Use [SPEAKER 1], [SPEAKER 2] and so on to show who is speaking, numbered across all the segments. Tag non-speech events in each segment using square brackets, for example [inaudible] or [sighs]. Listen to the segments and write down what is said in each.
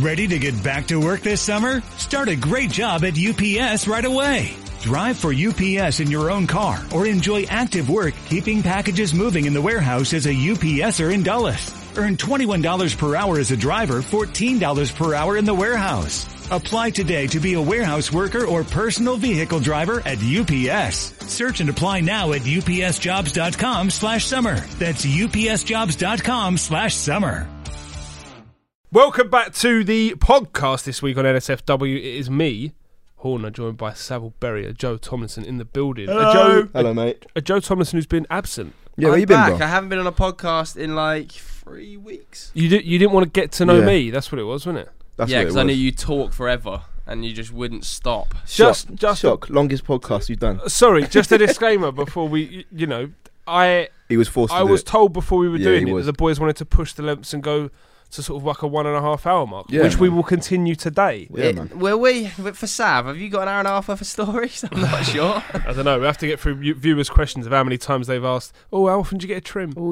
[SPEAKER 1] Ready to get back to work this summer? Start a great job at UPS right away. Drive for UPS in your own car or enjoy active work keeping packages moving in the warehouse as a UPSer in Dulles. Earn $21 per hour as a driver, $14 per hour in the warehouse. Apply today to be a warehouse worker or personal vehicle driver at UPS. Search and apply now at upsjobs.com slash summer. That's upsjobs.com slash summer.
[SPEAKER 2] Welcome back to the podcast this week on NSFW. It is me, Horner, joined by Savile Berry, Joe Tomlinson in the building. A Joe,
[SPEAKER 3] Hello, mate.
[SPEAKER 2] a Joe Tomlinson who's been absent.
[SPEAKER 3] Yeah, where
[SPEAKER 4] I'm
[SPEAKER 3] you been,
[SPEAKER 4] back.
[SPEAKER 3] bro?
[SPEAKER 4] I haven't been on a podcast in like three weeks.
[SPEAKER 2] You did, you didn't want to get to know
[SPEAKER 3] Yeah.
[SPEAKER 2] me. That's what it was, wasn't it?
[SPEAKER 3] That's
[SPEAKER 4] yeah,
[SPEAKER 3] what it
[SPEAKER 4] because I knew
[SPEAKER 3] was.
[SPEAKER 4] you talk forever and you just wouldn't stop.
[SPEAKER 3] Shock.
[SPEAKER 2] Just, just.
[SPEAKER 3] shock. Longest podcast you've done.
[SPEAKER 2] Sorry,
[SPEAKER 3] [laughs]
[SPEAKER 2] just a disclaimer before we, you know, I
[SPEAKER 3] He was forced.
[SPEAKER 2] I
[SPEAKER 3] to do
[SPEAKER 2] was
[SPEAKER 3] it.
[SPEAKER 2] told before we were
[SPEAKER 3] Yeah,
[SPEAKER 2] doing
[SPEAKER 3] he
[SPEAKER 2] it
[SPEAKER 3] was.
[SPEAKER 2] that the boys wanted to push the lengths and go to sort of like a one and a half hour mark,
[SPEAKER 3] Yeah,
[SPEAKER 2] which we
[SPEAKER 3] man.
[SPEAKER 2] will continue today.
[SPEAKER 3] Yeah,
[SPEAKER 4] It-
[SPEAKER 3] man.
[SPEAKER 4] Were we but for Sav? Have you got an hour and a half worth of stories? [laughs]
[SPEAKER 3] [laughs]
[SPEAKER 4] I'm not sure.
[SPEAKER 2] I don't know. We have to get through view- viewers' questions of how many times they've asked, "Oh, how often do you get a trim?"
[SPEAKER 4] How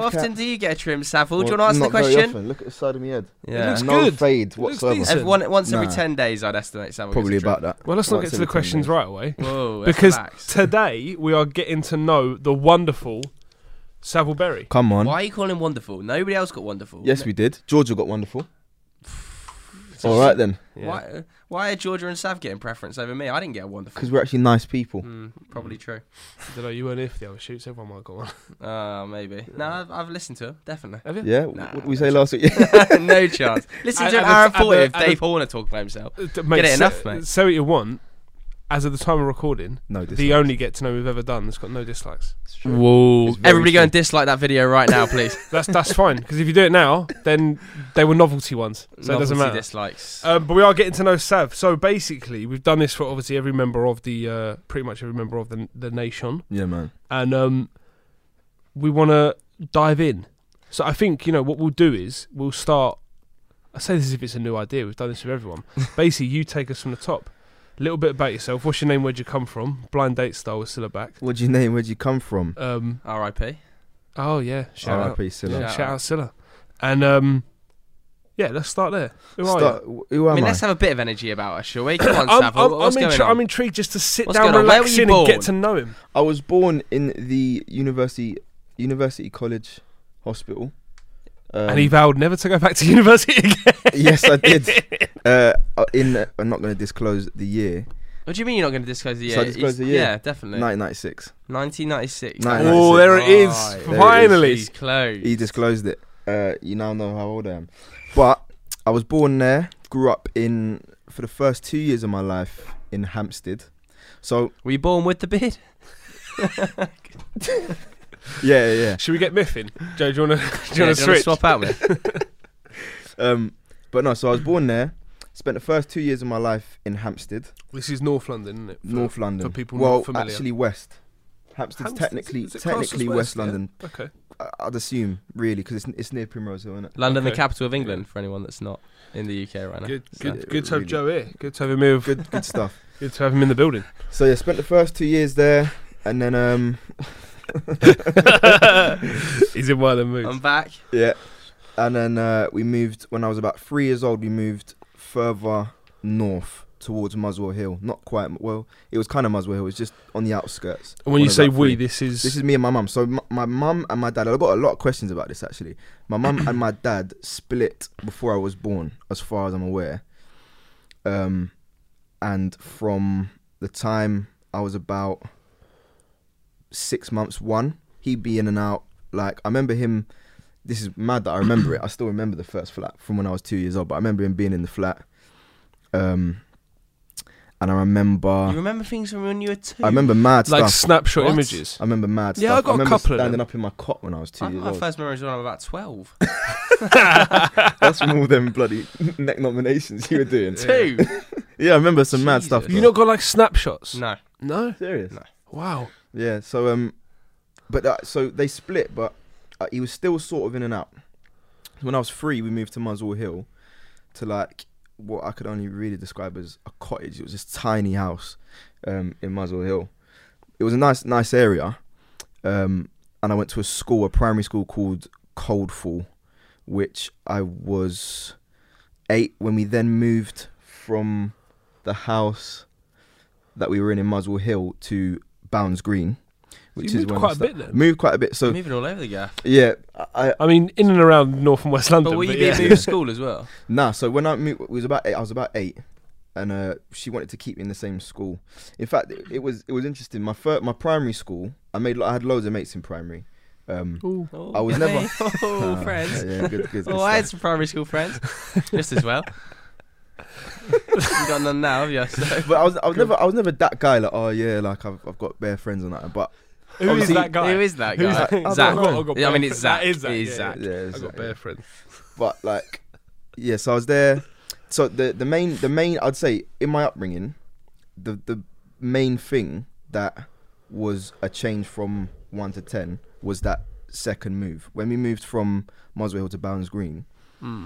[SPEAKER 4] often do you get a trim, Sav? Well, do you want to answer the
[SPEAKER 3] Not very
[SPEAKER 4] question?
[SPEAKER 3] often. Look at the side of my head.
[SPEAKER 4] Yeah.
[SPEAKER 2] looks
[SPEAKER 3] no
[SPEAKER 2] good.
[SPEAKER 3] fade
[SPEAKER 2] looks
[SPEAKER 3] whatsoever.
[SPEAKER 2] decent.
[SPEAKER 4] Every, one, once every
[SPEAKER 3] Nah.
[SPEAKER 4] ten days, I'd estimate Sav.
[SPEAKER 3] Probably
[SPEAKER 4] gets a trim.
[SPEAKER 3] about that.
[SPEAKER 2] Well, let's not get
[SPEAKER 3] Once
[SPEAKER 2] to
[SPEAKER 3] every
[SPEAKER 2] the
[SPEAKER 3] 10
[SPEAKER 2] questions
[SPEAKER 3] days.
[SPEAKER 2] right away
[SPEAKER 3] [laughs]
[SPEAKER 4] Whoa, that's
[SPEAKER 2] because
[SPEAKER 4] facts.
[SPEAKER 2] today we are getting to know the wonderful Savile Berry.
[SPEAKER 3] Come on.
[SPEAKER 4] Why are you calling him wonderful? Nobody else got wonderful.
[SPEAKER 3] Yes, we did. Georgia
[SPEAKER 2] [sighs]
[SPEAKER 3] got wonderful. All right then,
[SPEAKER 4] Why? uh, Why are Georgia and Sav getting preference over me? I didn't get a wonderful.
[SPEAKER 3] because we're actually nice people.
[SPEAKER 4] Mm, probably true.
[SPEAKER 2] I don't know. You weren't here for the other shoots. Everyone might have got one.
[SPEAKER 4] Uh, maybe. No, I've, I've listened to him. Definitely.
[SPEAKER 2] [laughs] Have you?
[SPEAKER 3] Yeah.
[SPEAKER 4] Nah,
[SPEAKER 3] what did we say last week? Yeah.
[SPEAKER 4] [laughs] no chance. Listen
[SPEAKER 2] And-
[SPEAKER 4] to
[SPEAKER 2] and
[SPEAKER 4] an
[SPEAKER 2] the-
[SPEAKER 4] hour
[SPEAKER 2] and
[SPEAKER 4] and forty
[SPEAKER 2] the-
[SPEAKER 4] of
[SPEAKER 2] and
[SPEAKER 4] Dave
[SPEAKER 2] the-
[SPEAKER 4] Horner talking about himself.
[SPEAKER 2] Uh, d- mate,
[SPEAKER 4] Get it
[SPEAKER 2] say-
[SPEAKER 4] enough, mate.
[SPEAKER 2] Say what you want. As of the time of recording,
[SPEAKER 3] no,
[SPEAKER 2] the only get to know we've ever done that's got no dislikes.
[SPEAKER 4] Whoa!
[SPEAKER 3] It's very
[SPEAKER 4] Everybody go
[SPEAKER 3] true.
[SPEAKER 4] and dislike that video right now, [laughs] please.
[SPEAKER 2] That's that's fine because if you do it now, then they were novelty ones, so it doesn't
[SPEAKER 4] Novelty
[SPEAKER 2] matter.
[SPEAKER 4] Dislikes.
[SPEAKER 2] Um, but we are getting to know Sav. So basically, we've done this for obviously every member of the, uh, pretty much every member of the the nation,
[SPEAKER 3] Yeah, man.
[SPEAKER 2] and um, we want to dive in. So I think you know what we'll do is we'll start. I say this as if it's a new idea. We've done this with
[SPEAKER 4] [laughs]
[SPEAKER 2] everyone. basically, you take us from the top. A little bit about yourself. What's your name? Where'd you come from? Blind date style with Scylla back.
[SPEAKER 3] What'd you name? Where'd you come from?
[SPEAKER 2] Um,
[SPEAKER 4] R.I.P.
[SPEAKER 2] oh yeah, shout out.
[SPEAKER 3] R.I.P.
[SPEAKER 2] Yeah,
[SPEAKER 3] Silla.
[SPEAKER 4] Shout
[SPEAKER 2] shout,
[SPEAKER 4] out.
[SPEAKER 2] out Scylla. And um, yeah, let's start there. Who are you?
[SPEAKER 3] Start- Who
[SPEAKER 4] I
[SPEAKER 3] am
[SPEAKER 4] mean,
[SPEAKER 3] I?
[SPEAKER 4] let's have a bit of energy about
[SPEAKER 2] [coughs]
[SPEAKER 4] us, shall we? Come on,
[SPEAKER 2] I'm,
[SPEAKER 4] Sav.
[SPEAKER 2] I'm-
[SPEAKER 4] what's
[SPEAKER 2] I'm
[SPEAKER 4] going
[SPEAKER 2] intri-
[SPEAKER 4] on?
[SPEAKER 2] I'm intrigued just to sit
[SPEAKER 4] What's
[SPEAKER 2] down,
[SPEAKER 4] going on? Where were
[SPEAKER 2] relax
[SPEAKER 4] you
[SPEAKER 2] in, and
[SPEAKER 4] born?
[SPEAKER 2] get to know him.
[SPEAKER 3] I was born in the University University College Hospital. Um,
[SPEAKER 2] and he vowed never to go back to [laughs] university again.
[SPEAKER 3] yes, I did. Uh, in I'm not going to disclose the year.
[SPEAKER 4] what do you mean you're not going to disclose the year?
[SPEAKER 3] Shall I disclose
[SPEAKER 4] It's-
[SPEAKER 3] the year?
[SPEAKER 4] Yeah, definitely.
[SPEAKER 3] 1996.
[SPEAKER 4] 1996.
[SPEAKER 3] Nine-
[SPEAKER 2] oh, there it is.
[SPEAKER 4] Right.
[SPEAKER 3] There it is.
[SPEAKER 2] Finally.
[SPEAKER 4] He's close.
[SPEAKER 3] He disclosed it. Uh, you now know how old I am. But I was born there. Grew up in for the first two years of my life in Hampstead. So
[SPEAKER 4] Were you born with
[SPEAKER 2] [laughs]
[SPEAKER 4] the beard?
[SPEAKER 3] yeah, yeah.
[SPEAKER 2] Should we get Miffin? Joe, do you want to
[SPEAKER 4] Yeah,
[SPEAKER 2] do you want to switch?
[SPEAKER 4] swap
[SPEAKER 2] [laughs]
[SPEAKER 4] out with?
[SPEAKER 3] yeah. Um, but no. So I was born there. Spent the first two years of my life in Hampstead,
[SPEAKER 2] This is North London, isn't it? For-
[SPEAKER 3] North London.
[SPEAKER 2] for people not
[SPEAKER 3] well,
[SPEAKER 2] familiar.
[SPEAKER 3] actually West. Hampstead's
[SPEAKER 2] Hampstead's-
[SPEAKER 3] technically
[SPEAKER 2] is it classed as
[SPEAKER 3] technically
[SPEAKER 2] West,
[SPEAKER 3] West
[SPEAKER 2] yeah?
[SPEAKER 3] London.
[SPEAKER 2] Okay.
[SPEAKER 3] I- I'd assume really because it's it's near Primrose Hill, isn't it?
[SPEAKER 4] London, the
[SPEAKER 2] Okay.
[SPEAKER 4] capital of England, for anyone that's not in the UK right now.
[SPEAKER 2] Good,
[SPEAKER 4] So-
[SPEAKER 2] good,
[SPEAKER 3] Yeah,
[SPEAKER 2] good to have
[SPEAKER 3] really.
[SPEAKER 2] Joe here. Good to have him here. Good.
[SPEAKER 3] Good good stuff.
[SPEAKER 2] to have him in the
[SPEAKER 3] [laughs]
[SPEAKER 2] building.
[SPEAKER 3] So yeah, spent the first two years there, and then um
[SPEAKER 2] He's in one of the moods.
[SPEAKER 4] I'm back.
[SPEAKER 3] yeah, and then uh, we moved when I was about three years old. We moved further north towards Muswell Hill. Not quite well. It was kind of Muswell Hill. It was just on the outskirts.
[SPEAKER 2] and when you
[SPEAKER 3] I was
[SPEAKER 2] say
[SPEAKER 3] about
[SPEAKER 2] we,
[SPEAKER 3] three.
[SPEAKER 2] this is,
[SPEAKER 3] This is me and my mum. So m- my mum and my dad. I've got a lot of questions about this actually. My mum and my dad split before I was born, as far as I'm aware. Um, and from the time I was about six months, one, he'd be in and out. Like I remember him. This is mad that I remember it. I still remember the first flat from when I was two years old. But I remember him being in the flat. Um, and I
[SPEAKER 2] Ah.
[SPEAKER 4] You
[SPEAKER 3] remember.
[SPEAKER 4] remember things from when you were two?
[SPEAKER 3] I remember mad
[SPEAKER 2] like
[SPEAKER 3] stuff.
[SPEAKER 2] snapshot
[SPEAKER 4] What?
[SPEAKER 2] images.
[SPEAKER 3] I remember mad
[SPEAKER 2] Yeah,
[SPEAKER 3] stuff.
[SPEAKER 2] I got a
[SPEAKER 3] remember
[SPEAKER 2] couple of
[SPEAKER 3] standing
[SPEAKER 2] them.
[SPEAKER 3] up in my cot when I was two
[SPEAKER 4] I think
[SPEAKER 3] years
[SPEAKER 4] my
[SPEAKER 3] old.
[SPEAKER 4] first memories when I was about
[SPEAKER 2] [laughs]
[SPEAKER 4] 12.
[SPEAKER 3] [laughs] That's from all them bloody [laughs] neck nominations you were doing.
[SPEAKER 4] two?
[SPEAKER 3] Yeah, I remember some mad stuff.
[SPEAKER 4] Jesus.
[SPEAKER 2] You
[SPEAKER 3] bro.
[SPEAKER 2] not got like snapshots?
[SPEAKER 4] No.
[SPEAKER 2] No?
[SPEAKER 3] serious?
[SPEAKER 4] No.
[SPEAKER 2] Wow.
[SPEAKER 3] Yeah. So um, but uh, so they split, but uh, he was still sort of in and out. When I was three, we moved to Muswell Hill, to like what I could only really describe as a cottage. It was this tiny house, um, in Muswell Hill. It was a nice, nice area, um, and I went to a school, a primary school called Coldfall, which I was eight when we then moved from the house that we were in in Muswell Hill to Bounds Green, which
[SPEAKER 2] you
[SPEAKER 3] is
[SPEAKER 2] moved
[SPEAKER 3] when I
[SPEAKER 2] quite a
[SPEAKER 3] sta-
[SPEAKER 2] bit then.
[SPEAKER 3] Moved quite a bit. So
[SPEAKER 4] moving all over
[SPEAKER 3] [laughs]
[SPEAKER 4] the gaff.
[SPEAKER 3] yeah, I
[SPEAKER 2] I mean, in and around North and West London.
[SPEAKER 4] But were you
[SPEAKER 2] but
[SPEAKER 4] being
[SPEAKER 2] yeah.
[SPEAKER 4] moved to school
[SPEAKER 3] [laughs]
[SPEAKER 4] as well?
[SPEAKER 3] Nah, so when I moved, it was about eight, I was about eight, and uh, she wanted to keep me in the same school. In fact, it, it was it was interesting. My fir- my primary school, I made lo- I had loads of mates in primary. Um,
[SPEAKER 2] [laughs] Ooh.
[SPEAKER 4] Oh,
[SPEAKER 3] I was [laughs] never-
[SPEAKER 4] Oh,
[SPEAKER 3] uh,
[SPEAKER 4] friends.
[SPEAKER 3] Yeah, yeah,
[SPEAKER 2] [laughs]
[SPEAKER 3] good, good, good
[SPEAKER 4] Oh, I had
[SPEAKER 3] stuff.
[SPEAKER 4] some primary
[SPEAKER 3] [laughs]
[SPEAKER 4] school friends. Just as well. [laughs] you got none now, [laughs] have you? So-
[SPEAKER 3] But I was I was never I was never that guy like oh yeah like I've I've got bare friends and that. But
[SPEAKER 2] Who is
[SPEAKER 3] Obviously-
[SPEAKER 2] that guy?
[SPEAKER 4] Who is that
[SPEAKER 2] Who's
[SPEAKER 4] guy?
[SPEAKER 3] that- I don't
[SPEAKER 4] Zach.
[SPEAKER 3] know.
[SPEAKER 2] I've got
[SPEAKER 4] Yeah, I mean,
[SPEAKER 2] bare
[SPEAKER 4] it's
[SPEAKER 2] fri- that
[SPEAKER 4] Zach.
[SPEAKER 2] is Zach,
[SPEAKER 4] It is
[SPEAKER 2] yeah.
[SPEAKER 4] Zach.
[SPEAKER 3] yeah,
[SPEAKER 2] I
[SPEAKER 3] it's
[SPEAKER 2] got
[SPEAKER 3] like-
[SPEAKER 2] bare friends.
[SPEAKER 3] but like yeah, so I was there. So the the main the main I'd say in my upbringing, the the main thing that was a change from one to ten was that second move when we moved from Moswell Hill to Bounds Green. Hmm.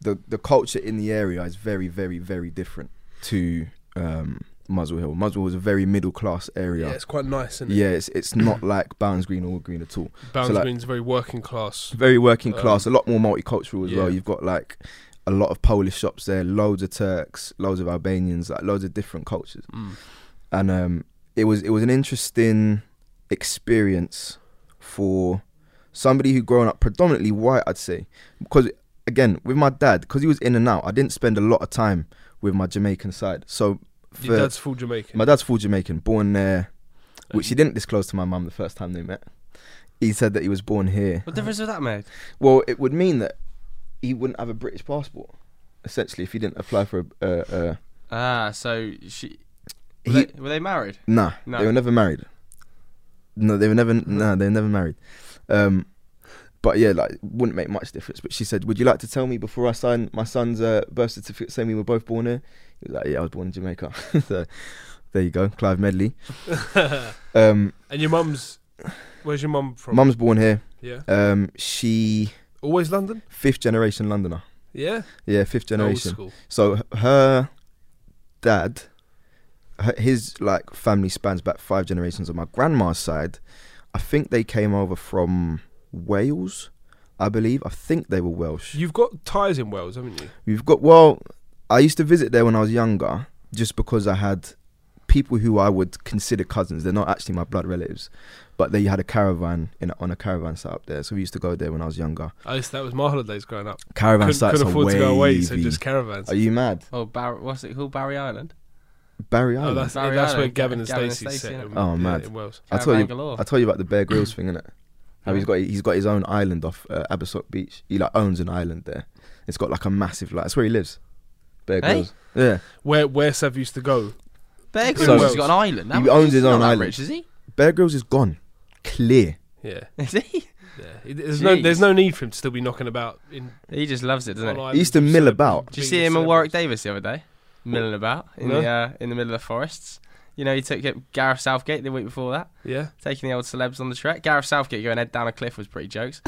[SPEAKER 3] the the culture in the area is very, very, very different to um, Muswell Hill. Muswell is a very middle class
[SPEAKER 2] Yeah.
[SPEAKER 3] area.
[SPEAKER 2] it's quite nice, isn't it?
[SPEAKER 3] Yeah, it's it's not like Bounds Green or Wood Green at all.
[SPEAKER 2] Bounds
[SPEAKER 3] so, like-
[SPEAKER 2] Green's very working class.
[SPEAKER 3] Very working class, a lot more multicultural as well.
[SPEAKER 2] Um, yeah.
[SPEAKER 3] You've got like a lot of Polish shops there, loads of Turks, loads of Albanians, like loads of different cultures.
[SPEAKER 2] Mm.
[SPEAKER 3] And um, it was it was an interesting experience for somebody who grown up predominantly white, I'd say, because again with my dad, because he was in and out, I didn't spend a lot of time with my Jamaican side. So
[SPEAKER 2] Your
[SPEAKER 3] for-
[SPEAKER 2] dad's full Jamaican.
[SPEAKER 3] my dad's full Jamaican, born there, which
[SPEAKER 2] And-
[SPEAKER 3] he didn't disclose to my mum the first time they met. He said that he was born here.
[SPEAKER 4] What difference would that make?
[SPEAKER 3] Well, it would mean that he wouldn't have a British passport, essentially, if he didn't apply for a. Uh, uh,
[SPEAKER 4] Ah, so she. Were,
[SPEAKER 3] He-
[SPEAKER 4] they, were they married?
[SPEAKER 3] nah, Mm.
[SPEAKER 4] No.
[SPEAKER 3] they were never married. No, they were never. No, they were never married. Um, but yeah, like wouldn't make much difference. But she said, "Would you like to tell me before I sign my son's uh, birth certificate saying we were both born here?" He was like, "Yeah, I was born in Jamaica." [laughs] so there you go, Clive Medley. [laughs] Um,
[SPEAKER 2] and your mum's. Where's your mum from?
[SPEAKER 3] mum's born here.
[SPEAKER 2] Yeah.
[SPEAKER 3] Um, she
[SPEAKER 2] Always London?
[SPEAKER 3] fifth generation Londoner.
[SPEAKER 2] Yeah.
[SPEAKER 3] Yeah, fifth generation.
[SPEAKER 2] Old school.
[SPEAKER 3] So h- her dad, h- his like family spans back five generations. On my grandma's side, I think they came over from Wales. I believe. I think they were Welsh.
[SPEAKER 2] You've got ties in Wales, haven't you?
[SPEAKER 3] We've got well. I used to visit there when I was younger, just because I had people who I would consider cousins. They're not actually my blood relatives, but they had a caravan in a, on a caravan site up there. So we used to go there when I was younger.
[SPEAKER 2] I used, that was my holidays growing up.
[SPEAKER 3] Caravan
[SPEAKER 2] Couldn't,
[SPEAKER 3] sites
[SPEAKER 2] couldn't
[SPEAKER 3] are
[SPEAKER 2] afford to go away, so
[SPEAKER 3] wavy.
[SPEAKER 2] just caravans.
[SPEAKER 3] Are you mad?
[SPEAKER 4] Oh, Bar- what's it called? Barry Island?
[SPEAKER 3] Barry
[SPEAKER 2] oh,
[SPEAKER 3] Island.
[SPEAKER 2] that's,
[SPEAKER 4] Barry
[SPEAKER 2] that's where
[SPEAKER 4] Island,
[SPEAKER 2] Gavin and
[SPEAKER 4] Gavin and
[SPEAKER 2] Stacey
[SPEAKER 4] Stacey,
[SPEAKER 2] set.
[SPEAKER 4] innit?
[SPEAKER 2] in-
[SPEAKER 3] Oh,
[SPEAKER 2] yeah,
[SPEAKER 3] mad.
[SPEAKER 2] In Wales.
[SPEAKER 3] I told you-
[SPEAKER 4] Caravan galore.
[SPEAKER 3] I told you about the Bear Grylls thing,
[SPEAKER 4] [clears throat]
[SPEAKER 3] innit? How he's
[SPEAKER 4] Yeah.
[SPEAKER 3] got he's got his own island off uh, Abersock Beach. He like owns an island there. It's got like a massive like that's where he lives. Bear
[SPEAKER 4] Hey?
[SPEAKER 3] Grylls. Yeah.
[SPEAKER 2] Where, where Sev used to go.
[SPEAKER 4] Bear
[SPEAKER 2] So-
[SPEAKER 4] Grylls has got an island.
[SPEAKER 3] He
[SPEAKER 4] That-
[SPEAKER 3] owns
[SPEAKER 4] he's
[SPEAKER 3] his
[SPEAKER 4] not
[SPEAKER 3] own
[SPEAKER 4] that
[SPEAKER 3] island.
[SPEAKER 4] Rich, is he? [laughs]
[SPEAKER 3] Bear Grylls is gone. Clear.
[SPEAKER 2] Yeah.
[SPEAKER 4] Is he?
[SPEAKER 2] yeah. There's, no, there's
[SPEAKER 4] Jeez.
[SPEAKER 2] no need for him to still be knocking about in
[SPEAKER 4] He just loves it, doesn't he?
[SPEAKER 2] on
[SPEAKER 3] He used to
[SPEAKER 2] islands
[SPEAKER 3] mill
[SPEAKER 2] with
[SPEAKER 3] about.
[SPEAKER 2] big
[SPEAKER 4] Did you see him and
[SPEAKER 2] celebs.
[SPEAKER 4] Warwick Davis the other day? Milling about in
[SPEAKER 2] No.
[SPEAKER 4] the uh, in the middle of the forests. You know, he took up Gareth Southgate the week before that,
[SPEAKER 2] Yeah.
[SPEAKER 4] taking the old celebs on the trek. Gareth Southgate going head down a cliff was pretty
[SPEAKER 2] [laughs]
[SPEAKER 4] jokes.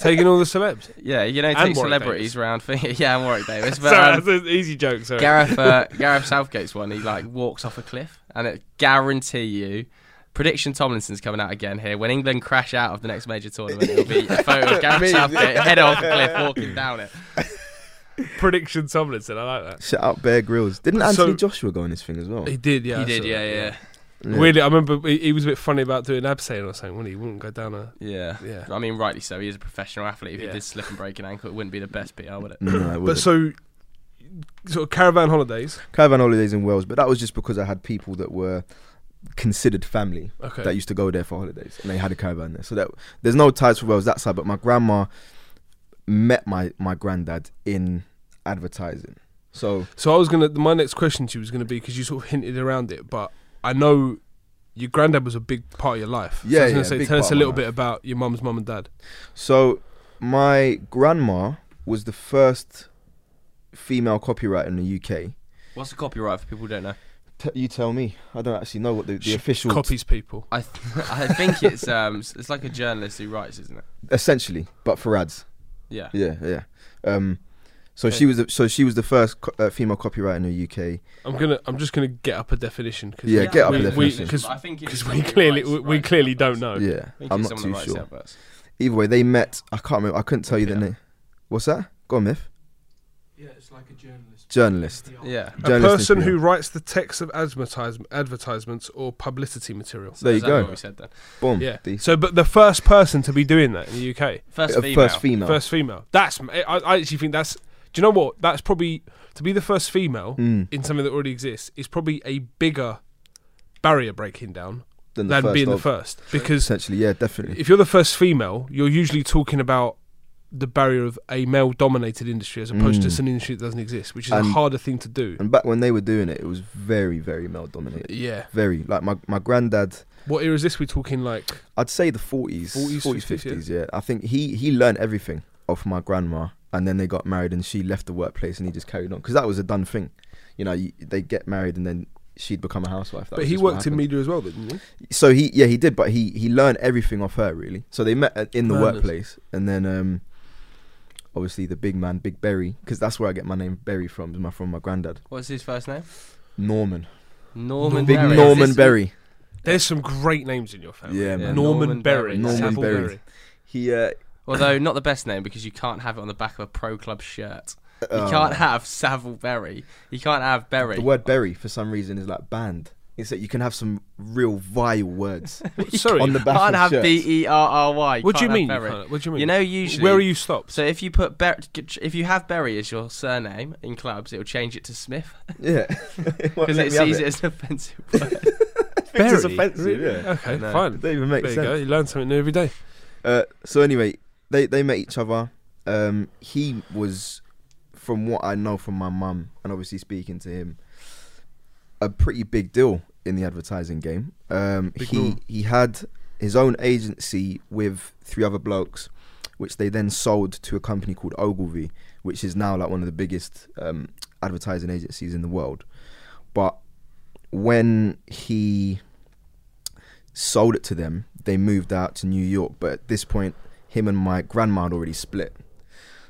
[SPEAKER 2] Taking all the
[SPEAKER 4] [laughs]
[SPEAKER 2] celebs.
[SPEAKER 4] yeah, you know, he
[SPEAKER 2] And
[SPEAKER 4] takes
[SPEAKER 2] Warwick
[SPEAKER 4] celebrities round for [laughs] yeah, and Warwick
[SPEAKER 2] [laughs]
[SPEAKER 4] Davis. But
[SPEAKER 2] sorry,
[SPEAKER 4] um,
[SPEAKER 2] that's an easy joke, sorry. [laughs]
[SPEAKER 4] Gareth uh, Gareth Southgate's one, he like walks off a cliff, and it guarantee you. Prediction Tomlinson's coming out again here. When England crash out of the next major tournament, it'll be a photo
[SPEAKER 2] [laughs]
[SPEAKER 4] of Gareth
[SPEAKER 3] Amazing.
[SPEAKER 4] Southgate head off a cliff walking down it.
[SPEAKER 2] Prediction Tomlinson, I like that.
[SPEAKER 3] Shout out Bear Grylls. Didn't Anthony
[SPEAKER 2] So-
[SPEAKER 3] Joshua go on his thing as well?
[SPEAKER 2] He did, yeah.
[SPEAKER 4] he
[SPEAKER 2] I
[SPEAKER 4] did,
[SPEAKER 2] saw
[SPEAKER 4] yeah,
[SPEAKER 2] that,
[SPEAKER 4] yeah,
[SPEAKER 3] Yeah.
[SPEAKER 2] Weirdly, I remember he, he was a bit funny about doing abseiling or something, wasn't he? He wouldn't go down a.
[SPEAKER 4] yeah.
[SPEAKER 2] Yeah.
[SPEAKER 4] I mean, rightly so. He is a professional athlete. If
[SPEAKER 2] Yeah.
[SPEAKER 4] he did slip and break an ankle, it wouldn't be the best PR, would it?
[SPEAKER 3] No, it
[SPEAKER 2] But
[SPEAKER 3] wasn't.
[SPEAKER 2] so, sort of caravan holidays.
[SPEAKER 3] Caravan holidays in Wales, but that was just because I had people that were considered family
[SPEAKER 2] Okay.
[SPEAKER 3] that used to go there for holidays, and they had a caravan there. So that there's no ties for Wales that side. But my grandma met my my granddad in advertising. So
[SPEAKER 2] so I was gonna. My next question to you was gonna be because you sort of hinted around it, but I know your granddad was a big part of your life. So I
[SPEAKER 3] Yeah,
[SPEAKER 2] was gonna
[SPEAKER 3] yeah,
[SPEAKER 2] say,
[SPEAKER 3] big
[SPEAKER 2] tell
[SPEAKER 3] part
[SPEAKER 2] us
[SPEAKER 3] of
[SPEAKER 2] a
[SPEAKER 3] my
[SPEAKER 2] little
[SPEAKER 3] life.
[SPEAKER 2] bit about your mum's mum and dad.
[SPEAKER 3] so my grandma was the first female copyright in the UK.
[SPEAKER 4] What's the copyright for people who don't know?
[SPEAKER 3] T- you tell me. I don't actually know what the, the
[SPEAKER 2] She
[SPEAKER 3] official.
[SPEAKER 2] copies people.
[SPEAKER 4] I th- I think it's um s- it's like a journalist who writes, isn't it?
[SPEAKER 3] essentially, but for ads.
[SPEAKER 4] Yeah.
[SPEAKER 3] Yeah, yeah. Um, so
[SPEAKER 2] Okay.
[SPEAKER 3] she was the, so she was the first co- uh, female copyright in the UK.
[SPEAKER 2] I'm gonna. I'm just gonna get up a definition because
[SPEAKER 3] Yeah, get up
[SPEAKER 2] we,
[SPEAKER 3] a
[SPEAKER 2] we-
[SPEAKER 3] definition.
[SPEAKER 2] 'cause-
[SPEAKER 4] I think it's
[SPEAKER 2] 'cause
[SPEAKER 4] someone
[SPEAKER 2] we
[SPEAKER 4] who
[SPEAKER 2] clearly
[SPEAKER 4] writes-
[SPEAKER 2] we, we
[SPEAKER 4] writes
[SPEAKER 2] clearly
[SPEAKER 4] the
[SPEAKER 2] don't
[SPEAKER 4] adverts.
[SPEAKER 2] know.
[SPEAKER 3] Yeah,
[SPEAKER 4] I think
[SPEAKER 3] I'm
[SPEAKER 4] it's
[SPEAKER 3] not
[SPEAKER 4] someone who
[SPEAKER 3] too
[SPEAKER 4] writes the
[SPEAKER 3] sure.
[SPEAKER 4] adverts.
[SPEAKER 3] Either way, they met. I can't remember. I couldn't tell you the
[SPEAKER 4] Yeah.
[SPEAKER 3] name. What's that? Go on, myth.
[SPEAKER 5] Yeah, it's like a journalist.
[SPEAKER 3] Journalist.
[SPEAKER 4] Yeah.
[SPEAKER 2] A
[SPEAKER 3] Journalist
[SPEAKER 2] person
[SPEAKER 3] needs to
[SPEAKER 2] who
[SPEAKER 3] be
[SPEAKER 2] writes the text of advertisement, advertisements or publicity material.
[SPEAKER 3] There you
[SPEAKER 4] Exactly
[SPEAKER 3] go.
[SPEAKER 4] what we said then.
[SPEAKER 3] Boom.
[SPEAKER 2] Yeah.
[SPEAKER 3] Decent.
[SPEAKER 2] So, but the first person to be doing that in the UK,
[SPEAKER 4] First
[SPEAKER 3] Uh,
[SPEAKER 4] female.
[SPEAKER 3] First female.
[SPEAKER 2] first female. That's I, I actually think that's. Do you know what? That's probably to be the first female
[SPEAKER 3] Mm.
[SPEAKER 2] in something that already exists is probably a bigger barrier breaking down
[SPEAKER 3] Then the
[SPEAKER 2] than
[SPEAKER 3] first
[SPEAKER 2] being the
[SPEAKER 3] of-
[SPEAKER 2] first because
[SPEAKER 3] Essentially, yeah, definitely.
[SPEAKER 2] if you're the first female, you're usually talking about the barrier of a male-dominated industry as opposed to
[SPEAKER 3] Mm.
[SPEAKER 2] just an industry that doesn't exist, which is a
[SPEAKER 3] And-
[SPEAKER 2] harder thing to do.
[SPEAKER 3] And back when they were doing it, it was very, very male dominated.
[SPEAKER 2] Yeah.
[SPEAKER 3] Very like my my granddad.
[SPEAKER 2] What era is this? We're talking like
[SPEAKER 3] I'd say the forties,
[SPEAKER 2] 40s,
[SPEAKER 3] forties,
[SPEAKER 2] 50s, yeah.
[SPEAKER 3] fifties. Yeah, I think he he learned everything off my grandma, and then they got married, and she left the workplace, and he just carried on because that was a done thing. You know, you, they get married, and then she'd become a housewife. That
[SPEAKER 2] but
[SPEAKER 3] was
[SPEAKER 2] he
[SPEAKER 3] just what
[SPEAKER 2] worked in
[SPEAKER 3] happened.
[SPEAKER 2] media as well, didn't he?
[SPEAKER 3] So he yeah he did, but he he learned everything off her really. So they met at- in the
[SPEAKER 2] Madness.
[SPEAKER 3] workplace, and then um, obviously the big man, Big Berry, because that's where I get my name Berry from. is My from my granddad
[SPEAKER 4] What's his first name?
[SPEAKER 3] Norman,
[SPEAKER 4] Norman
[SPEAKER 3] Big
[SPEAKER 4] Berry. Is
[SPEAKER 3] Norman
[SPEAKER 4] this-
[SPEAKER 3] Berry.
[SPEAKER 2] There's some great names in your family.
[SPEAKER 3] Yeah,
[SPEAKER 2] Norman,
[SPEAKER 3] man.
[SPEAKER 4] Norman
[SPEAKER 2] Berry,
[SPEAKER 4] Berry.
[SPEAKER 3] Norman
[SPEAKER 2] Savile
[SPEAKER 3] Berry. He uh,
[SPEAKER 4] Although not the best name because you can't have it on the back of a pro club shirt. You
[SPEAKER 3] uh,
[SPEAKER 4] can't have Savile Berry. You can't have Berry.
[SPEAKER 3] The word berry for some reason is like banned. It's that you can have some real vile words
[SPEAKER 4] [laughs]
[SPEAKER 2] Sorry,
[SPEAKER 3] on the back
[SPEAKER 4] can't
[SPEAKER 3] of
[SPEAKER 4] have
[SPEAKER 3] shirts.
[SPEAKER 4] B E R R Y.
[SPEAKER 2] what do you
[SPEAKER 4] can't have
[SPEAKER 2] mean? you
[SPEAKER 4] Berry.
[SPEAKER 2] can't- What do you mean?
[SPEAKER 4] You know, usually
[SPEAKER 2] where are you stopped?
[SPEAKER 4] So if you put Ber- if you have Berry as your surname in clubs, it'll change it to Smith
[SPEAKER 3] [laughs] Yeah, [laughs]
[SPEAKER 4] because it sees it. as an offensive word.
[SPEAKER 3] Berry. [laughs] It's
[SPEAKER 2] Berry?
[SPEAKER 3] offensive. [laughs] Yeah,
[SPEAKER 2] Okay,
[SPEAKER 3] No, it
[SPEAKER 2] fine.
[SPEAKER 3] doesn't even make
[SPEAKER 2] There you go.
[SPEAKER 3] sense.
[SPEAKER 2] You learn something new every day.
[SPEAKER 3] Uh, so anyway, they they met each other. Um, he was, from what I know from my mum, and obviously speaking to him, a pretty big deal in the advertising game. Um,
[SPEAKER 2] Big
[SPEAKER 3] he
[SPEAKER 2] Norm.
[SPEAKER 3] he had his own agency with three other blokes, which they then sold to a company called Ogilvy, which is now like one of the biggest um, advertising agencies in the world. But when he sold it to them, they moved out to New York. But at this point, him and my grandma had already split.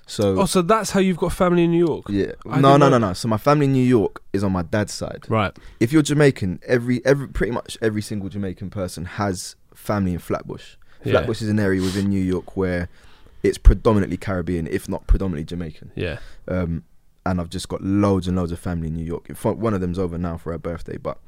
[SPEAKER 3] So
[SPEAKER 2] Oh, so that's how you've got family in New York.
[SPEAKER 3] yeah,
[SPEAKER 2] I didn't
[SPEAKER 3] no, no,
[SPEAKER 2] know-
[SPEAKER 3] no, no. So my family in New York is on my dad's side.
[SPEAKER 2] Right.
[SPEAKER 3] If you're Jamaican, every every pretty much every single Jamaican person has family in Flatbush.
[SPEAKER 2] Yeah.
[SPEAKER 3] Flatbush is an area within New York where it's predominantly Caribbean, if not predominantly Jamaican.
[SPEAKER 2] Yeah.
[SPEAKER 3] Um, and I've just got loads and loads of family in New York. In fact, one of them's over now for her birthday, but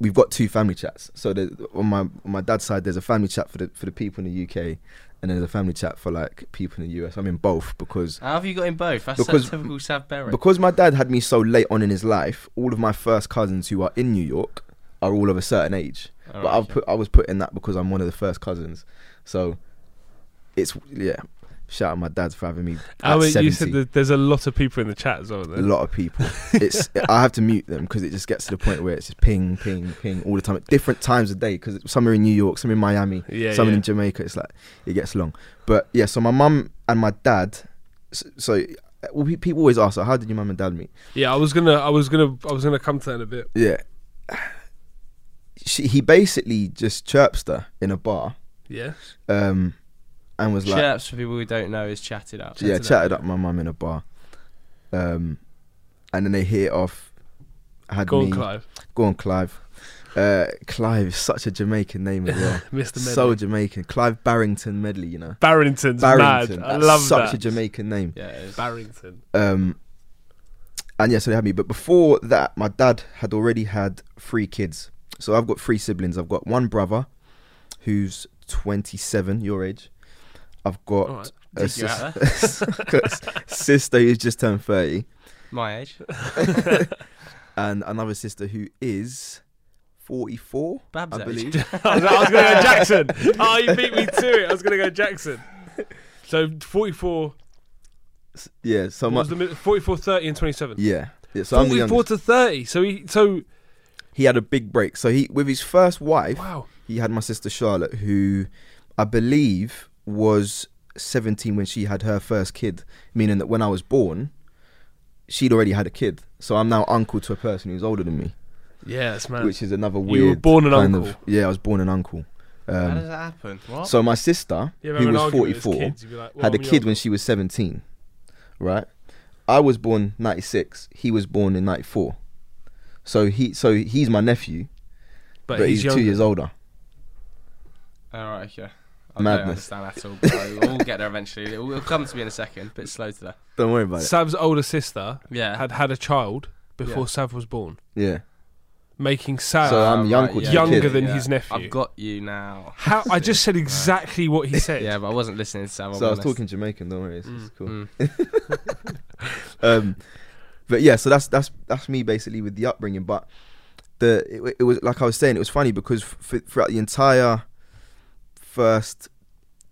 [SPEAKER 3] we've got two family chats. So the, on my on my dad's side, there's a family chat for the for the people in the UK, and there's a family chat for like people in the US. I'm in both because
[SPEAKER 4] [laughs] How have you got in both? That's
[SPEAKER 3] Because-
[SPEAKER 4] so typical Sav Berry.
[SPEAKER 3] because my dad had me so late on in his life. All of my first cousins who are in New York are all of a certain age,
[SPEAKER 4] All
[SPEAKER 3] but
[SPEAKER 4] right,
[SPEAKER 3] I've
[SPEAKER 4] okay.
[SPEAKER 3] put I was put in that because I'm one of the first cousins. So it's yeah. Shout out my dad for having me.
[SPEAKER 2] I
[SPEAKER 3] at
[SPEAKER 2] mean, you
[SPEAKER 3] 70.
[SPEAKER 2] said that there's a lot of people in the chat as well.
[SPEAKER 3] a
[SPEAKER 2] Then.
[SPEAKER 3] lot of
[SPEAKER 2] [laughs]
[SPEAKER 3] people. It's I have to mute them because it just gets to the point where it's just ping, ping, ping all the time at different times of day. Because some are in New York, some in Miami,
[SPEAKER 2] Yeah.
[SPEAKER 3] some
[SPEAKER 2] yeah.
[SPEAKER 3] in Jamaica. It's like it gets long. But yeah, so my mum and my dad. So, so uh, well, pe- people always ask, "So how did your mum and dad meet?"
[SPEAKER 2] yeah. I was gonna. I was gonna. I was gonna come to that in a bit.
[SPEAKER 3] Yeah, she, he basically just chirps her in a bar,
[SPEAKER 2] Yeah.
[SPEAKER 3] um, and was like,
[SPEAKER 4] Chirps for people who don't know is chatted up.
[SPEAKER 3] yeah,
[SPEAKER 2] Chatted up.
[SPEAKER 3] chatted up my mum in a bar, um, and then they hit it off. Had
[SPEAKER 2] Go on,
[SPEAKER 3] me-
[SPEAKER 2] Clive.
[SPEAKER 3] Go on, Clive. Uh, Clive is such a Jamaican name as
[SPEAKER 2] [laughs]
[SPEAKER 3] well.
[SPEAKER 2] Mr. Medley.
[SPEAKER 3] so Jamaican. Clive Barrington Medley, you know.
[SPEAKER 2] Barrington's
[SPEAKER 3] Barrington.
[SPEAKER 2] mad. I
[SPEAKER 3] That's
[SPEAKER 2] love
[SPEAKER 3] such
[SPEAKER 2] that.
[SPEAKER 3] a Jamaican name.
[SPEAKER 4] Yeah, it is.
[SPEAKER 2] Barrington.
[SPEAKER 3] Um, and yeah, so they had me. But before that, my dad had already had three kids. So I've got three siblings. I've got one brother who's 27, your age. I've got
[SPEAKER 2] All right.
[SPEAKER 3] a
[SPEAKER 4] Dig you out
[SPEAKER 3] [laughs] sis- sister who's just turned 30.
[SPEAKER 4] my age.
[SPEAKER 3] And another sister who is 44,
[SPEAKER 4] Bab's
[SPEAKER 3] I
[SPEAKER 4] age.
[SPEAKER 3] believe.
[SPEAKER 2] [laughs]
[SPEAKER 3] [laughs]
[SPEAKER 2] I was, I was gonna go Jackson. Oh, you beat me to it. I was gonna go Jackson.
[SPEAKER 3] [laughs]
[SPEAKER 2] So 44.
[SPEAKER 3] Yeah, so
[SPEAKER 2] So
[SPEAKER 3] my,
[SPEAKER 2] was the, mid- 44, 30, and 27.
[SPEAKER 3] Yeah. Yeah, so I'm the
[SPEAKER 2] 44
[SPEAKER 3] youngest.
[SPEAKER 2] to 30. So he. So
[SPEAKER 3] He had a big break. So he with his first wife,
[SPEAKER 2] wow.
[SPEAKER 3] he had my sister Charlotte, who I believe was seventeen when she had her first kid, meaning that when I was born, she'd already had a kid. So I'm now uncle to a person who's older than me.
[SPEAKER 2] Yeah, that's mad.
[SPEAKER 3] Which is another
[SPEAKER 2] were
[SPEAKER 3] weird
[SPEAKER 2] born an
[SPEAKER 3] kind
[SPEAKER 2] uncle?
[SPEAKER 3] Of, yeah, I was born an uncle.
[SPEAKER 4] How does
[SPEAKER 3] Um,
[SPEAKER 4] that happen? What?
[SPEAKER 3] so my sister,
[SPEAKER 2] yeah,
[SPEAKER 3] who
[SPEAKER 2] remember an
[SPEAKER 3] was
[SPEAKER 2] argument
[SPEAKER 3] forty
[SPEAKER 2] as
[SPEAKER 3] four,
[SPEAKER 2] kids, you'd be like, well,
[SPEAKER 3] had a
[SPEAKER 2] I'm
[SPEAKER 3] kid
[SPEAKER 2] young.
[SPEAKER 3] when she was seventeen. Right? I was born ninety six, he was born in ninety four. So he so he's my nephew. but, he's, two
[SPEAKER 2] younger.
[SPEAKER 3] years older.
[SPEAKER 4] All right, okay. I
[SPEAKER 3] Madness.
[SPEAKER 4] don't understand at all. But we'll get there eventually. It'll, it'll come to me in a second. Bit slow today.
[SPEAKER 3] Don't worry about it.
[SPEAKER 2] Sav's older sister
[SPEAKER 4] Yeah.
[SPEAKER 2] had had a child before
[SPEAKER 4] Yeah.
[SPEAKER 2] Sav was born,
[SPEAKER 3] Yeah.
[SPEAKER 2] making Sav
[SPEAKER 3] So, um, I'm young
[SPEAKER 4] Ah, right,
[SPEAKER 3] with
[SPEAKER 4] yeah.
[SPEAKER 2] your Younger kid. than his nephew.
[SPEAKER 4] I've got you now.
[SPEAKER 2] How I just said exactly what he said.
[SPEAKER 4] Yeah, but I wasn't listening to Sam.
[SPEAKER 3] So I was
[SPEAKER 4] honest.
[SPEAKER 3] talking Jamaican. Don't worry, it's, it's cool.
[SPEAKER 4] Mm.
[SPEAKER 3] [laughs] um, but yeah, so that's that's that's me basically with the upbringing. But the it, it was like I was saying, it was funny because f- throughout the entire first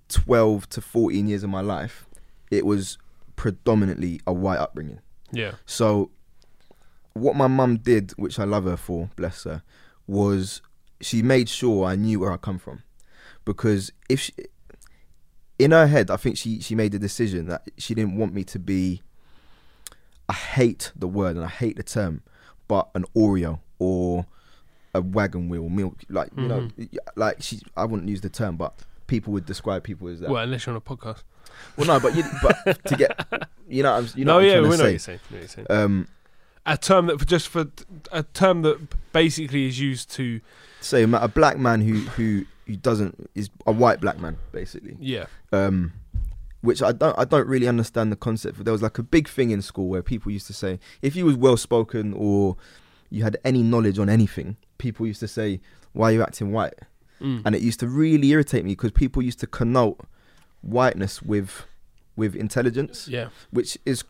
[SPEAKER 3] twelve to fourteen years of my life, it was predominantly a white upbringing.
[SPEAKER 2] yeah,
[SPEAKER 3] So, what my mum did, which I love her for, bless her, was she made sure I knew where I come from, because if she, in her head, I think she she made the decision that she didn't want me to be. I hate the word and I hate the term, but an Oreo or a wagon wheel milk, like you know,
[SPEAKER 2] Mm-hmm.
[SPEAKER 3] like she. I wouldn't use the term, but people would describe people as that.
[SPEAKER 2] Well, unless you're on a podcast.
[SPEAKER 3] Well, no, but you,
[SPEAKER 2] [laughs]
[SPEAKER 3] but to get, you know, what I'm, you know,
[SPEAKER 2] no,
[SPEAKER 3] what I'm
[SPEAKER 2] yeah,
[SPEAKER 3] trying
[SPEAKER 2] we know
[SPEAKER 3] to say.
[SPEAKER 2] what you're saying. we know what you're saying.
[SPEAKER 3] Um,
[SPEAKER 2] a term that for just for a term that basically is used to
[SPEAKER 3] So ma- a black man who who who doesn't is a white black man basically.
[SPEAKER 2] yeah
[SPEAKER 3] Um, which I don't I don't really understand the concept. But there was like a big thing in school where people used to say if you was well spoken or you had any knowledge on anything, people used to say why are you acting white,
[SPEAKER 2] Mm.
[SPEAKER 3] and it used to really irritate me because people used to connote whiteness with with intelligence,
[SPEAKER 2] yeah
[SPEAKER 3] which is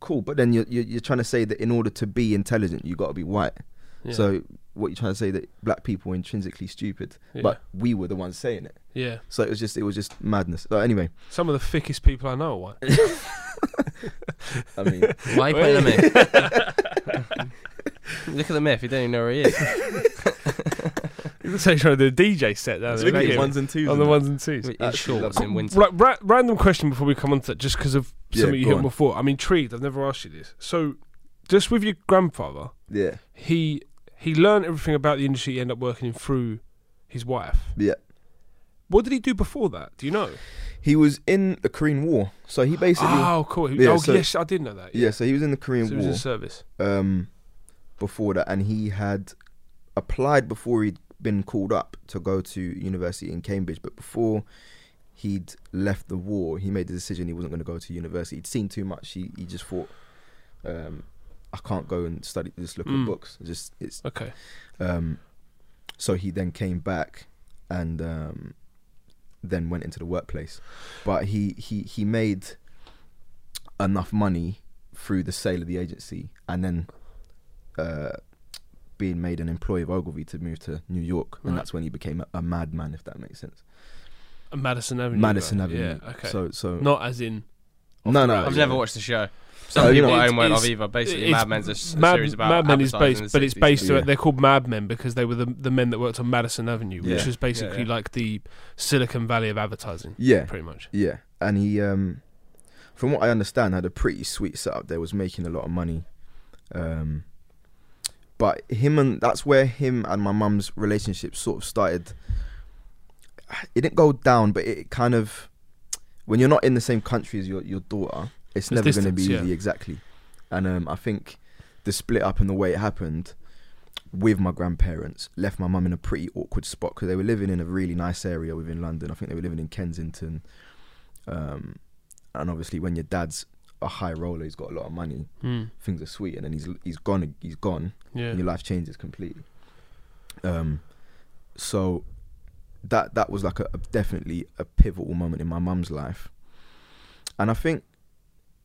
[SPEAKER 3] cool. But then you're you're, you're trying to say that in order to be intelligent, you got to be white.
[SPEAKER 2] yeah,
[SPEAKER 3] So what you're trying to say that black people were intrinsically stupid,
[SPEAKER 2] Yeah.
[SPEAKER 3] but we were the ones saying it.
[SPEAKER 2] yeah.
[SPEAKER 3] So it was just it was just madness. So anyway,
[SPEAKER 2] Some of the thickest people I know are white. [laughs]
[SPEAKER 3] I [laughs] mean,
[SPEAKER 4] Why are you playing the
[SPEAKER 3] [laughs]
[SPEAKER 4] myth? [laughs] Look at the myth. You don't even know where he is.
[SPEAKER 2] It's like trying to do a DJ set down there, isn't it?
[SPEAKER 3] and twos.
[SPEAKER 2] on the ones and twos.
[SPEAKER 4] In
[SPEAKER 3] Absolutely
[SPEAKER 4] shorts
[SPEAKER 3] lovely.
[SPEAKER 4] in winter.
[SPEAKER 2] Right, ra- random question before we come on to that, just because of
[SPEAKER 3] Yeah,
[SPEAKER 2] something you
[SPEAKER 3] go
[SPEAKER 2] hit
[SPEAKER 3] on.
[SPEAKER 2] before. I'm intrigued. I've never asked you this. So, just with your grandfather,
[SPEAKER 3] Yeah,
[SPEAKER 2] he he learned everything about the industry he ended up working in through his wife.
[SPEAKER 3] yeah.
[SPEAKER 2] What did he do before that? Do you know?
[SPEAKER 3] He was in the Korean War, so he basically
[SPEAKER 2] Oh, cool. He-
[SPEAKER 3] Yeah,
[SPEAKER 2] oh,
[SPEAKER 3] so-
[SPEAKER 2] yes, I did know that.
[SPEAKER 3] yeah. So he was in the Korean
[SPEAKER 2] So he was
[SPEAKER 3] War
[SPEAKER 2] in service.
[SPEAKER 3] um, before that, and he had applied before he'd been called up to go to university in Cambridge, but before he'd left the war, he made the decision he wasn't going to go to university. He'd seen too much. He he just thought, um, I can't go and study. Just look
[SPEAKER 2] Mm.
[SPEAKER 3] at books. Just it's
[SPEAKER 2] Okay.
[SPEAKER 3] um, so he then came back and um, then went into the workplace, but he he he made enough money through the sale of the agency and then uh, being made an employee of Ogilvy to move to New York, and
[SPEAKER 2] Right.
[SPEAKER 3] that's when he became a, a madman, if that makes sense.
[SPEAKER 2] Uh, Madison Avenue.
[SPEAKER 3] Madison
[SPEAKER 2] right?
[SPEAKER 3] Avenue.
[SPEAKER 2] Yeah. Okay.
[SPEAKER 3] So so
[SPEAKER 2] Not as in
[SPEAKER 3] no no.
[SPEAKER 4] I've
[SPEAKER 3] yeah.
[SPEAKER 4] never watched the show. Some
[SPEAKER 3] you
[SPEAKER 4] people
[SPEAKER 3] know-
[SPEAKER 4] I own won't
[SPEAKER 2] It's-
[SPEAKER 4] have either. Basically,
[SPEAKER 2] it's-
[SPEAKER 4] Mad Men's a, s- a
[SPEAKER 2] Mad,
[SPEAKER 4] series about
[SPEAKER 2] Mad Men is
[SPEAKER 4] advertising
[SPEAKER 2] based,
[SPEAKER 4] in
[SPEAKER 2] but
[SPEAKER 4] the
[SPEAKER 2] it's
[SPEAKER 4] 60s.
[SPEAKER 2] based.
[SPEAKER 3] Yeah.
[SPEAKER 2] They're called Mad Men because they were the the men that worked on Madison Avenue, which
[SPEAKER 3] Yeah.
[SPEAKER 2] was basically
[SPEAKER 4] Yeah, yeah.
[SPEAKER 2] like the Silicon Valley of advertising,
[SPEAKER 3] Yeah,
[SPEAKER 2] pretty much.
[SPEAKER 3] Yeah, and he, um, from what I understand, had a pretty sweet setup. There was making a lot of money, um, but him and that's where him and my mum's relationship sort of started. It didn't go down, but it kind of when you're not in the same country as your your daughter, it's,
[SPEAKER 2] There's
[SPEAKER 3] never going to
[SPEAKER 2] distance,
[SPEAKER 3] be
[SPEAKER 2] yeah.
[SPEAKER 3] easy exactly. And um, I think the split up and the way it happened with my grandparents left my mum in a pretty awkward spot because they were living in a really nice area within London. I think they were living in Kensington. Um, and obviously, when your dad's a high roller, he's got a lot of money,
[SPEAKER 4] Hmm.
[SPEAKER 2] Mm.
[SPEAKER 3] things are sweet, and then he's he's gone, he's gone,
[SPEAKER 2] Yeah.
[SPEAKER 3] and your life changes completely. Um, so that that was like a, a- definitely a pivotal moment in my mum's life, and I think.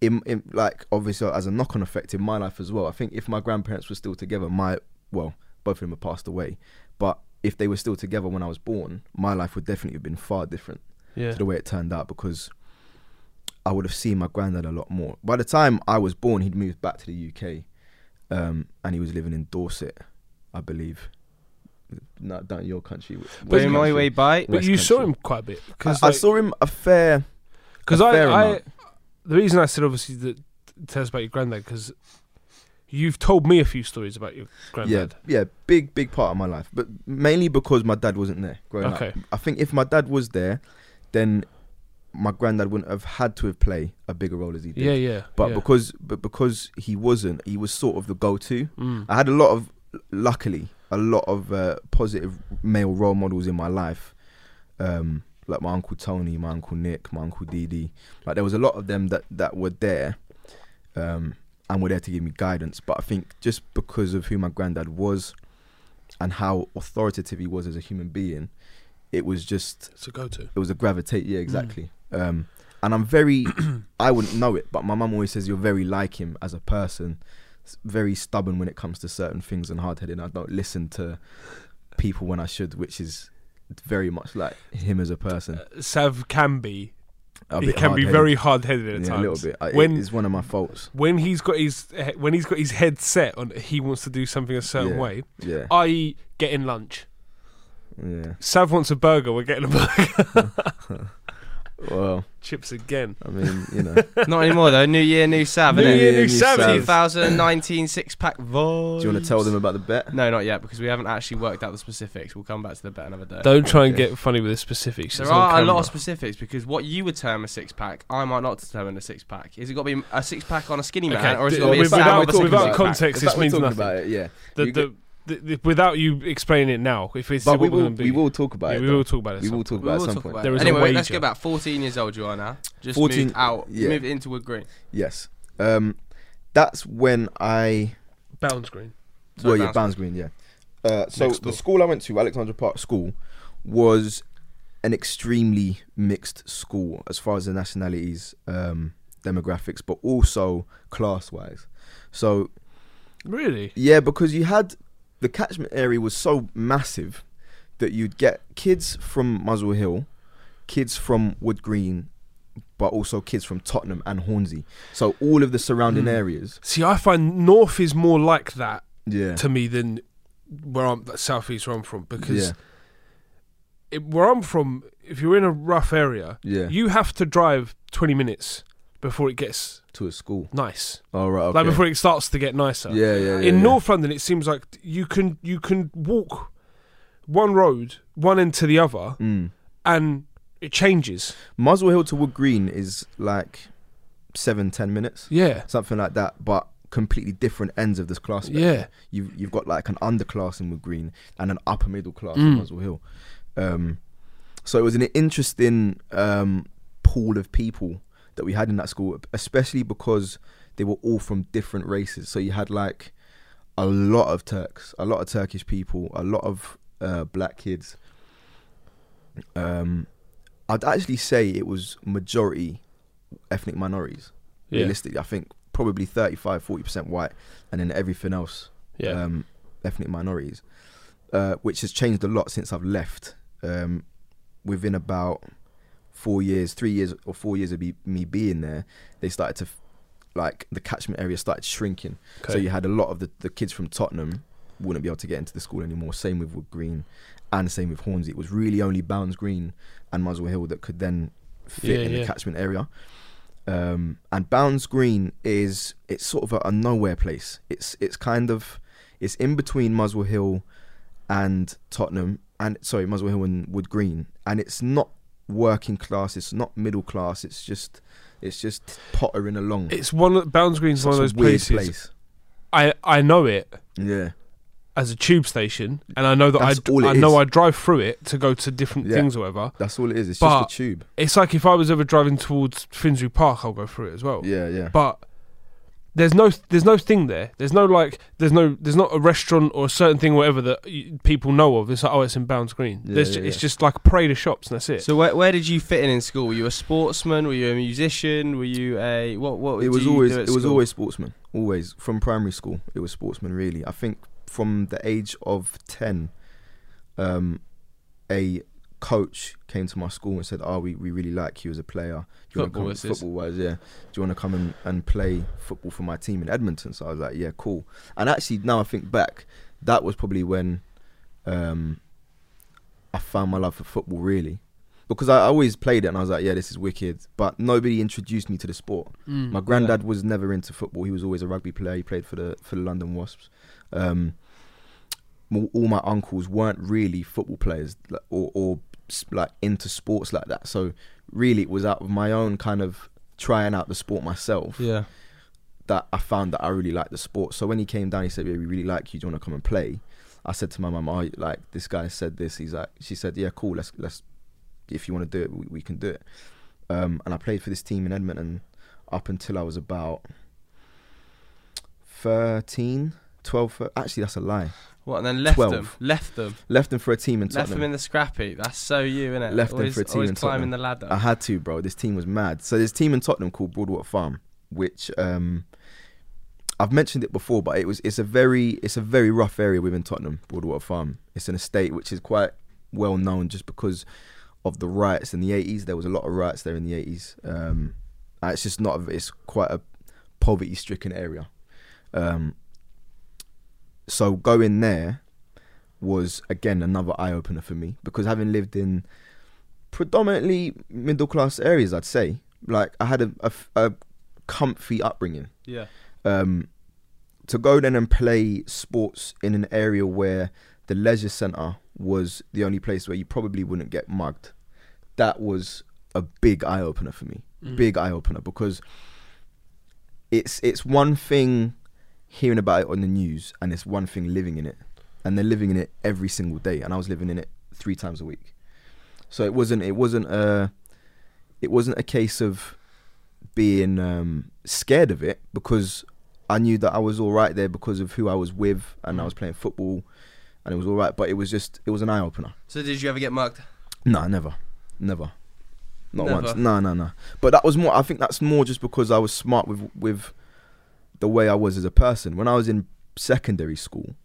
[SPEAKER 3] In, in like obviously as a knock-on effect in my life as well. I think if my grandparents were still together, my well, both of them have passed away, but if they were still together when I was born, my life would definitely have been far different
[SPEAKER 2] Yeah.
[SPEAKER 3] to the way it turned out because I would have seen my granddad a lot more. By the time I was born, he'd moved back to the UK, um, and he was living in Dorset, I believe. Not down your country. w-
[SPEAKER 2] But
[SPEAKER 3] West
[SPEAKER 2] in
[SPEAKER 3] country.
[SPEAKER 4] by.
[SPEAKER 2] But
[SPEAKER 3] West
[SPEAKER 2] you saw
[SPEAKER 3] Country.
[SPEAKER 2] him quite a bit
[SPEAKER 3] I,
[SPEAKER 2] because
[SPEAKER 3] I saw him a fair.
[SPEAKER 2] Because
[SPEAKER 3] a
[SPEAKER 2] I,
[SPEAKER 3] fair
[SPEAKER 2] I
[SPEAKER 3] amount.
[SPEAKER 2] the reason I said obviously that tell us about your granddad because you've told me a few stories about your
[SPEAKER 3] Yeah,
[SPEAKER 2] granddad.
[SPEAKER 3] yeah, big, big part of my life, but mainly because my dad wasn't there growing
[SPEAKER 2] Okay.
[SPEAKER 3] up. I think if my dad was there, then my granddad wouldn't have had to have played a bigger role as he did.
[SPEAKER 2] Yeah, yeah.
[SPEAKER 3] but
[SPEAKER 2] yeah.
[SPEAKER 3] because but because he wasn't, he was sort of the go-to.
[SPEAKER 2] Mm.
[SPEAKER 3] I had a lot of, luckily, a lot of uh, positive male role models in my life, um, like my uncle Tony, my uncle Nick, my uncle Didi. Like there was a lot of them that that were there, um, and were there to give me guidance. But I think just because of who my granddad was, and how authoritative he was as a human being, it was just
[SPEAKER 5] It's a go-to.
[SPEAKER 3] it was a gravitate.
[SPEAKER 2] Mm.
[SPEAKER 3] Yeah, exactly. Um, and I'm
[SPEAKER 2] [coughs]
[SPEAKER 3] very, I wouldn't know it, but my mum always says you're very like him as a person, s- very stubborn when it comes to certain things and hard headed. I don't listen to people when I should, which is very much like him as a person.
[SPEAKER 2] Sav can be.
[SPEAKER 3] A
[SPEAKER 2] He
[SPEAKER 3] bit
[SPEAKER 2] Uh, can be
[SPEAKER 3] hard-headed.
[SPEAKER 2] very hard headed at
[SPEAKER 3] yeah, a
[SPEAKER 2] times.
[SPEAKER 3] little bit. I,
[SPEAKER 2] When-
[SPEAKER 3] when, it's one of my faults.
[SPEAKER 2] When he's got his eh, when he's got his head set on, he wants to do something a certain
[SPEAKER 3] Yeah.
[SPEAKER 2] way.
[SPEAKER 3] Yeah,
[SPEAKER 2] I.e., getting lunch.
[SPEAKER 3] yeah.
[SPEAKER 2] Sav wants a burger. We're getting a burger. [laughs]
[SPEAKER 3] Well,
[SPEAKER 2] Chips again.
[SPEAKER 3] I mean, you know.
[SPEAKER 4] Not anymore though. New year, new Sav.
[SPEAKER 2] New
[SPEAKER 4] innit?
[SPEAKER 2] year,
[SPEAKER 3] Yeah,
[SPEAKER 2] new,
[SPEAKER 3] new
[SPEAKER 2] Sav.
[SPEAKER 3] Sav.
[SPEAKER 4] 2019 six pack vibes.
[SPEAKER 2] [laughs]
[SPEAKER 3] do you want to tell them about the bet?
[SPEAKER 4] No, not yet, because we haven't actually worked out the specifics. We'll come back to the bet another day.
[SPEAKER 2] Don't try and
[SPEAKER 3] Okay.
[SPEAKER 2] get funny with the specifics.
[SPEAKER 4] there
[SPEAKER 2] it's on
[SPEAKER 4] are a lot
[SPEAKER 2] camera.
[SPEAKER 4] of specifics because what you would term a six pack, I might not determine a six pack. Is it got to be a six pack on a skinny man,
[SPEAKER 2] Okay,
[SPEAKER 4] or is it
[SPEAKER 2] d-
[SPEAKER 4] got to be a
[SPEAKER 2] with-
[SPEAKER 4] six pack
[SPEAKER 2] without-
[SPEAKER 4] with a six
[SPEAKER 2] without
[SPEAKER 4] pack?
[SPEAKER 2] context,
[SPEAKER 3] Is
[SPEAKER 2] this
[SPEAKER 3] that we're
[SPEAKER 2] means
[SPEAKER 3] talking
[SPEAKER 2] nothing.
[SPEAKER 3] About it? Yeah,
[SPEAKER 2] The,
[SPEAKER 3] You get-
[SPEAKER 2] the, the, the- without you explaining it now, if it's
[SPEAKER 3] but
[SPEAKER 2] what
[SPEAKER 3] we
[SPEAKER 2] we're
[SPEAKER 3] will,
[SPEAKER 2] gonna do,
[SPEAKER 3] we will talk about
[SPEAKER 2] yeah,
[SPEAKER 3] it.
[SPEAKER 2] we
[SPEAKER 3] though.
[SPEAKER 2] will talk about it.
[SPEAKER 3] we
[SPEAKER 2] some-
[SPEAKER 3] will talk
[SPEAKER 4] We
[SPEAKER 3] about it
[SPEAKER 4] will
[SPEAKER 3] at some
[SPEAKER 4] talk
[SPEAKER 3] point.
[SPEAKER 4] about
[SPEAKER 2] There
[SPEAKER 4] it.
[SPEAKER 2] is a
[SPEAKER 4] Anyway, let's
[SPEAKER 2] wager.
[SPEAKER 4] go back. 14 years old you are now. Just
[SPEAKER 3] 14
[SPEAKER 4] moved out,
[SPEAKER 3] yeah.
[SPEAKER 4] moved into Wood Green.
[SPEAKER 3] Yes. Um, that's when I.
[SPEAKER 2] Bounds green.
[SPEAKER 3] well,
[SPEAKER 4] Sorry,
[SPEAKER 3] yeah, Bounds
[SPEAKER 4] Bounds
[SPEAKER 3] Green, yeah. Uh, so
[SPEAKER 5] Next
[SPEAKER 3] the
[SPEAKER 5] door.
[SPEAKER 3] school I went to, Alexandra Park School, was an extremely mixed school as far as the nationalities, um, demographics, but also class wise. So
[SPEAKER 2] Really?
[SPEAKER 3] yeah, because you had the catchment area was so massive that you'd get kids from Muswell Hill, kids from Wood Green, but also kids from Tottenham and Hornsey. So all of the surrounding areas.
[SPEAKER 2] See, I find North is more like that
[SPEAKER 3] Yeah.
[SPEAKER 2] to me than where I'm that southeast where I'm from because
[SPEAKER 3] Yeah.
[SPEAKER 2] it, where I'm from, if you're in a rough area,
[SPEAKER 3] Yeah.
[SPEAKER 2] you have to drive 20 minutes before it gets
[SPEAKER 3] to a school.
[SPEAKER 2] nice.
[SPEAKER 3] All right.
[SPEAKER 2] Like before it starts to get nicer.
[SPEAKER 3] Yeah, yeah, yeah.
[SPEAKER 2] in
[SPEAKER 3] yeah.
[SPEAKER 2] North London, it seems like you can you can walk one road one end to the other,
[SPEAKER 3] Mm.
[SPEAKER 2] and it changes.
[SPEAKER 3] Muswell Hill to Wood Green is like seven, ten minutes,
[SPEAKER 2] Yeah,
[SPEAKER 3] something like that, but completely different ends of this class. spectrum.
[SPEAKER 2] Yeah.
[SPEAKER 3] You've, you've got like an underclass in Wood Green and an upper middle class in
[SPEAKER 2] Mm.
[SPEAKER 3] Muswell Hill. Um, so it was an interesting um, pool of people that we had in that school, especially because they were all from different races. So you had like a lot of Turks, a lot of Turkish people, a lot of uh, black kids. Um, I'd actually say it was majority ethnic minorities.
[SPEAKER 2] Yeah.
[SPEAKER 3] Realistically, I think probably 35, 40% white, and then everything else
[SPEAKER 2] yeah.
[SPEAKER 3] um, ethnic minorities, uh, which has changed a lot since I've left. Um, within about four years, three years or four years of me, me being there, they started to, f- like, the catchment area started shrinking. So
[SPEAKER 2] Okay.
[SPEAKER 3] you had a lot of the, the kids from Tottenham wouldn't be able to get into the school anymore. Same with Wood Green and same with Hornsey. It was really only Bounds Green and Muswell Hill that could then fit
[SPEAKER 2] Yeah,
[SPEAKER 3] in
[SPEAKER 2] yeah.
[SPEAKER 3] the catchment area. Um, and Bounds Green is it's sort of a, a nowhere place. It's it's kind of it's in between Muswell Hill and Tottenham and sorry Muswell Hill and Wood Green, and it's not working class. It's not middle class. It's just it's just pottering along.
[SPEAKER 2] It's one. of- Bounds Green's
[SPEAKER 3] Such
[SPEAKER 2] one of those
[SPEAKER 3] a weird
[SPEAKER 2] places. I I know it
[SPEAKER 3] Yeah,
[SPEAKER 2] as a tube station, and I know that
[SPEAKER 3] That's
[SPEAKER 2] I
[SPEAKER 3] all it
[SPEAKER 2] I know
[SPEAKER 3] is.
[SPEAKER 2] I drive through it to go to different
[SPEAKER 3] Yeah.
[SPEAKER 2] things or whatever.
[SPEAKER 3] that's all it is. It's
[SPEAKER 2] But-
[SPEAKER 3] just a tube.
[SPEAKER 2] It's like if I was ever driving towards Finsbury Park, I'll go through it as well.
[SPEAKER 3] Yeah, yeah.
[SPEAKER 2] But there's no there's no thing there. There's no like there's no there's not a restaurant or a certain thing or whatever that y people know of. It's like oh, it's in Bounds Green.
[SPEAKER 3] Yeah,
[SPEAKER 2] there's
[SPEAKER 3] yeah,
[SPEAKER 2] ju- It's
[SPEAKER 3] yeah.
[SPEAKER 2] just like a parade of shops, and that's it.
[SPEAKER 4] So where, where did you fit in in school? Were you a sportsman? Were you a musician? Were you a what? What
[SPEAKER 3] it
[SPEAKER 4] do
[SPEAKER 3] was
[SPEAKER 4] you
[SPEAKER 3] always
[SPEAKER 4] do at
[SPEAKER 3] it was
[SPEAKER 4] school?
[SPEAKER 3] always sportsman always from primary school it was sportsman really i think from the age of 10 um a coach came to my school and said oh we, we really like you as a player do you
[SPEAKER 4] Football,
[SPEAKER 3] want
[SPEAKER 4] this
[SPEAKER 3] to
[SPEAKER 4] is.
[SPEAKER 3] come football wise yeah do you want to come and, and play football for my team in edmonton so i was like yeah cool and actually now i think back that was probably when um i found my love for football really because I always played it and I was like, yeah, this is wicked. But nobody introduced me to the sport. My granddad was never into football. He was always a rugby player. He played for the for the London Wasps. Um, m- all my uncles weren't really football players like, or or s- like into sports like that. So really, it was out of my own kind of trying out the sport myself
[SPEAKER 4] yeah.
[SPEAKER 3] that I found that I really liked the sport. So when he came down, he said, "Yeah, we really like you. Do you want to come and play?" I said to my mum, "Oh, like this guy said this." He's like, she said, "Yeah, cool. Let's let's if you want to do it, we, we can do it. Um, and I played for this team in Edmonton up until I was about 13, 12. thir- Actually, that's a lie.
[SPEAKER 4] What and then left them,
[SPEAKER 3] Twelve.
[SPEAKER 4] left them,
[SPEAKER 3] Left them for a team in
[SPEAKER 4] left them
[SPEAKER 3] Tottenham.
[SPEAKER 4] in the scrappy. That's so you, innit?
[SPEAKER 3] Left them
[SPEAKER 4] always,
[SPEAKER 3] for a team
[SPEAKER 4] always
[SPEAKER 3] in
[SPEAKER 4] climbing
[SPEAKER 3] Tottenham. Ah.
[SPEAKER 4] the ladder.
[SPEAKER 3] I had to, bro. This team was mad. So this team in Tottenham called Broadwater Farm, which um, I've mentioned it before, but it was it's a very it's a very rough area within Tottenham, Broadwater Farm. It's an estate which is quite well known just because of the riots in the eighties. There was a lot of riots there in the eighties. Um, and it's just not. It's quite a poverty stricken area. Um, so going there was again another eye opener for me because having lived in predominantly middle class areas, I'd say. Like I had a, a f- a comfy upbringing.
[SPEAKER 4] yeah,
[SPEAKER 3] Um, to go then and play sports in an area where the leisure centre was the only place where you probably wouldn't get mugged, that was a big eye opener for me. Big eye opener because it's it's one thing hearing about it on the news and it's one thing living in it. And they're living in it every single day and I was living in it three times a week. So it wasn't it wasn't a it wasn't a case of being um, scared of it because I knew that I was all right there because of who I was with and I was playing football and it was all right. But it was just it was an eye opener.
[SPEAKER 4] So did you ever get mugged?
[SPEAKER 3] No, never, never, not
[SPEAKER 4] Never.
[SPEAKER 3] once. No, no, no. But that was more. I think that's more just because I was smart with with the way I was as a person. When I was in secondary school,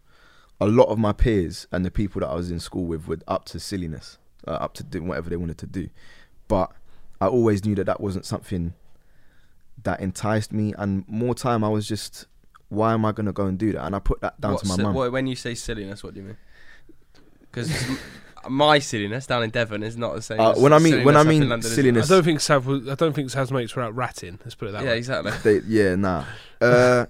[SPEAKER 3] a lot of my peers and the people that I was in school with were up to silliness, uh, up to doing whatever they wanted to do. But I always knew that that wasn't something that enticed me. And more time, I was just, why am I going to go and do that? And I put that down
[SPEAKER 4] What
[SPEAKER 3] to my
[SPEAKER 4] si-
[SPEAKER 3] mum.
[SPEAKER 4] what- when you say silliness, what do you mean? Because my silliness down in Devon is not the same.
[SPEAKER 3] Uh,
[SPEAKER 4] as
[SPEAKER 3] when I mean-
[SPEAKER 4] silliness
[SPEAKER 3] when I
[SPEAKER 4] up in
[SPEAKER 3] mean
[SPEAKER 4] London, is it?
[SPEAKER 2] I
[SPEAKER 3] silliness-
[SPEAKER 2] don't think Sav. Was, I don't think Sav's mates were out ratting. Let's put it that
[SPEAKER 4] Yeah,
[SPEAKER 2] way.
[SPEAKER 4] exactly.
[SPEAKER 3] They, yeah, nah. Uh,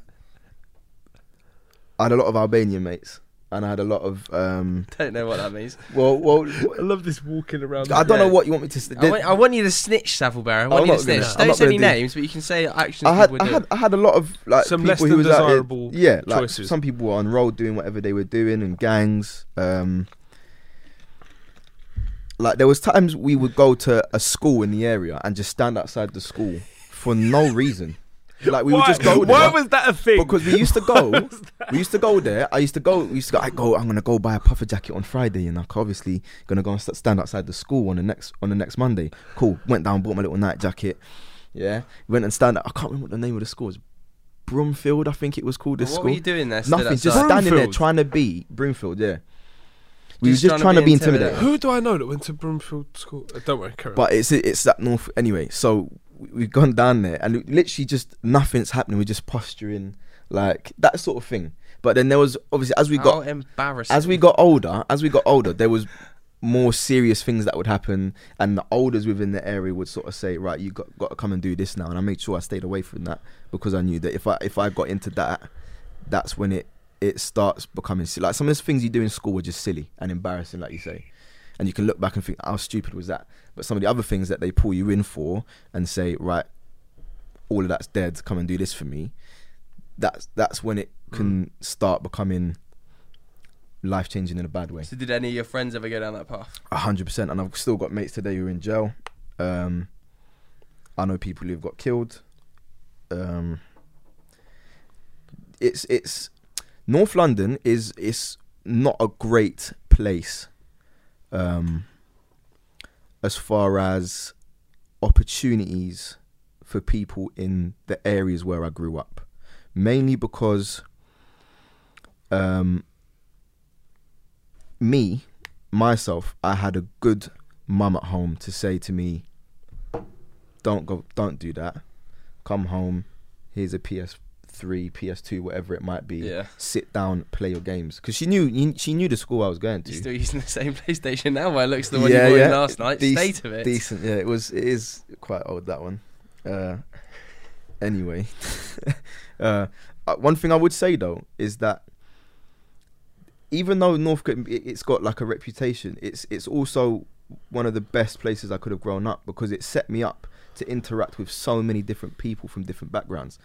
[SPEAKER 3] I had a lot of Albanian mates, and I had a lot of um.
[SPEAKER 4] Don't know what that means.
[SPEAKER 3] Well, well,
[SPEAKER 2] I love this walking around.
[SPEAKER 3] I don't know
[SPEAKER 4] Yeah.
[SPEAKER 3] what you want me to. St-
[SPEAKER 4] I want, I want you to snitch, Savilbear. I want
[SPEAKER 3] I'm
[SPEAKER 4] you
[SPEAKER 3] not
[SPEAKER 4] to snitch.
[SPEAKER 3] gonna- I'm
[SPEAKER 4] Don't
[SPEAKER 3] not
[SPEAKER 4] say any
[SPEAKER 3] gonna do-
[SPEAKER 4] names, but you can say actions
[SPEAKER 3] I had,
[SPEAKER 4] people
[SPEAKER 3] I
[SPEAKER 4] do.
[SPEAKER 3] had, I had a lot of like
[SPEAKER 2] Some
[SPEAKER 3] people
[SPEAKER 2] less
[SPEAKER 3] who
[SPEAKER 2] than
[SPEAKER 3] was out there-
[SPEAKER 2] desirable
[SPEAKER 3] yeah, like
[SPEAKER 2] choices.
[SPEAKER 3] some people were on roll doing whatever they were doing and gangs. Um, like there was times we would go to a school in the area and just stand outside the school for no reason. Like we
[SPEAKER 2] why,
[SPEAKER 3] would just go.
[SPEAKER 2] Why
[SPEAKER 3] there.
[SPEAKER 2] was that a thing?
[SPEAKER 3] because we used to
[SPEAKER 4] [laughs]
[SPEAKER 3] go. we used to go there. I used to go. We used to go. I go. I'm gonna go buy a puffer jacket on Friday, and I'm obviously gonna go and st- stand outside the school on the next on the next Monday. Cool. Went down, bought my little night jacket. Yeah, went and stand. I can't remember what the name of the school was. Broomfield, I think it was called.
[SPEAKER 4] But
[SPEAKER 3] This
[SPEAKER 4] what
[SPEAKER 3] school.
[SPEAKER 4] were you doing there? stood
[SPEAKER 3] Nothing. Just
[SPEAKER 4] outside?
[SPEAKER 3] standing there
[SPEAKER 2] Broomfield?
[SPEAKER 3] trying to be Broomfield. Yeah. We
[SPEAKER 4] Just
[SPEAKER 3] were just trying to be intimidated.
[SPEAKER 2] Who do I know that went to Broomfield School? Uh, don't worry, carry on.
[SPEAKER 3] But it's it's that north anyway. So we- we've gone down there and literally just nothing's happening. We're just posturing like that sort of thing. But then there was obviously as we
[SPEAKER 4] How
[SPEAKER 3] got
[SPEAKER 4] embarrassing.
[SPEAKER 3] as we got older, as we got older, there was more serious things that would happen, and the elders within the area would sort of say, "Right, you got got to come and do this now." And I made sure I stayed away from that because I knew that if I if I got into that, that's when it it starts becoming silly. like some of the things you do in school were just silly and embarrassing, like you say. And you can look back and think, how stupid was that? But some of the other things that they pull you in for and say, right, all of that's dead. Come and do this for me. That's that's when it can start becoming life changing in a bad way.
[SPEAKER 4] So did any of your friends ever go down that path?
[SPEAKER 3] A hundred percent. And I've still got mates today who are in jail. Um, I know people who've got killed. Um, it's it's North London is is not a great place. Um, as far as opportunities for people in the areas where I grew up, mainly because um, me myself, I had a good mum at home to say to me, "Don't go, don't do that. Come home. Here's a PS3, PS2, whatever it might be.
[SPEAKER 4] Yeah.
[SPEAKER 3] Sit down, play your games." Because she knew she knew the school I was going to.
[SPEAKER 4] You're still using the same [laughs] PlayStation now by the looks of the one you bought in last night.
[SPEAKER 3] Dec-
[SPEAKER 4] State of it.
[SPEAKER 3] Decent, yeah. It was. It is quite old that one. Uh, anyway, [laughs] uh, uh, one thing I would say though is that even though Northcote it- it's got like a reputation, it's it's also one of the best places I could have grown up because it set me up to interact with so many different people from different backgrounds.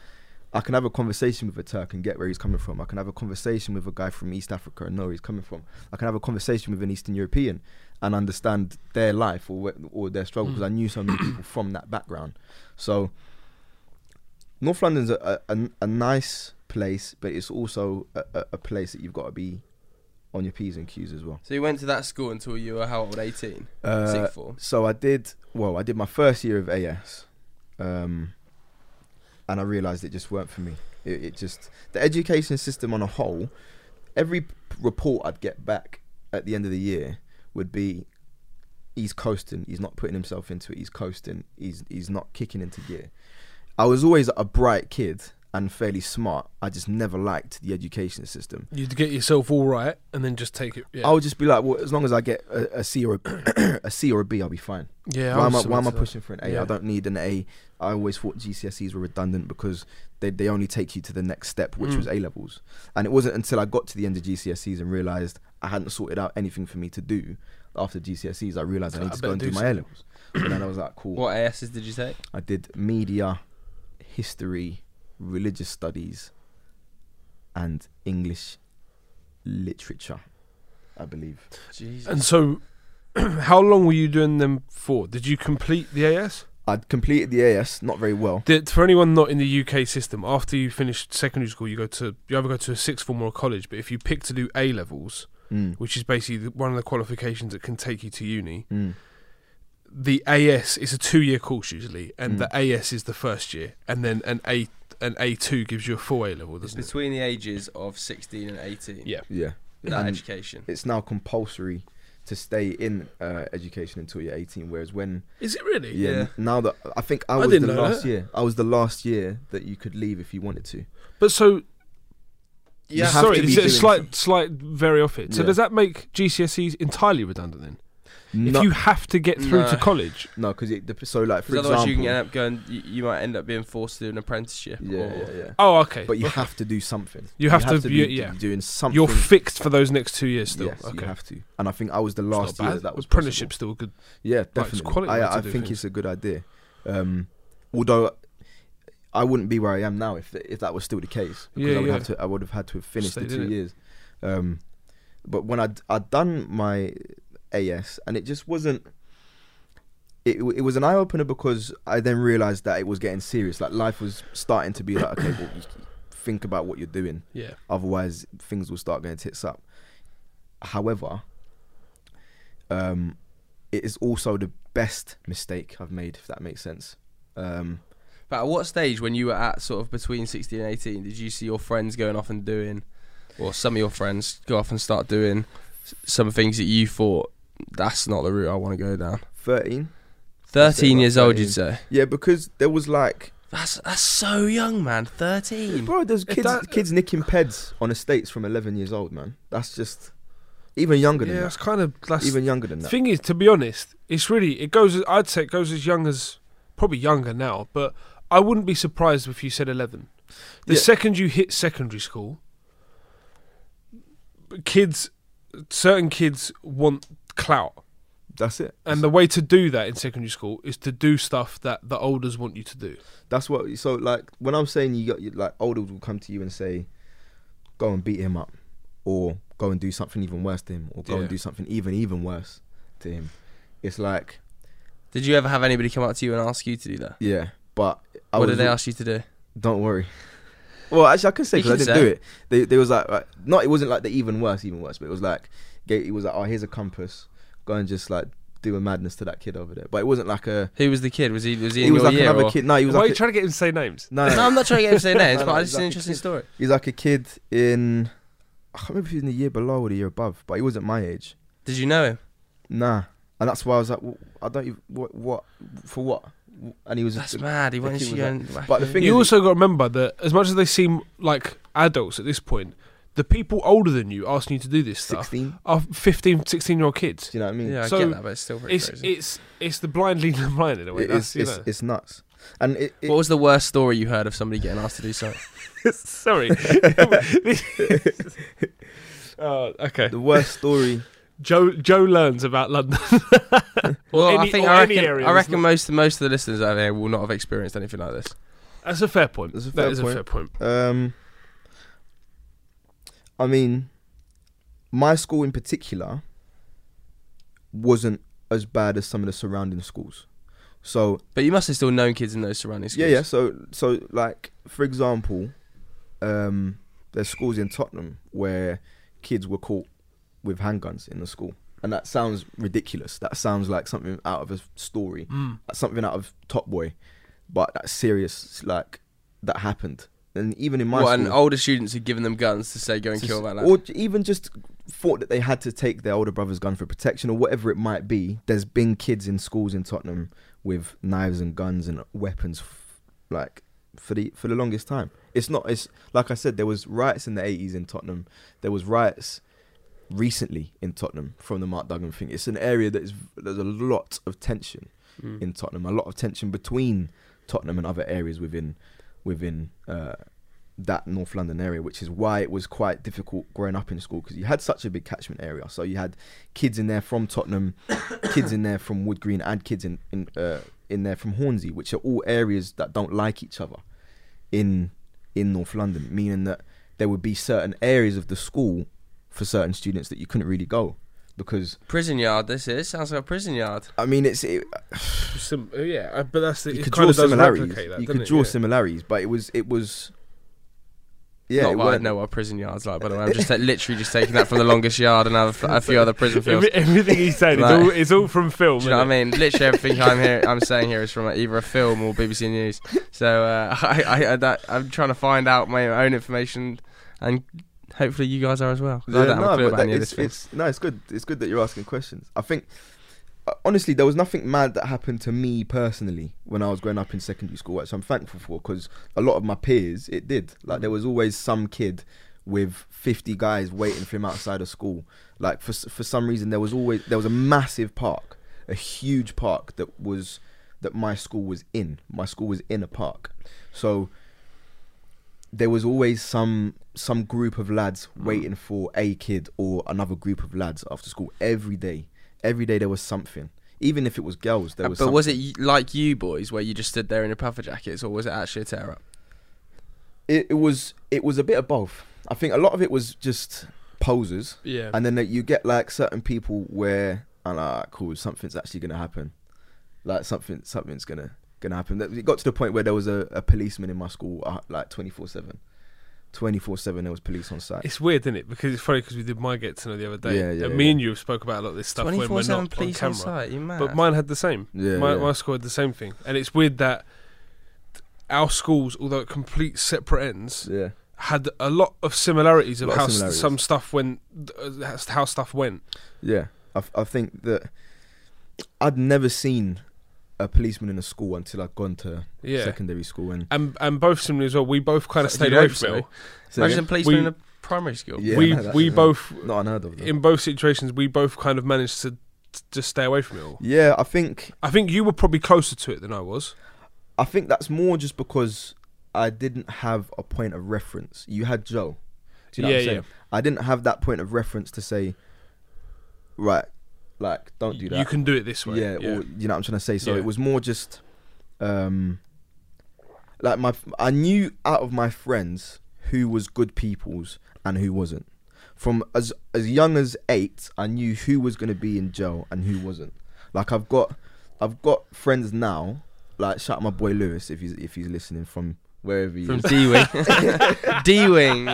[SPEAKER 3] I can have a conversation with a Turk and get where he's coming from. I can have a conversation with a guy from East Africa and know where he's coming from. I can have a conversation with an Eastern European and understand their life or wh- or their struggle because I knew so many people from that background. So North London's a a, a- a nice place, but it's also a, a, a place that you've got to be on your p's and q's as well.
[SPEAKER 4] So you went to that school until you were how old? 18?
[SPEAKER 3] Uh,
[SPEAKER 4] Sixth form?
[SPEAKER 3] So I did well. I did my first year of AS, um, and I realised it just weren't for me. It, it just the education system on a whole. Every p- report I'd get back at the end of the year would be, "He's coasting. He's not putting himself into it. He's coasting. He's he's not kicking into gear." I was always a bright kid and fairly smart. I just never liked the education system.
[SPEAKER 2] You'd get yourself all right and then just take it. Yeah,
[SPEAKER 3] I would just be like, well, as long as I get a, a C or a, [clears throat] a C or a B, I'll be fine.
[SPEAKER 2] yeah.
[SPEAKER 3] why
[SPEAKER 2] was
[SPEAKER 3] am I,
[SPEAKER 2] similar
[SPEAKER 3] why am I
[SPEAKER 2] to that.
[SPEAKER 3] pushing for an A?
[SPEAKER 2] Yeah.
[SPEAKER 3] I don't need an A. I always thought GCSEs were redundant because they they only take you to the next step, which
[SPEAKER 2] Mm.
[SPEAKER 3] was A levels. And it wasn't until I got to the end of GCSEs and realised I hadn't sorted out anything for me to do after GCSEs. I realised I
[SPEAKER 2] So I
[SPEAKER 3] need to
[SPEAKER 2] better
[SPEAKER 3] go and
[SPEAKER 2] do
[SPEAKER 3] do my
[SPEAKER 2] [clears throat]
[SPEAKER 3] A
[SPEAKER 2] something.
[SPEAKER 3] levels. So then I was like, cool.
[SPEAKER 4] What ASs did you take?
[SPEAKER 3] I did media, history, religious studies, and English literature. I believe.
[SPEAKER 4] Jesus.
[SPEAKER 2] And so, [clears throat] how long were you doing them for? Did you complete the AS?
[SPEAKER 3] I'd completed the AS, not very well.
[SPEAKER 2] Did, for anyone not in the UK system, after you finish secondary school, you go to you either go to a sixth form or a college. But if you pick to do A levels,
[SPEAKER 3] Mm.
[SPEAKER 2] which is basically the- one of the qualifications that can take you to uni,
[SPEAKER 3] Mm.
[SPEAKER 2] the AS is a two-year course usually, and
[SPEAKER 3] Mm.
[SPEAKER 2] the AS is the first year, and then an A an A two gives you a full A level,
[SPEAKER 4] It's
[SPEAKER 2] doesn't it?
[SPEAKER 4] between the ages of 16 and 18.
[SPEAKER 2] Yeah.
[SPEAKER 3] Yeah.
[SPEAKER 4] That
[SPEAKER 3] And
[SPEAKER 4] education.
[SPEAKER 3] it's now compulsory to stay in uh, education until you're 18, whereas when
[SPEAKER 2] Is it really?
[SPEAKER 3] yeah,
[SPEAKER 4] Yeah.
[SPEAKER 3] now that I think I
[SPEAKER 2] I
[SPEAKER 3] was
[SPEAKER 2] didn't
[SPEAKER 3] the
[SPEAKER 2] know
[SPEAKER 3] last
[SPEAKER 2] that.
[SPEAKER 3] year, I was the last year that you could leave if you wanted to.
[SPEAKER 2] But so
[SPEAKER 3] You have
[SPEAKER 2] sorry,
[SPEAKER 3] to be
[SPEAKER 2] it's a
[SPEAKER 3] doing
[SPEAKER 2] slight slight vary off it. So
[SPEAKER 3] Yeah.
[SPEAKER 2] does that make GCSEs entirely redundant then?
[SPEAKER 3] No,
[SPEAKER 2] If you have to get through to
[SPEAKER 4] No.
[SPEAKER 2] college,
[SPEAKER 3] no, because it dep- so like for
[SPEAKER 4] Because otherwise
[SPEAKER 3] example,
[SPEAKER 4] you can end up going, you, you might end up being forced to do an apprenticeship.
[SPEAKER 3] yeah,
[SPEAKER 4] or,
[SPEAKER 3] yeah, yeah.
[SPEAKER 2] [laughs] oh okay,
[SPEAKER 3] But you have to do something.
[SPEAKER 2] You have to
[SPEAKER 3] be
[SPEAKER 2] be- yeah.
[SPEAKER 3] doing something.
[SPEAKER 2] you're fixed for those next two years still.
[SPEAKER 3] Yes,
[SPEAKER 2] okay.
[SPEAKER 3] you have to. And I think I was the
[SPEAKER 2] It's
[SPEAKER 3] last
[SPEAKER 2] not
[SPEAKER 3] year
[SPEAKER 2] bad.
[SPEAKER 3] that was possible.
[SPEAKER 2] apprenticeship still good.
[SPEAKER 3] Yeah,
[SPEAKER 2] Like, it's
[SPEAKER 3] definitely.
[SPEAKER 2] quality way to
[SPEAKER 3] I, I
[SPEAKER 2] do
[SPEAKER 3] think
[SPEAKER 2] things.
[SPEAKER 3] it's a good idea. Um, although I wouldn't be where I am now if th- if that was still the case. Because
[SPEAKER 2] Yeah,
[SPEAKER 3] I would
[SPEAKER 2] yeah.
[SPEAKER 3] have to. I would have had to have finished
[SPEAKER 2] Stayed
[SPEAKER 3] the
[SPEAKER 2] in
[SPEAKER 3] two
[SPEAKER 2] it.
[SPEAKER 3] years. Um, but when I'd I'd done my AS and it just wasn't. It, w- it was an eye opener because I then realised that it was getting serious. Like life was starting to be like, okay, well, you think about what you're doing
[SPEAKER 2] Yeah,
[SPEAKER 3] otherwise things will start going tits up. However, um, it is also the best mistake I've made, if that makes sense. Um,
[SPEAKER 4] But at what stage, when you were at sort of between 16 and 18, did you see your friends going off and doing, or some of your friends go off and start doing s- some things that you thought, that's not the route I want to go down?
[SPEAKER 3] Thirteen,
[SPEAKER 4] 13
[SPEAKER 3] about
[SPEAKER 4] years old, you'd
[SPEAKER 3] 13.
[SPEAKER 4] say.
[SPEAKER 3] yeah, because there was like,
[SPEAKER 4] That's that's so young, man. 13.
[SPEAKER 3] bro, there's kids,
[SPEAKER 2] that-
[SPEAKER 3] kids nicking peds on estates from eleven years old, man. That's just even younger
[SPEAKER 2] yeah,
[SPEAKER 3] than
[SPEAKER 2] that's kind of
[SPEAKER 3] that.
[SPEAKER 2] that's
[SPEAKER 3] Even younger than
[SPEAKER 2] The
[SPEAKER 3] that.
[SPEAKER 2] thing is, to be honest, it's really it goes. as- I'd say it goes as young as probably younger now, but I wouldn't be surprised if you said eleven. The
[SPEAKER 3] Yeah.
[SPEAKER 2] second you hit secondary school, kids, certain kids want clout,
[SPEAKER 3] that's it.
[SPEAKER 2] and the way to do that in secondary school is to do stuff that the olders want you to do.
[SPEAKER 3] That's what. So like when I'm saying you got you, like olders will come to you and say, go and beat him up, or go and do something even worse to him, or go
[SPEAKER 2] Yeah.
[SPEAKER 3] and do something even even worse to him. It's like
[SPEAKER 4] Did you ever have anybody come up to you and ask you to do that?
[SPEAKER 3] yeah, but I
[SPEAKER 4] what
[SPEAKER 3] was,
[SPEAKER 4] did they ask you to do?
[SPEAKER 3] Don't worry. Well, actually, I can say
[SPEAKER 4] You
[SPEAKER 3] because I
[SPEAKER 4] can
[SPEAKER 3] didn't
[SPEAKER 4] say.
[SPEAKER 3] do it. They, they was like, like, not. It wasn't like the even worse, even worse. But it was like, it was like, oh, here's a compass. Go and just like do a madness to that kid over there. But it wasn't like a.
[SPEAKER 4] Who was the kid? Was he was he in
[SPEAKER 3] He was
[SPEAKER 4] your
[SPEAKER 3] like
[SPEAKER 4] year?
[SPEAKER 3] another
[SPEAKER 4] or-
[SPEAKER 3] kid. No, he was
[SPEAKER 2] Why are
[SPEAKER 3] like.
[SPEAKER 2] you
[SPEAKER 3] a-
[SPEAKER 2] trying to get him to say names?
[SPEAKER 3] no,
[SPEAKER 4] No, I'm not trying to
[SPEAKER 3] [laughs]
[SPEAKER 4] get him to say names,
[SPEAKER 3] No,
[SPEAKER 4] but
[SPEAKER 3] no,
[SPEAKER 4] I just
[SPEAKER 3] he's like
[SPEAKER 4] an
[SPEAKER 3] a
[SPEAKER 4] interesting
[SPEAKER 3] kid.
[SPEAKER 4] story.
[SPEAKER 3] He's like a kid in. I can't remember if he was in the year below or the year above, but he wasn't my age.
[SPEAKER 4] Did you know him?
[SPEAKER 3] Nah, and that's why I was like, well, I don't even what what for what, and he was.
[SPEAKER 4] That's mad. He
[SPEAKER 3] the
[SPEAKER 4] wants
[SPEAKER 3] kid
[SPEAKER 4] you
[SPEAKER 3] was
[SPEAKER 4] to go and whack [laughs]
[SPEAKER 3] but the
[SPEAKER 4] him.
[SPEAKER 3] thing
[SPEAKER 2] you
[SPEAKER 3] is-
[SPEAKER 2] also got to remember that as much as they seem like adults at this point, the people older than you asking you to do this stuff
[SPEAKER 3] 16. Do
[SPEAKER 2] are 15, 16 year old kids.
[SPEAKER 3] you know what I mean?
[SPEAKER 4] Yeah, I
[SPEAKER 2] So,
[SPEAKER 4] get that, but it's still pretty
[SPEAKER 2] It's
[SPEAKER 4] crazy.
[SPEAKER 2] it's it's the blind leading the blind in a way.
[SPEAKER 3] It
[SPEAKER 2] That's,
[SPEAKER 3] is,
[SPEAKER 2] you
[SPEAKER 3] it's,
[SPEAKER 2] know.
[SPEAKER 3] it's nuts. And it, it,
[SPEAKER 4] what was the worst story you heard of somebody getting asked to
[SPEAKER 3] [laughs]
[SPEAKER 4] do something?
[SPEAKER 2] [laughs] Sorry. This- oh, okay.
[SPEAKER 3] the worst story.
[SPEAKER 2] Joe Joe learns about London. [laughs]
[SPEAKER 4] Well,
[SPEAKER 2] any-
[SPEAKER 4] I think
[SPEAKER 2] or
[SPEAKER 4] I
[SPEAKER 2] any
[SPEAKER 4] reckon,
[SPEAKER 2] area
[SPEAKER 4] I
[SPEAKER 2] that's
[SPEAKER 4] reckon
[SPEAKER 2] not-
[SPEAKER 4] most most of the listeners out there will not have experienced anything like this.
[SPEAKER 2] That's a fair point.
[SPEAKER 3] That's a
[SPEAKER 2] That
[SPEAKER 3] fair
[SPEAKER 2] is
[SPEAKER 3] point.
[SPEAKER 2] a fair point.
[SPEAKER 3] Um, I mean, my school in particular wasn't as bad as some of the surrounding schools. So
[SPEAKER 4] But you must have still known kids in those surrounding schools.
[SPEAKER 3] yeah, yeah. So so like for example, um, there's schools in Tottenham where kids were caught with handguns in the school, and that sounds ridiculous. That sounds like something out of a story,
[SPEAKER 2] Mm.
[SPEAKER 3] something out of Top Boy, but that's serious. Like that happened, and even in my
[SPEAKER 4] What,
[SPEAKER 3] school,
[SPEAKER 4] and older students had given them guns to say, go and
[SPEAKER 3] to
[SPEAKER 4] kill
[SPEAKER 3] s-
[SPEAKER 4] that lad.
[SPEAKER 3] or j- even just thought that they had to take their older brother's gun for protection or whatever it might be. There's been kids in schools in Tottenham with knives and guns and weapons, f- like for the for the longest time. It's not. It's like I said, there was riots in the 80s in Tottenham. There was riots recently in Tottenham from the Mark Duggan thing. It's an area that is there's a lot of tension
[SPEAKER 4] Hmm.
[SPEAKER 2] Mm.
[SPEAKER 3] in Tottenham, a lot of tension between Tottenham and other areas within within uh, that North London area, which is why it was quite difficult growing up in school because you had such a big catchment area. So you had kids in there from Tottenham, [coughs] kids in there from Wood Green, and kids in in, uh, in there from Hornsey, which are all areas that don't like each other in in North London, meaning that there would be certain areas of the school for certain students that you couldn't really go because
[SPEAKER 4] prison yard, this is. Sounds like a prison yard.
[SPEAKER 3] I mean it's it,
[SPEAKER 2] Sim- uh, yeah, uh, but that's the,
[SPEAKER 3] you
[SPEAKER 2] it
[SPEAKER 3] could
[SPEAKER 2] kind
[SPEAKER 3] draw
[SPEAKER 2] of does
[SPEAKER 3] similarities.
[SPEAKER 2] replicate that.
[SPEAKER 3] you
[SPEAKER 2] doesn't
[SPEAKER 3] could
[SPEAKER 2] it?
[SPEAKER 3] draw
[SPEAKER 2] Yeah.
[SPEAKER 3] similarities, but it was it was yeah,
[SPEAKER 4] Not
[SPEAKER 3] it
[SPEAKER 4] that I
[SPEAKER 3] weren't-
[SPEAKER 4] know what prison yard's like, by the way.
[SPEAKER 3] [laughs]
[SPEAKER 4] I'm just uh, literally just taking that from the longest yard and have a few
[SPEAKER 3] [laughs]
[SPEAKER 4] other prison fields.
[SPEAKER 2] Every- everything he's saying
[SPEAKER 4] Like-
[SPEAKER 2] is all it's all from film.
[SPEAKER 4] Do you know what
[SPEAKER 2] innit?
[SPEAKER 4] I mean? Literally everything I'm here, I'm saying here is from like, either a film or BBC News. So uh, [laughs] I, I, I that, I'm trying to find out my own information, and hopefully you guys are as well. 'cause I
[SPEAKER 3] Yeah,
[SPEAKER 4] don't have a clue
[SPEAKER 3] but
[SPEAKER 4] about
[SPEAKER 3] that-
[SPEAKER 4] any of
[SPEAKER 3] it's,
[SPEAKER 4] this. thing.
[SPEAKER 3] it's- no, it's good. It's good that you're asking questions. I think uh, honestly, there was nothing mad that happened to me personally when I was growing up in secondary school, which I'm thankful for because a lot of my peers it did. Like there was always some kid with 50 guys waiting for him outside of school. Like for s- for some reason, there was always there was a massive park, a huge park that was that my school was in. My school was in a park, so there was always some some group of lads
[SPEAKER 4] Mm.
[SPEAKER 3] waiting for a kid or another group of lads after school every day. Every day there was something, even if it was girls. There
[SPEAKER 4] Uh,
[SPEAKER 3] was.
[SPEAKER 4] but was it
[SPEAKER 3] something.
[SPEAKER 4] y- like you boys, where you just stood there in your puffer jackets, or was it actually a tear up?
[SPEAKER 3] it? It was. It was a bit of both. I think a lot of it was just posers,
[SPEAKER 2] Yeah.
[SPEAKER 3] and then uh, you get like certain people where, and uh, cool, something's actually gonna happen. Like something, something's gonna gonna happen. That- It got to the point where there was a, a policeman in my school, uh, like twenty four seven. 24 7 there was police on site
[SPEAKER 2] It's weird, isn't it? Because it's funny because we did my get to know the other day,
[SPEAKER 3] Yeah, yeah,
[SPEAKER 2] and me
[SPEAKER 3] yeah.
[SPEAKER 2] and you have spoke about a lot of this stuff when we're
[SPEAKER 4] 24/7
[SPEAKER 2] not
[SPEAKER 4] police
[SPEAKER 2] on
[SPEAKER 4] on
[SPEAKER 2] camera.
[SPEAKER 4] site, you mad?
[SPEAKER 2] but mine had the same.
[SPEAKER 3] Yeah,
[SPEAKER 2] my,
[SPEAKER 3] yeah.
[SPEAKER 2] my school had the same thing, and it's weird that our schools, although at complete separate ends,
[SPEAKER 3] yeah
[SPEAKER 2] had a lot of similarities of
[SPEAKER 3] Lot of
[SPEAKER 2] how s-
[SPEAKER 3] similarities.
[SPEAKER 2] some stuff went, uh, how stuff went.
[SPEAKER 3] Yeah, I, f- I think that I'd never seen a policeman in a school until I'd gone to
[SPEAKER 2] Yeah.
[SPEAKER 3] secondary school and
[SPEAKER 2] And and both similar as well. We both kind of
[SPEAKER 4] So-
[SPEAKER 2] stayed
[SPEAKER 4] you'd
[SPEAKER 2] away
[SPEAKER 4] hope
[SPEAKER 2] from it.
[SPEAKER 4] so.
[SPEAKER 3] So,
[SPEAKER 4] Imagine a policeman
[SPEAKER 2] we-
[SPEAKER 4] in a primary school.
[SPEAKER 3] Yeah, [laughs]
[SPEAKER 2] we
[SPEAKER 3] no, that's
[SPEAKER 2] we
[SPEAKER 3] not-
[SPEAKER 2] both
[SPEAKER 3] not unheard of. Them.
[SPEAKER 2] in both situations we both kind of managed to t- just stay away from it all.
[SPEAKER 3] Yeah, I think
[SPEAKER 2] I think you were probably closer to it than I was.
[SPEAKER 3] I think that's more just because I didn't have a point of reference. You had Joe. Do you know
[SPEAKER 2] Yeah,
[SPEAKER 3] what I'm saying?
[SPEAKER 2] yeah.
[SPEAKER 3] I didn't have that point of reference to say, right, like don't do that.
[SPEAKER 2] You can do it this way.
[SPEAKER 3] Yeah, or you know what I'm trying to say. So
[SPEAKER 2] Yeah.
[SPEAKER 3] it was more just, um, like my I knew out of my friends who was good people's and who wasn't. From as as young as eight, I knew who was going to be in jail and who wasn't. Like I've got, I've got friends now. Like shout out my boy Lewis if he's if he's listening from wherever he
[SPEAKER 4] From
[SPEAKER 3] is.
[SPEAKER 4] [laughs]
[SPEAKER 3] [laughs]
[SPEAKER 4] D wing, D wing,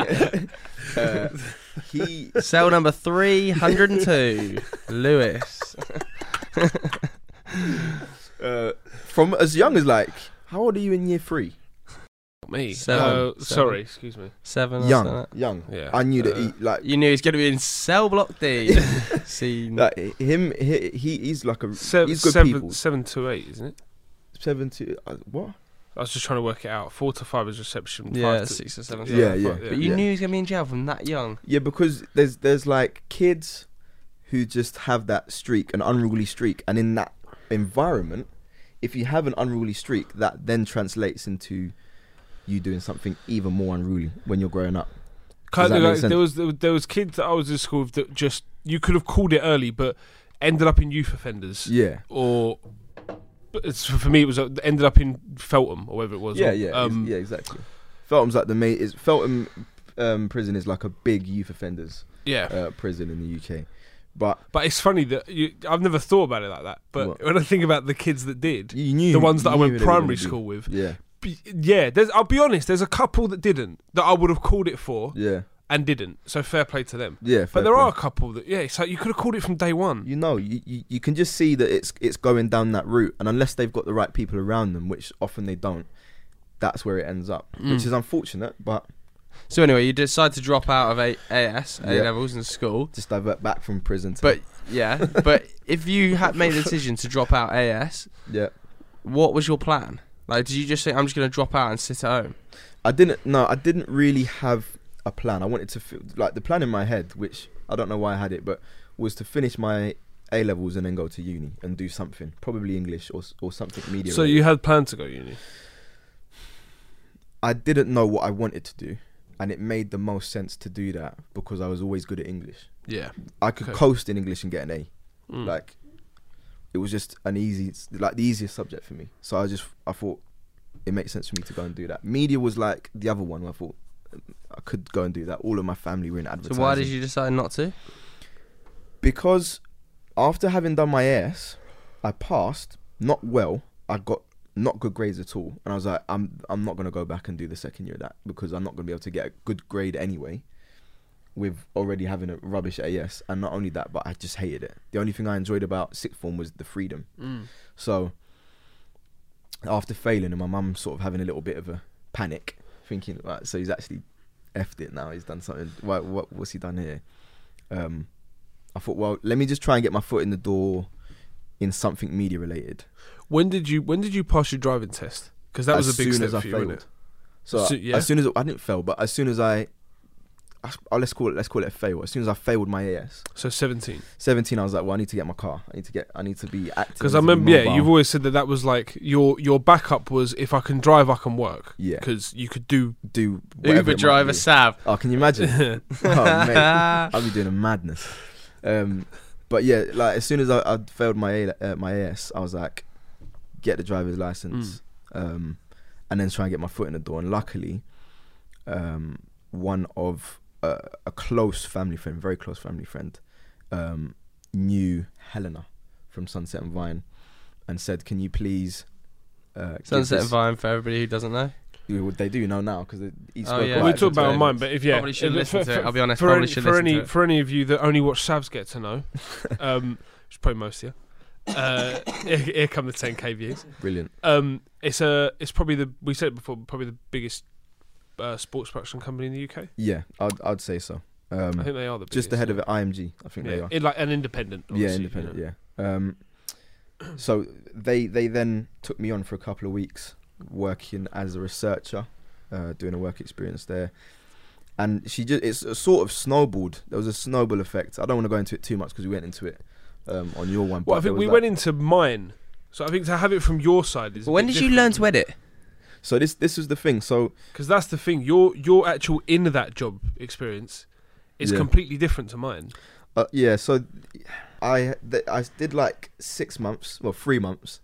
[SPEAKER 3] Uh, he
[SPEAKER 4] cell number three hundred
[SPEAKER 3] [laughs]
[SPEAKER 4] and two, Lewis.
[SPEAKER 3] uh, from as young as like how old are you in year three?
[SPEAKER 2] me.
[SPEAKER 4] Um, Seven.
[SPEAKER 2] Uh, sorry, excuse me.
[SPEAKER 4] Seven. or something
[SPEAKER 3] Young,
[SPEAKER 4] like
[SPEAKER 3] young.
[SPEAKER 2] Yeah.
[SPEAKER 3] I knew that
[SPEAKER 2] Uh,
[SPEAKER 3] he like
[SPEAKER 4] that. You knew he's going to be in cell block D.
[SPEAKER 3] [laughs]
[SPEAKER 4] Scene.
[SPEAKER 3] Like h- him, he, he he's like a
[SPEAKER 2] Seven,
[SPEAKER 3] he's good
[SPEAKER 2] seven,
[SPEAKER 3] people.
[SPEAKER 2] seven to eight, isn't it?
[SPEAKER 3] Seven to uh, what?
[SPEAKER 2] I was just trying to work it out. Four to five is reception. Five
[SPEAKER 4] yeah,
[SPEAKER 2] to,
[SPEAKER 4] six or seven.
[SPEAKER 2] Yeah,
[SPEAKER 3] Yeah,
[SPEAKER 2] fuck,
[SPEAKER 3] yeah.
[SPEAKER 2] yeah.
[SPEAKER 4] But you
[SPEAKER 3] Yeah.
[SPEAKER 4] knew he was going to be in jail from that young.
[SPEAKER 3] Yeah, because there's there's like kids who just have that streak, an unruly streak, and in that environment, if you have an unruly streak, that then translates into you doing something even more unruly when you're growing up. Does
[SPEAKER 2] Kind
[SPEAKER 3] that
[SPEAKER 2] of
[SPEAKER 3] make
[SPEAKER 2] like,
[SPEAKER 3] sense?
[SPEAKER 2] there was there was- there was kids that I was in school with that just you could have called it early, but ended up in youth offenders
[SPEAKER 3] Yeah,
[SPEAKER 2] or but it's, for me, it was uh, ended up in Feltham or wherever it was.
[SPEAKER 3] yeah,
[SPEAKER 2] or,
[SPEAKER 3] yeah, ex-
[SPEAKER 2] um,
[SPEAKER 3] yeah, exactly. Feltham's like the main. Is Feltham um, prison is like a big youth offenders
[SPEAKER 2] yeah.
[SPEAKER 3] uh, prison in the UK, but
[SPEAKER 2] But it's funny that you, I've never thought about it like that. But
[SPEAKER 3] What?
[SPEAKER 2] when I think about the kids that did,
[SPEAKER 3] you knew
[SPEAKER 2] the ones that I
[SPEAKER 3] you
[SPEAKER 2] went
[SPEAKER 3] knew they were gonna
[SPEAKER 2] primary
[SPEAKER 3] be-
[SPEAKER 2] school with,
[SPEAKER 3] Yeah,
[SPEAKER 2] b- yeah, there's. I'll be honest, there's a couple that didn't that I would have called it for
[SPEAKER 3] yeah,
[SPEAKER 2] and didn't. So fair play to them.
[SPEAKER 3] yeah.
[SPEAKER 2] But
[SPEAKER 3] fair
[SPEAKER 2] there
[SPEAKER 3] play.
[SPEAKER 2] are a couple that yeah, it's like you could have called it from day one.
[SPEAKER 3] You know, you, you, you can just see that it's it's going down that route, and unless they've got the right people around them, which often they don't, that's where it ends up, which is unfortunate. But
[SPEAKER 4] So anyway, you decide to drop out of a- AS A
[SPEAKER 3] Yeah.
[SPEAKER 4] levels in school.
[SPEAKER 3] just divert back from prison. To,
[SPEAKER 4] But yeah, [laughs] but if you had made a decision to drop out AS,
[SPEAKER 3] yeah,
[SPEAKER 4] what was your plan? Like, did you just think I'm just going to drop out and sit at home?
[SPEAKER 3] I didn't. No, I didn't really have a plan. I wanted to fi- like the plan in my head, which I don't know why I had it, but was to finish my A levels and then go to uni and do something, probably English or s- or something media.
[SPEAKER 2] So
[SPEAKER 3] related.
[SPEAKER 2] you had planned to go uni.
[SPEAKER 3] I didn't know what I wanted to do, and it made the most sense to do that because I was always good at English.
[SPEAKER 2] Yeah.
[SPEAKER 3] I could
[SPEAKER 2] Okay.
[SPEAKER 3] coast in English and get an A.
[SPEAKER 2] Mm.
[SPEAKER 3] Like it was just an easy, like the easiest subject for me. So I just I thought it makes sense for me to go and do that. Media was like the other one. where I thought um, I could go and do that. All of my family were in
[SPEAKER 4] So
[SPEAKER 3] advertising.
[SPEAKER 4] why did you decide not to?
[SPEAKER 3] Because after having done my S, I passed not well. I got not good grades at all, and I was like, I'm I'm not gonna go back and do the second year of that because I'm not gonna be able to get a good grade anyway. With already having a rubbish AS, and not only that, but I just hated it. The only thing I enjoyed about sixth form was the freedom. So after failing and my mum sort of having a little bit of a panic, thinking, right, so he's actually effed it now. He's done something. Why, what, what's he done here? Um, I thought, well, let me just try and get my foot in the door in something media related.
[SPEAKER 2] When did you When did you pass your driving test? Because that was a big step for you, wasn't it?
[SPEAKER 3] So,
[SPEAKER 2] So-
[SPEAKER 3] I-
[SPEAKER 2] yeah.
[SPEAKER 3] as soon as I didn't fail, but as soon as I, I oh, let's call it let's call it a fail. As soon as I failed my AS,
[SPEAKER 2] So seventeen.
[SPEAKER 3] seventeen, I was like, well, I need to get my car. I need to get. I need to be active.
[SPEAKER 2] Because
[SPEAKER 3] I
[SPEAKER 2] I
[SPEAKER 3] need to be
[SPEAKER 2] remember, yeah,
[SPEAKER 3] mobile.
[SPEAKER 2] you've always said that that was like your your backup was if I can drive, I can work.
[SPEAKER 3] Yeah.
[SPEAKER 2] Because you could do. [laughs]
[SPEAKER 3] do whatever it
[SPEAKER 4] Uber
[SPEAKER 3] might
[SPEAKER 4] driver
[SPEAKER 3] be.
[SPEAKER 4] Sav.
[SPEAKER 3] Oh, can you imagine? [laughs] oh,
[SPEAKER 4] [laughs]
[SPEAKER 3] mate. I'll be doing a madness. Um, but yeah, like as soon as I, I failed my a, uh, my AS, I was like, get the driver's license,
[SPEAKER 4] Hmm.
[SPEAKER 3] um, and then try and get my foot in the door. And luckily, um, one of uh, a close family friend, very close family friend, um, knew Helena from Sunset and Vine, and said, "Can you please?" Uh, give
[SPEAKER 4] Sunset and
[SPEAKER 3] this-
[SPEAKER 4] Vine for everybody who doesn't know.
[SPEAKER 3] Yeah, well, They do know now because he
[SPEAKER 4] Oh,
[SPEAKER 3] spoke.
[SPEAKER 4] yeah.
[SPEAKER 2] Well,
[SPEAKER 3] about
[SPEAKER 2] we
[SPEAKER 3] it
[SPEAKER 4] Right,
[SPEAKER 2] talked
[SPEAKER 3] today.
[SPEAKER 2] about mine, but if yeah,
[SPEAKER 4] Probably should
[SPEAKER 2] if-
[SPEAKER 4] listen
[SPEAKER 2] for-
[SPEAKER 4] to it,
[SPEAKER 2] for-
[SPEAKER 4] I'll be honest,
[SPEAKER 2] For
[SPEAKER 4] probably
[SPEAKER 2] any,
[SPEAKER 4] should
[SPEAKER 2] for
[SPEAKER 4] listen
[SPEAKER 2] any
[SPEAKER 4] to it.
[SPEAKER 2] for any of you that only watch Savs get to
[SPEAKER 3] [laughs]
[SPEAKER 2] know, um, which is probably most of you. Uh, here, here come the 10k views.
[SPEAKER 3] Brilliant.
[SPEAKER 2] Um, it's a it's probably the we said it before probably the biggest uh, sports production company in the UK.
[SPEAKER 3] Yeah, I'd, I'd say so. Um,
[SPEAKER 2] I think they are the biggest.
[SPEAKER 3] just ahead of it, IMG. I think they
[SPEAKER 2] Yeah,
[SPEAKER 3] are.
[SPEAKER 2] it, like an independent.
[SPEAKER 3] yeah,
[SPEAKER 2] obviously, you
[SPEAKER 3] independent.
[SPEAKER 2] know.
[SPEAKER 3] Yeah. Um, so they they then took me on for a couple of weeks, working as a researcher, uh, doing a work experience there, and she just it's a sort of snowballed. There was a snowball effect. I don't want to go into it too much because we went into it um, on your one.
[SPEAKER 2] Well, I think we went into mine, so I think to have it from your side is.
[SPEAKER 4] When did you learn to edit?
[SPEAKER 3] in- so this this was the thing. So
[SPEAKER 2] Because that's the thing. Your your actual in that job experience is
[SPEAKER 3] Yeah.
[SPEAKER 2] completely different to mine.
[SPEAKER 3] uh, yeah, so I th- I did like six months, well three months,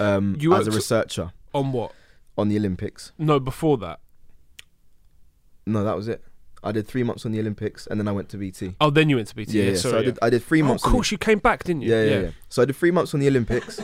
[SPEAKER 3] um,
[SPEAKER 2] You
[SPEAKER 3] as a
[SPEAKER 2] worked-
[SPEAKER 3] researcher
[SPEAKER 2] On what?
[SPEAKER 3] on the Olympics.
[SPEAKER 2] No, before that.
[SPEAKER 3] No, that was it. I did three months on the Olympics, and then I went to BT.
[SPEAKER 2] Oh, then you went to BT.
[SPEAKER 3] Yeah, yeah.
[SPEAKER 2] sorry.
[SPEAKER 3] so I did, I did three
[SPEAKER 2] Oh,
[SPEAKER 3] months.
[SPEAKER 2] of
[SPEAKER 3] on the-
[SPEAKER 2] course, you came back, didn't you?
[SPEAKER 3] yeah, yeah, yeah, So I did three months on the Olympics,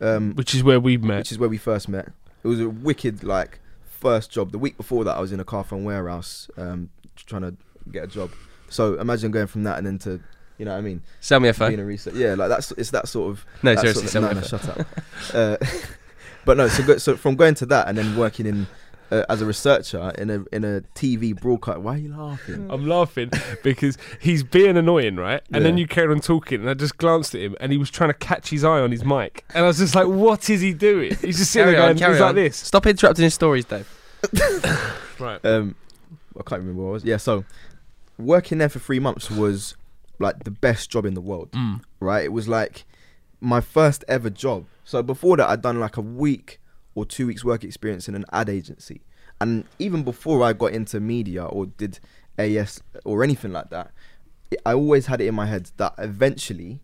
[SPEAKER 3] um,
[SPEAKER 2] Which is where we met. [laughs]
[SPEAKER 3] which is where we first met. It was a wicked like first job. The week before that, I was in a car phone warehouse um, trying to get a job. So imagine going from that and then to, you know what I mean,
[SPEAKER 4] Sell me a phone.
[SPEAKER 3] being a research. Yeah, like that's it's that sort of
[SPEAKER 4] No,
[SPEAKER 3] that
[SPEAKER 4] seriously,
[SPEAKER 3] sort
[SPEAKER 4] sell
[SPEAKER 3] of- no,
[SPEAKER 4] me a
[SPEAKER 3] no,
[SPEAKER 4] phone.
[SPEAKER 3] shut up. Uh, [laughs] but no, so go, so from going to that and then working in uh, as a researcher in a in a TV broadcast. Why are you laughing?
[SPEAKER 2] I'm laughing [laughs] because he's being annoying, right? And then
[SPEAKER 3] Yeah.
[SPEAKER 2] you carried on talking, and I just glanced at him, and he was trying to catch his eye on his mic, and I was just like, "What is he doing?" He's just sitting
[SPEAKER 4] Carry
[SPEAKER 2] there
[SPEAKER 4] on,
[SPEAKER 2] going,
[SPEAKER 4] carry
[SPEAKER 2] "He's
[SPEAKER 4] on.
[SPEAKER 2] like this."
[SPEAKER 4] Stop interrupting his stories, Dave.
[SPEAKER 2] Right.
[SPEAKER 3] Um, I can't remember what it was. Yeah, so working there for three months was like the best job in the world,
[SPEAKER 2] Mm.
[SPEAKER 3] right? It was like my first ever job. So before that, I'd done like a week or two weeks work experience in an ad agency, and even before I got into media or did AS or anything like that, it- I always had it in my head that eventually,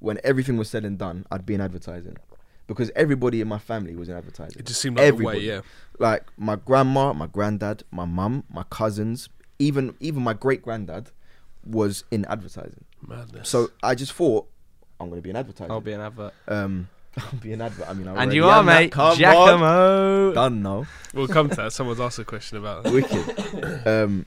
[SPEAKER 3] when everything was said and done, I'd be in advertising. because everybody in my family was in advertising.
[SPEAKER 2] It just seemed like the way,
[SPEAKER 3] Everybody.
[SPEAKER 2] yeah.
[SPEAKER 3] like my grandma, my granddad, my mum, my cousins, even even my great granddad was in advertising.
[SPEAKER 2] Madness.
[SPEAKER 3] So I just thought I'm gonna be an advertiser.
[SPEAKER 4] I'll be an advert.
[SPEAKER 3] um, [laughs] I'll be an advert. I mean, I
[SPEAKER 5] and
[SPEAKER 3] already
[SPEAKER 5] you are,
[SPEAKER 3] am that.
[SPEAKER 5] mate.
[SPEAKER 3] Come on.
[SPEAKER 5] Giacomo.
[SPEAKER 3] Done now.
[SPEAKER 2] we'll come to that. Someone's asked a question about that.
[SPEAKER 3] Wicked. Um,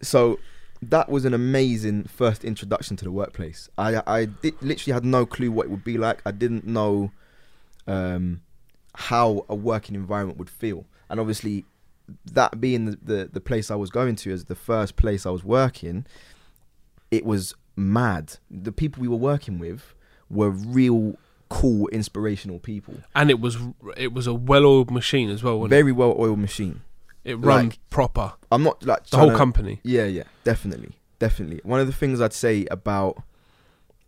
[SPEAKER 3] so that was an amazing first introduction to the workplace. I I did, literally had no clue what it would be like. I didn't know um, how a working environment would feel, and obviously that being the, the the place I was going to as the first place I was working, it was mad. The people we were working with were real cool, inspirational people.
[SPEAKER 2] And it was it was a well-oiled machine as well. Wasn't
[SPEAKER 3] Very well oiled machine.
[SPEAKER 2] it? it run
[SPEAKER 3] like-
[SPEAKER 2] proper.
[SPEAKER 3] I'm not like
[SPEAKER 2] The whole
[SPEAKER 3] tryna-
[SPEAKER 2] company.
[SPEAKER 3] Yeah, yeah, definitely, definitely. One of the things I'd say about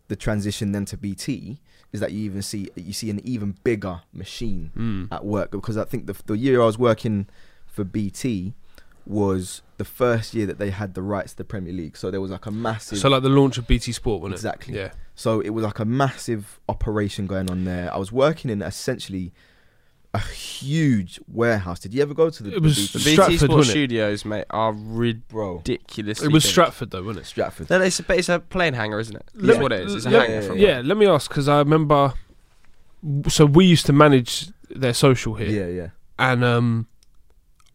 [SPEAKER 3] the transition then to BT is that you even see you see an even bigger machine
[SPEAKER 2] Mm.
[SPEAKER 3] at work because I think the the year I was working for BT was the first year that they had the rights to the Premier League, so there was like a massive.
[SPEAKER 2] So like the launch of BT Sport, wasn't it?
[SPEAKER 3] Exactly.
[SPEAKER 2] Yeah.
[SPEAKER 3] So it was like a massive operation going on there. I was working in essentially a huge warehouse. Did you ever go to the?
[SPEAKER 2] It was
[SPEAKER 3] the
[SPEAKER 4] The
[SPEAKER 3] BT?
[SPEAKER 4] BT
[SPEAKER 2] Stratford,
[SPEAKER 4] Sport
[SPEAKER 2] wasn't it?
[SPEAKER 4] Studios, mate, are ridiculous.
[SPEAKER 3] bro
[SPEAKER 2] It was
[SPEAKER 4] big.
[SPEAKER 2] Stratford though, wasn't it?
[SPEAKER 3] Stratford.
[SPEAKER 4] No, no, it's a, but it's a plane hangar, isn't it?
[SPEAKER 2] Let
[SPEAKER 4] That's
[SPEAKER 2] me-
[SPEAKER 4] what it is. It's a
[SPEAKER 2] let-
[SPEAKER 4] hangar. From
[SPEAKER 2] yeah, let me ask because I remember. So we used to manage their social here,
[SPEAKER 3] Yeah, yeah.
[SPEAKER 2] and um,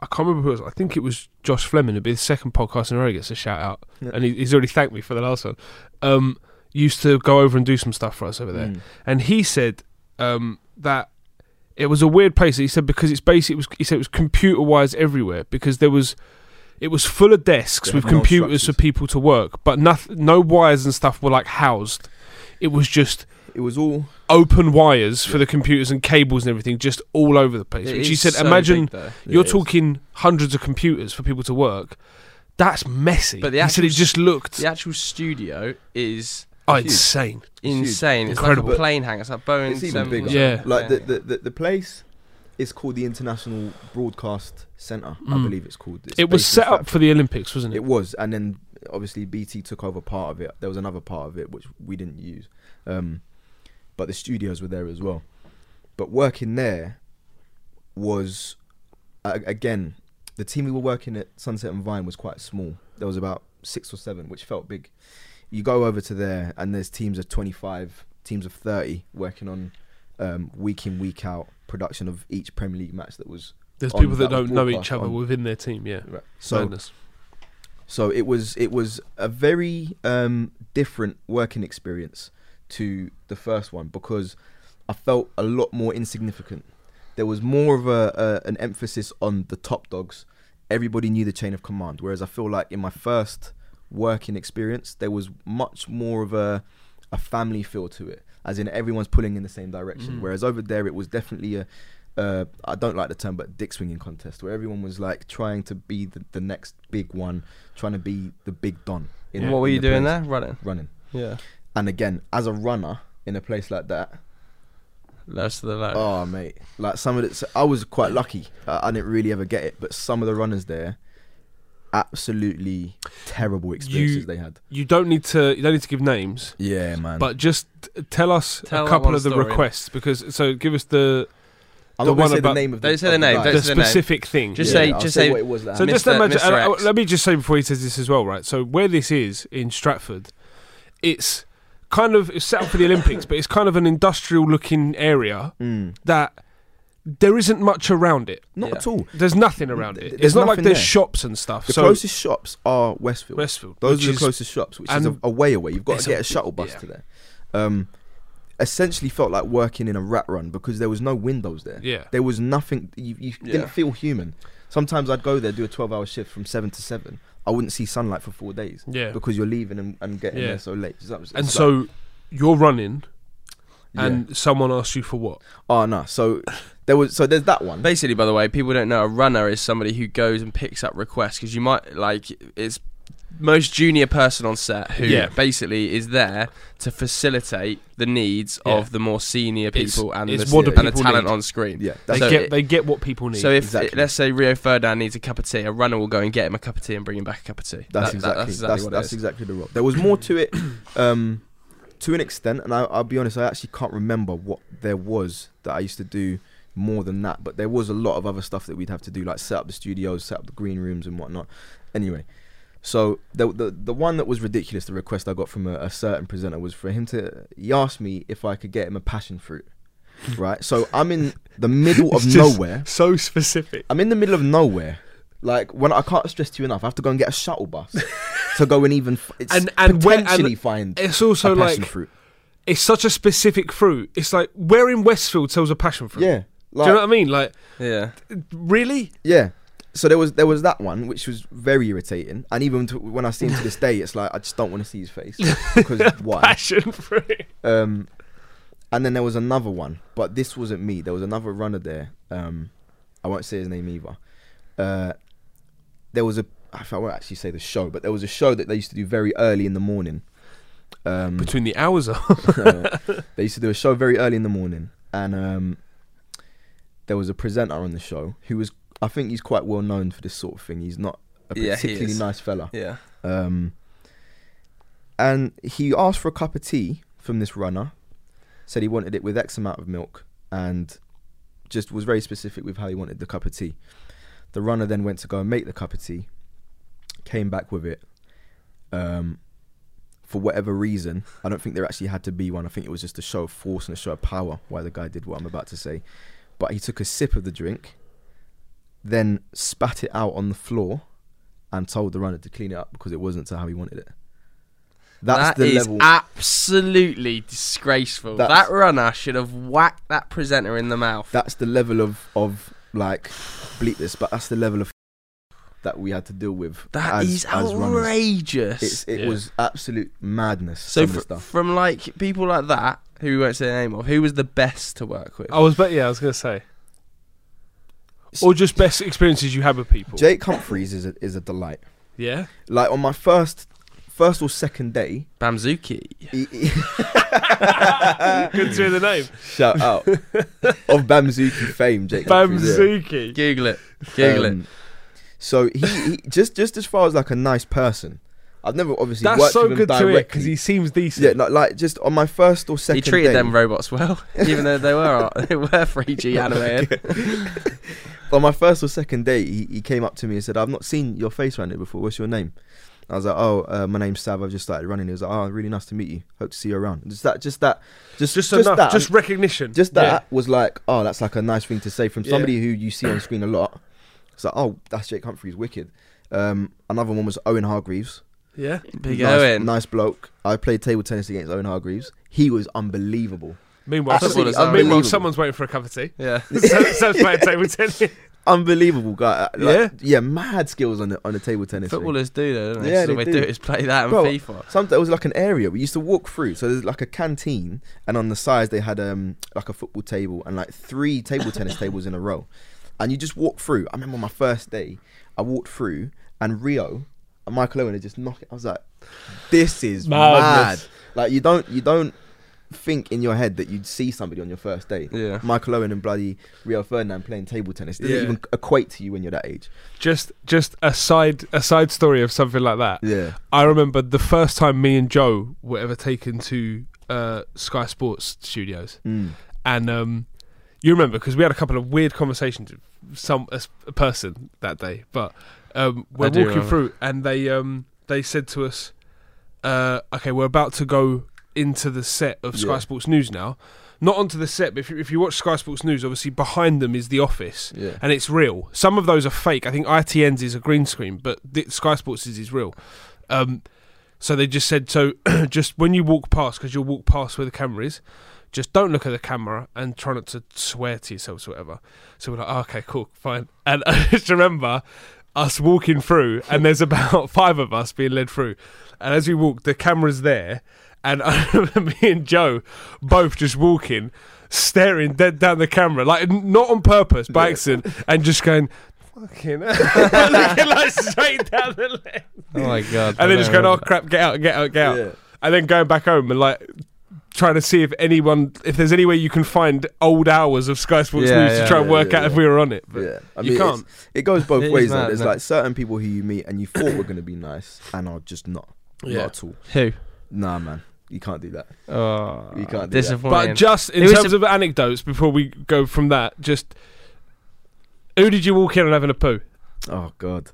[SPEAKER 2] I can't remember who it was. I think it was Josh Fleming. It'd be the second podcast in a row he gets a shout out,
[SPEAKER 3] Yeah.
[SPEAKER 2] and he, he's already thanked me for the last one. Um, used to go over and do some stuff for us over there,
[SPEAKER 3] Mm.
[SPEAKER 2] and he said um, that it was a weird place. He said because it's basically it was, he said it was computer wise everywhere because there was it was full of desks
[SPEAKER 3] They
[SPEAKER 2] with
[SPEAKER 3] had no
[SPEAKER 2] computers for
[SPEAKER 3] structures.
[SPEAKER 2] people to work, but nothing, no wires and stuff were like housed. It was just
[SPEAKER 3] It was all
[SPEAKER 2] open wires for the computers and cables and everything just all over the place.
[SPEAKER 4] It
[SPEAKER 2] which he
[SPEAKER 4] is
[SPEAKER 2] said,
[SPEAKER 4] so
[SPEAKER 2] imagine
[SPEAKER 4] big, though.
[SPEAKER 2] you're
[SPEAKER 3] Yeah, it is.
[SPEAKER 2] talking hundreds of computers for people to work. That's messy.
[SPEAKER 4] But
[SPEAKER 2] But
[SPEAKER 4] the
[SPEAKER 2] he said
[SPEAKER 4] actual
[SPEAKER 2] it just looked
[SPEAKER 4] the actual studio is
[SPEAKER 2] oh,
[SPEAKER 3] huge.
[SPEAKER 2] insane.
[SPEAKER 3] huge.
[SPEAKER 4] insane. It's
[SPEAKER 2] Incredible.
[SPEAKER 4] like a plane hangar. It's like Boeing.
[SPEAKER 3] It's even
[SPEAKER 4] 747.
[SPEAKER 3] bigger.
[SPEAKER 2] Yeah.
[SPEAKER 3] Like the, the, the, the place is called the International Broadcast Center, I
[SPEAKER 2] Mm.
[SPEAKER 3] believe it's called. It's
[SPEAKER 2] It was
[SPEAKER 3] based
[SPEAKER 2] set
[SPEAKER 3] in
[SPEAKER 2] up
[SPEAKER 3] Stratford.
[SPEAKER 2] for the Olympics, wasn't it?
[SPEAKER 3] It was, and then obviously BT took over part of it. There was another part of it which we didn't use, um, but the studios were there as well. But working there was a- again the team we were working at Sunset and Vine was quite small. There was about six or seven, which felt big. You go over to there, and there's teams of 25, teams of 30 working on um, week in, week out production of each Premier League match that was.
[SPEAKER 2] There's
[SPEAKER 3] on
[SPEAKER 2] people that,
[SPEAKER 3] that
[SPEAKER 2] don't know
[SPEAKER 3] broadcast
[SPEAKER 2] each other
[SPEAKER 3] on-
[SPEAKER 2] within their team. Yeah,
[SPEAKER 3] So
[SPEAKER 2] madness.
[SPEAKER 3] So it was it was a very um, different working experience to the first one because I felt a lot more insignificant. There was more of a, a an emphasis on the top dogs. Everybody knew the chain of command, whereas I feel like in my first working experience there was much more of a a family feel to it, as in everyone's pulling in the same direction.
[SPEAKER 2] Mm.
[SPEAKER 3] Whereas over there it was definitely a uh, I don't like the term, but dick swinging contest, where everyone was like trying to be the, the next big one, trying to be the big don. in-
[SPEAKER 4] What were
[SPEAKER 3] in
[SPEAKER 4] you
[SPEAKER 3] the
[SPEAKER 4] doing
[SPEAKER 3] place.
[SPEAKER 4] there? Running.
[SPEAKER 3] Running.
[SPEAKER 4] Yeah.
[SPEAKER 3] And again, as a runner in a place like that,
[SPEAKER 4] Lowest of the low.
[SPEAKER 3] oh mate, like some of the, so I was quite lucky. I, I didn't really ever get it, but some of the runners there, absolutely terrible experiences they had.
[SPEAKER 2] You don't need to. You don't need to give names,
[SPEAKER 3] Yeah, man.
[SPEAKER 2] but just t- tell us
[SPEAKER 4] Tell
[SPEAKER 2] a
[SPEAKER 4] that
[SPEAKER 2] couple
[SPEAKER 4] one
[SPEAKER 2] of the
[SPEAKER 4] story.
[SPEAKER 2] requests because. So give us the
[SPEAKER 3] I'm
[SPEAKER 2] the
[SPEAKER 3] not
[SPEAKER 2] one
[SPEAKER 3] gonna say
[SPEAKER 2] about-
[SPEAKER 3] the name of the.
[SPEAKER 4] Don't say
[SPEAKER 3] of
[SPEAKER 4] the name,
[SPEAKER 3] guy.
[SPEAKER 4] don't
[SPEAKER 2] the
[SPEAKER 4] say the name.
[SPEAKER 2] specific thing.
[SPEAKER 4] Just
[SPEAKER 3] Yeah,
[SPEAKER 4] say-
[SPEAKER 3] I'll
[SPEAKER 4] just
[SPEAKER 3] say
[SPEAKER 4] say-
[SPEAKER 3] what it was. Like.
[SPEAKER 2] So just
[SPEAKER 4] Mr.
[SPEAKER 2] imagine.
[SPEAKER 4] Mr.
[SPEAKER 2] and I-
[SPEAKER 4] X.
[SPEAKER 2] let me just say before he says this as well, right? So where this is in Stratford, it's kind of it's set up for the Olympics, but it's kind of an industrial-looking area
[SPEAKER 3] Mm.
[SPEAKER 2] that there isn't much around it.
[SPEAKER 3] Not
[SPEAKER 4] Yeah.
[SPEAKER 3] at all.
[SPEAKER 2] There's nothing around
[SPEAKER 3] Th-
[SPEAKER 2] it.
[SPEAKER 3] there's
[SPEAKER 2] It's not like
[SPEAKER 3] nothing
[SPEAKER 2] there's
[SPEAKER 3] there.
[SPEAKER 2] shops and stuff.
[SPEAKER 3] The
[SPEAKER 2] so
[SPEAKER 3] closest shops are Westfield.
[SPEAKER 2] Westfield,
[SPEAKER 3] Those
[SPEAKER 2] which
[SPEAKER 3] are the
[SPEAKER 2] is-
[SPEAKER 3] closest shops, which is a,
[SPEAKER 2] and-
[SPEAKER 3] a way away. You've got
[SPEAKER 2] It's
[SPEAKER 3] to
[SPEAKER 2] a
[SPEAKER 3] get a
[SPEAKER 2] bit-
[SPEAKER 3] shuttle bus
[SPEAKER 2] yeah.
[SPEAKER 3] to there. Um, essentially, felt like working in a rat run because there was no windows there.
[SPEAKER 2] Yeah.
[SPEAKER 3] there was nothing. You, you
[SPEAKER 4] Yeah.
[SPEAKER 3] didn't feel human. Sometimes I'd go there, do a twelve-hour shift from seven to seven. I wouldn't see sunlight for four days
[SPEAKER 2] yeah,
[SPEAKER 3] because you're leaving and, and getting
[SPEAKER 2] Yeah.
[SPEAKER 3] there so late. So that was-
[SPEAKER 2] and
[SPEAKER 3] it's
[SPEAKER 2] so
[SPEAKER 3] like-
[SPEAKER 2] you're running,
[SPEAKER 3] yeah.
[SPEAKER 2] and someone asks you for what?
[SPEAKER 3] oh no, so there was so there's that one.
[SPEAKER 4] Basically, by the way, people don't know a runner is somebody who goes and picks up requests because you might like it's most junior person on set who
[SPEAKER 2] Yeah.
[SPEAKER 4] basically is there to facilitate the needs
[SPEAKER 2] Yeah.
[SPEAKER 4] of the more senior
[SPEAKER 2] It's-
[SPEAKER 4] people and,
[SPEAKER 2] it's
[SPEAKER 4] the,
[SPEAKER 2] what do
[SPEAKER 4] and the
[SPEAKER 2] people
[SPEAKER 4] talent
[SPEAKER 2] need.
[SPEAKER 4] on screen.
[SPEAKER 3] yeah,
[SPEAKER 2] They
[SPEAKER 3] that's
[SPEAKER 4] So
[SPEAKER 2] get
[SPEAKER 4] it-
[SPEAKER 2] they get what people need.
[SPEAKER 4] So if
[SPEAKER 3] Exactly.
[SPEAKER 4] let's say Rio Ferdinand needs a cup of tea, a runner will go and get him a cup of tea and bring him back a cup of tea.
[SPEAKER 3] That's
[SPEAKER 4] That- that-
[SPEAKER 3] exactly that's that's,
[SPEAKER 4] that's exactly what it is.
[SPEAKER 3] exactly the role. There was more to it. Um, to an extent, and I, I'll be honest, I actually can't remember what there was that I used to do more than that. But there was a lot of other stuff that we'd have to do, like set up the studios, set up the green rooms, and whatnot. Anyway, so the the, the one that was ridiculous, the request I got from a, a certain presenter was for him to. He asked me if I could get him a passion fruit. Right, so I'm in the middle of
[SPEAKER 2] It's just
[SPEAKER 3] nowhere.
[SPEAKER 2] So specific.
[SPEAKER 3] I'm in the middle of nowhere. Like when I can't stress to you enough, I have to go and get a shuttle bus to go and even f- it's
[SPEAKER 2] And- and when- and
[SPEAKER 3] potentially find
[SPEAKER 2] It's also
[SPEAKER 3] a passion
[SPEAKER 2] like
[SPEAKER 3] fruit.
[SPEAKER 2] it's such a specific fruit. It's like where in Westfield sells a passion fruit.
[SPEAKER 3] Yeah, like
[SPEAKER 2] Do you know what I mean? Like
[SPEAKER 4] Yeah.
[SPEAKER 2] really?
[SPEAKER 3] yeah. So there was there was that one which was very irritating, and even to, when I see him to this day, it's like I just don't want to see
[SPEAKER 2] [laughs]
[SPEAKER 3] his face because why?
[SPEAKER 2] Passion fruit.
[SPEAKER 3] Um, and then there was another one, but this wasn't me. There was another runner there. Um, I won't say his name either. Uh, there was a I won't actually say the show, but there was a show that they used to do very early in the morning. Um,
[SPEAKER 4] [laughs]
[SPEAKER 2] Between the hours of
[SPEAKER 3] Uh, they used to do a show very early in the morning, and um, there was a presenter on the show who was, I think, he's quite well known for this sort of thing. He's not a
[SPEAKER 4] Yeah, he
[SPEAKER 3] particularly
[SPEAKER 4] is.
[SPEAKER 3] nice fella,
[SPEAKER 4] Yeah.
[SPEAKER 3] um, and he asked for a cup of tea from this runner, said he wanted it with X amount of milk, and just was very specific with how he wanted the cup of tea. The runner then went to go and make the cup of tea, came back with it. Um, for whatever reason, I don't think there actually had to be one. I think it was just a show of force and a show of power why the guy did what I'm about to say. But he took a sip of the drink, then spat it out on the floor, and told the runner to clean it up because it wasn't to how he wanted it. That's
[SPEAKER 4] That
[SPEAKER 3] the
[SPEAKER 4] is
[SPEAKER 3] level.
[SPEAKER 4] absolutely disgraceful.
[SPEAKER 3] That's-
[SPEAKER 4] that runner should have whacked that presenter in the mouth.
[SPEAKER 3] that's the level of of like bleep this, but that's the level of that we had to deal with.
[SPEAKER 4] that
[SPEAKER 3] as-
[SPEAKER 4] is
[SPEAKER 3] as runners.
[SPEAKER 4] outrageous.
[SPEAKER 3] It's, it
[SPEAKER 2] Yeah.
[SPEAKER 3] was absolute madness.
[SPEAKER 4] so
[SPEAKER 3] some
[SPEAKER 4] fr-
[SPEAKER 3] of the
[SPEAKER 2] [laughs]
[SPEAKER 3] stuff.
[SPEAKER 4] from like people like that who we won't say the name of, who was the best to work with?
[SPEAKER 2] I was but yeah, I was gonna say. Or just best experiences you had with people.
[SPEAKER 3] Jake Humphreys is a, is a delight.
[SPEAKER 2] yeah.
[SPEAKER 3] Like on my first first or second day,
[SPEAKER 4] Bamzuki.
[SPEAKER 3] he- he- [laughs] Uh,
[SPEAKER 2] [laughs] Good to hear the name.
[SPEAKER 3] shout out of Bamzuki fame, Jake. Humphreys, yeah.
[SPEAKER 2] Bamzuki.
[SPEAKER 4] Google it. Google it.
[SPEAKER 3] Um, so he, he just just as far as like a nice person, I've never obviously
[SPEAKER 2] That's
[SPEAKER 3] worked
[SPEAKER 2] so
[SPEAKER 3] with him
[SPEAKER 2] good to
[SPEAKER 3] directly.
[SPEAKER 2] hear because he seems decent.
[SPEAKER 3] yeah, like, like just on my first or second.
[SPEAKER 4] He treated
[SPEAKER 3] day,
[SPEAKER 4] them robots
[SPEAKER 3] [laughs]
[SPEAKER 4] well, even though they were uh, they were 3G animated.
[SPEAKER 3] on my first or second day, he, he came up to me and said, "I've not seen your face around here before. What's your name?" I was like, "Oh, uh, my name's Sav. I've just started running." He was like, "Oh, really nice to meet you. Hope to see you around." Just that, just that, just
[SPEAKER 2] just,
[SPEAKER 3] just,
[SPEAKER 2] enough,
[SPEAKER 3] that,
[SPEAKER 2] just
[SPEAKER 3] just,
[SPEAKER 2] recognition.
[SPEAKER 3] that was like, "Oh, that's like a nice thing to say from
[SPEAKER 2] Yeah.
[SPEAKER 3] somebody who you see on screen a lot." It's like, "Oh, that's Jake Humphreys, wicked." Um, another one was Owen Hargreaves.
[SPEAKER 2] Yeah. yeah.
[SPEAKER 4] Big
[SPEAKER 3] nice,
[SPEAKER 4] Owen.
[SPEAKER 3] nice bloke. I played table tennis against Owen Hargreaves. He was unbelievable,
[SPEAKER 2] Meanwhile,
[SPEAKER 4] That's
[SPEAKER 2] someone-
[SPEAKER 4] what it's
[SPEAKER 2] meanwhile,
[SPEAKER 3] unbelievable.
[SPEAKER 2] someone's waiting for a cup of [laughs] tea.
[SPEAKER 4] Yeah.
[SPEAKER 2] so, so it's playing table tennis.
[SPEAKER 3] unbelievable guy. Like,
[SPEAKER 2] Yeah.
[SPEAKER 3] yeah, mad skills on the on the table tennis. thing.
[SPEAKER 4] Footballers do though, don't they?
[SPEAKER 3] Yeah,
[SPEAKER 4] Yeah,
[SPEAKER 3] they
[SPEAKER 4] all they
[SPEAKER 3] do.
[SPEAKER 4] do. is play that and
[SPEAKER 3] Bro,
[SPEAKER 4] FIFA.
[SPEAKER 3] Some there was like an area we used to walk through. So there's like a canteen, and on the sides they had um like a football table and like three
[SPEAKER 2] [laughs]
[SPEAKER 3] table tennis tables in a row, and you just walk through. I remember my first day, I walked through, and Rio and Michael Owen had just knocked it. I was like, this is mad.
[SPEAKER 2] Madness.
[SPEAKER 3] Like you don't you don't think in your head that you'd see somebody on your first day.
[SPEAKER 4] Yeah.
[SPEAKER 3] Michael Owen and bloody Rio Ferdinand playing table tennis doesn't
[SPEAKER 2] Yeah.
[SPEAKER 3] even equate to you when you're that age.
[SPEAKER 2] [laughs] Just, just a side, a side story of something like that.
[SPEAKER 3] Yeah.
[SPEAKER 2] I remember the first time me and Joe were ever taken to uh, Sky Sports Studios,
[SPEAKER 3] Mm.
[SPEAKER 2] and um, you remember because we had a couple of weird conversations with some a, s- a person that day. But um, we're
[SPEAKER 4] I do
[SPEAKER 2] walking
[SPEAKER 4] remember.
[SPEAKER 2] through, and they um, they said to us, uh, "Okay, we're about to go into the set of Sky
[SPEAKER 3] Yeah.
[SPEAKER 2] Sports News now." Not onto the set, but if you, if you watch Sky Sports News, obviously behind them is the office,
[SPEAKER 3] Yeah.
[SPEAKER 2] and it's real. Some of those are fake. I think ITN's is a green screen, but the, Sky Sports is, is real. Um, so they just said, so [clears throat] just when you walk past, because you'll walk past where the camera is, just don't look at the camera and try not to swear to yourselves or whatever. So we're like, oh, okay, cool, fine. [laughs] And I just remember us walking through, and there's about [laughs] five of us being led through. And as we walk, the camera's there, and [laughs] I remember me and Joe both just walking, staring dead down the camera, like n- not on purpose, by accident, and just going, fucking
[SPEAKER 3] [laughs]
[SPEAKER 2] hell." looking like straight down the lens [laughs]
[SPEAKER 4] Oh my god.
[SPEAKER 2] and then just going, "Oh crap, get out, get out, get out,"
[SPEAKER 3] Yeah.
[SPEAKER 2] and then going back home and like trying to see if anyone, if there's any way you can find old hours of Sky Sports
[SPEAKER 4] Yeah,
[SPEAKER 2] News to
[SPEAKER 4] yeah,
[SPEAKER 2] try and
[SPEAKER 3] yeah,
[SPEAKER 2] work
[SPEAKER 3] yeah,
[SPEAKER 2] out if
[SPEAKER 3] yeah.
[SPEAKER 2] we were on it. But
[SPEAKER 3] yeah, I
[SPEAKER 2] you
[SPEAKER 3] mean, it's-
[SPEAKER 2] can't.
[SPEAKER 3] It goes both
[SPEAKER 4] It is
[SPEAKER 3] ways. though.
[SPEAKER 4] mad,
[SPEAKER 3] There's
[SPEAKER 4] isn't it?
[SPEAKER 3] like certain people who you meet and you thought were going to be nice and are just not.
[SPEAKER 2] Yeah.
[SPEAKER 3] Not at all.
[SPEAKER 4] Who?
[SPEAKER 3] Nah, man. You can't do that.
[SPEAKER 2] Uh,
[SPEAKER 3] You can't do that.
[SPEAKER 4] Disappointing.
[SPEAKER 2] But just in
[SPEAKER 4] There was
[SPEAKER 2] terms of anecdotes, before we go from that, just who did you walk in on having a poo?
[SPEAKER 3] Oh
[SPEAKER 4] [laughs]
[SPEAKER 3] God.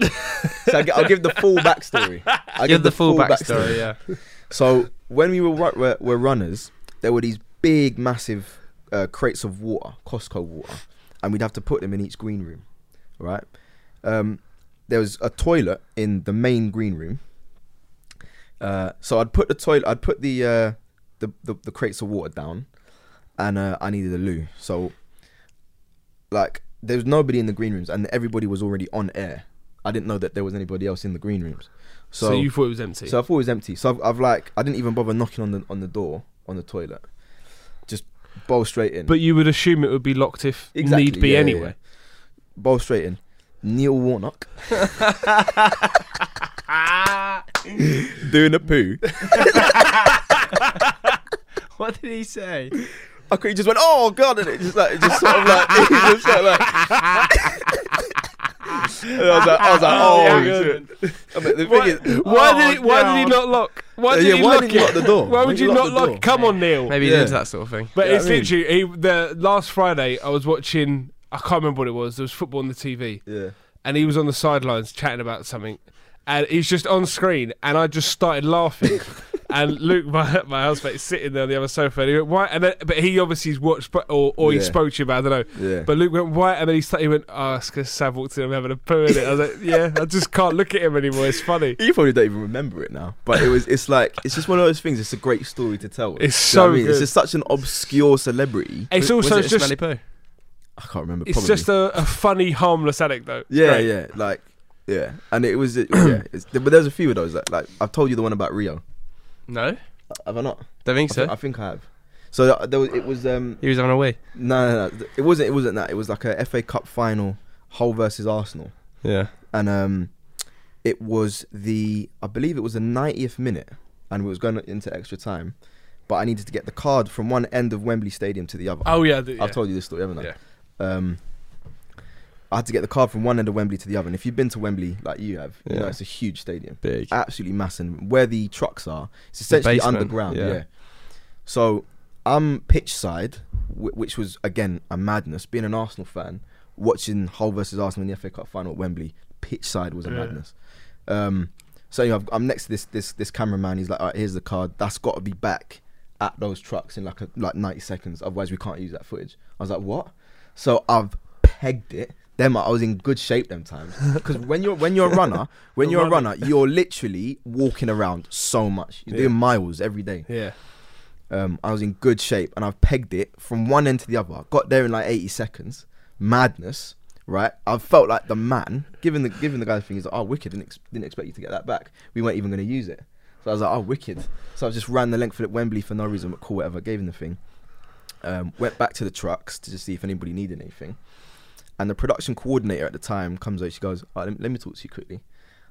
[SPEAKER 3] so I gi- I'll give the full backstory. I'll
[SPEAKER 4] You're
[SPEAKER 3] give
[SPEAKER 4] the full backstory, yeah.
[SPEAKER 3] So when we were, ru- were, were runners, there were these big, massive uh, crates of water, Costco water, and we'd have to put them in each green room, right? Um, there was a toilet in the main green room. Uh, so I'd put the toilet, I'd put the, uh, the, the the crates of water down, and uh, I needed a loo. So, like, there was nobody in the green rooms, and everybody was already on air. I didn't know that there was anybody else in the green rooms.
[SPEAKER 2] So, you thought it was empty.
[SPEAKER 3] So I thought it was empty. So I've, I've like I didn't even bother knocking on the on the door on the toilet. Just bowl straight in.
[SPEAKER 2] but you would assume it would be locked if
[SPEAKER 3] Exactly,
[SPEAKER 2] need be
[SPEAKER 3] yeah, yeah,
[SPEAKER 2] anyway.
[SPEAKER 3] bowl straight in. Neil
[SPEAKER 2] [laughs]
[SPEAKER 3] Warnock doing a poo.
[SPEAKER 4] [laughs] What did he say?
[SPEAKER 3] I could, he just went, oh god, and it just like it just sort of like, [laughs] it just sort of like And I was like, I was like, oh, shit. [laughs] I mean, the
[SPEAKER 2] Why,
[SPEAKER 3] thing is,
[SPEAKER 2] why did
[SPEAKER 4] Oh,
[SPEAKER 2] he, why did he
[SPEAKER 4] God.
[SPEAKER 2] not lock? Why
[SPEAKER 3] Yeah,
[SPEAKER 2] did
[SPEAKER 3] yeah,
[SPEAKER 2] he
[SPEAKER 3] why
[SPEAKER 2] lock
[SPEAKER 3] did he
[SPEAKER 2] it?
[SPEAKER 3] lock the door?
[SPEAKER 2] Why
[SPEAKER 3] Why
[SPEAKER 2] would
[SPEAKER 3] did
[SPEAKER 2] you
[SPEAKER 3] he
[SPEAKER 2] not
[SPEAKER 3] lock the
[SPEAKER 2] lock?
[SPEAKER 3] door?
[SPEAKER 2] Come on, Neil.
[SPEAKER 4] Maybe
[SPEAKER 3] Yeah.
[SPEAKER 4] he's into that sort of thing.
[SPEAKER 2] But
[SPEAKER 3] Yeah,
[SPEAKER 2] it's
[SPEAKER 3] I mean-
[SPEAKER 2] literally he, the last Friday I was watching. I can't remember what it was. There was football on the TV,
[SPEAKER 3] yeah,
[SPEAKER 2] and he was on the sidelines chatting about something, and he's just on screen, and I just started [laughs] laughing. and Luke, my my housemate's sitting there on the other sofa, and he went, "Why?" And then, but he obviously watched, but- or or he
[SPEAKER 3] Yeah.
[SPEAKER 2] spoke to you about. it, I don't know.
[SPEAKER 3] yeah.
[SPEAKER 2] But Luke went white, and then he started. He went, "Oh, it's 'cause Sav walked in. I'm having a poo in it." I was like, "Yeah, I just can't look at him anymore. It's
[SPEAKER 3] [laughs]
[SPEAKER 2] funny.
[SPEAKER 3] you probably don't even remember it now, but it was. It's like it's just one of those things. It's a great story to tell.
[SPEAKER 2] It's
[SPEAKER 3] Do you
[SPEAKER 2] so
[SPEAKER 3] know what I mean? It's
[SPEAKER 2] good.
[SPEAKER 3] just such an obscure celebrity.
[SPEAKER 2] It's
[SPEAKER 4] Was- was
[SPEAKER 2] also
[SPEAKER 4] it a
[SPEAKER 2] just
[SPEAKER 4] smelly poo?
[SPEAKER 3] I can't remember.
[SPEAKER 2] it's
[SPEAKER 3] probably.
[SPEAKER 2] just a, a funny, harmless anecdote.
[SPEAKER 3] Yeah,
[SPEAKER 2] Great.
[SPEAKER 3] yeah, like yeah, and it was
[SPEAKER 2] [clears throat]
[SPEAKER 3] yeah, it's, but there's a few of those. Like, like I've told you the one about Rio.
[SPEAKER 4] No,
[SPEAKER 3] Have I not?
[SPEAKER 4] don't think
[SPEAKER 3] I, thi-
[SPEAKER 4] so.
[SPEAKER 3] I think I have. So th- there was, it was um
[SPEAKER 4] He was having a wee.
[SPEAKER 3] no, no no th- it wasn't it wasn't that it was like a FA Cup final Hull versus Arsenal
[SPEAKER 4] Yeah.
[SPEAKER 3] and um it was the I believe it was the 90th minute and it was going into extra time, but I needed to get the card from one end of Wembley Stadium to the other.
[SPEAKER 2] Oh yeah, the, yeah.
[SPEAKER 3] I've told you this story, haven't I?
[SPEAKER 2] Yeah.
[SPEAKER 3] Um, I had to get the card from one end of Wembley to the other. And if you've been to Wembley like you have, you know
[SPEAKER 4] Yeah.
[SPEAKER 3] it's a huge stadium,
[SPEAKER 4] Big.
[SPEAKER 3] absolutely massive. Where the trucks are, it's essentially
[SPEAKER 4] basement,
[SPEAKER 3] underground. Yeah.
[SPEAKER 4] yeah.
[SPEAKER 3] So I'm pitch side, wh- which was again a madness. Being an Arsenal fan, watching Hull versus Arsenal in the FA Cup final at Wembley, pitch side was a
[SPEAKER 2] Yeah.
[SPEAKER 3] madness. Um, so anyway, I've, I'm next to this this this cameraman. He's like, "All right, here's the card. That's got to be back at those trucks in like a, like 90 seconds. Otherwise, we can't use that footage." I was like, "What?" So I've pegged it. Them, I was in good shape them times because when you're when you're a runner,
[SPEAKER 2] [laughs]
[SPEAKER 3] when
[SPEAKER 2] The
[SPEAKER 3] you're
[SPEAKER 2] running.
[SPEAKER 3] a runner, you're literally walking around so much. You're
[SPEAKER 2] Yeah.
[SPEAKER 3] doing miles every day.
[SPEAKER 2] yeah.
[SPEAKER 3] Um, I was in good shape and I've pegged it from one end to the other. Got there in like 80 seconds. Madness, right? I felt like the man. Given the given the guy the thing, he's like, oh, wicked. Didn't, ex- didn't expect you to get that back. We weren't even going to use it. So I was like, oh, wicked. So I just ran the length of it at Wembley for no reason, but cool, whatever. Gave him the thing. Um, went back to the trucks to just see if anybody needed anything. And the production coordinator at the time comes over. She goes, oh, let, me, let me talk to you quickly.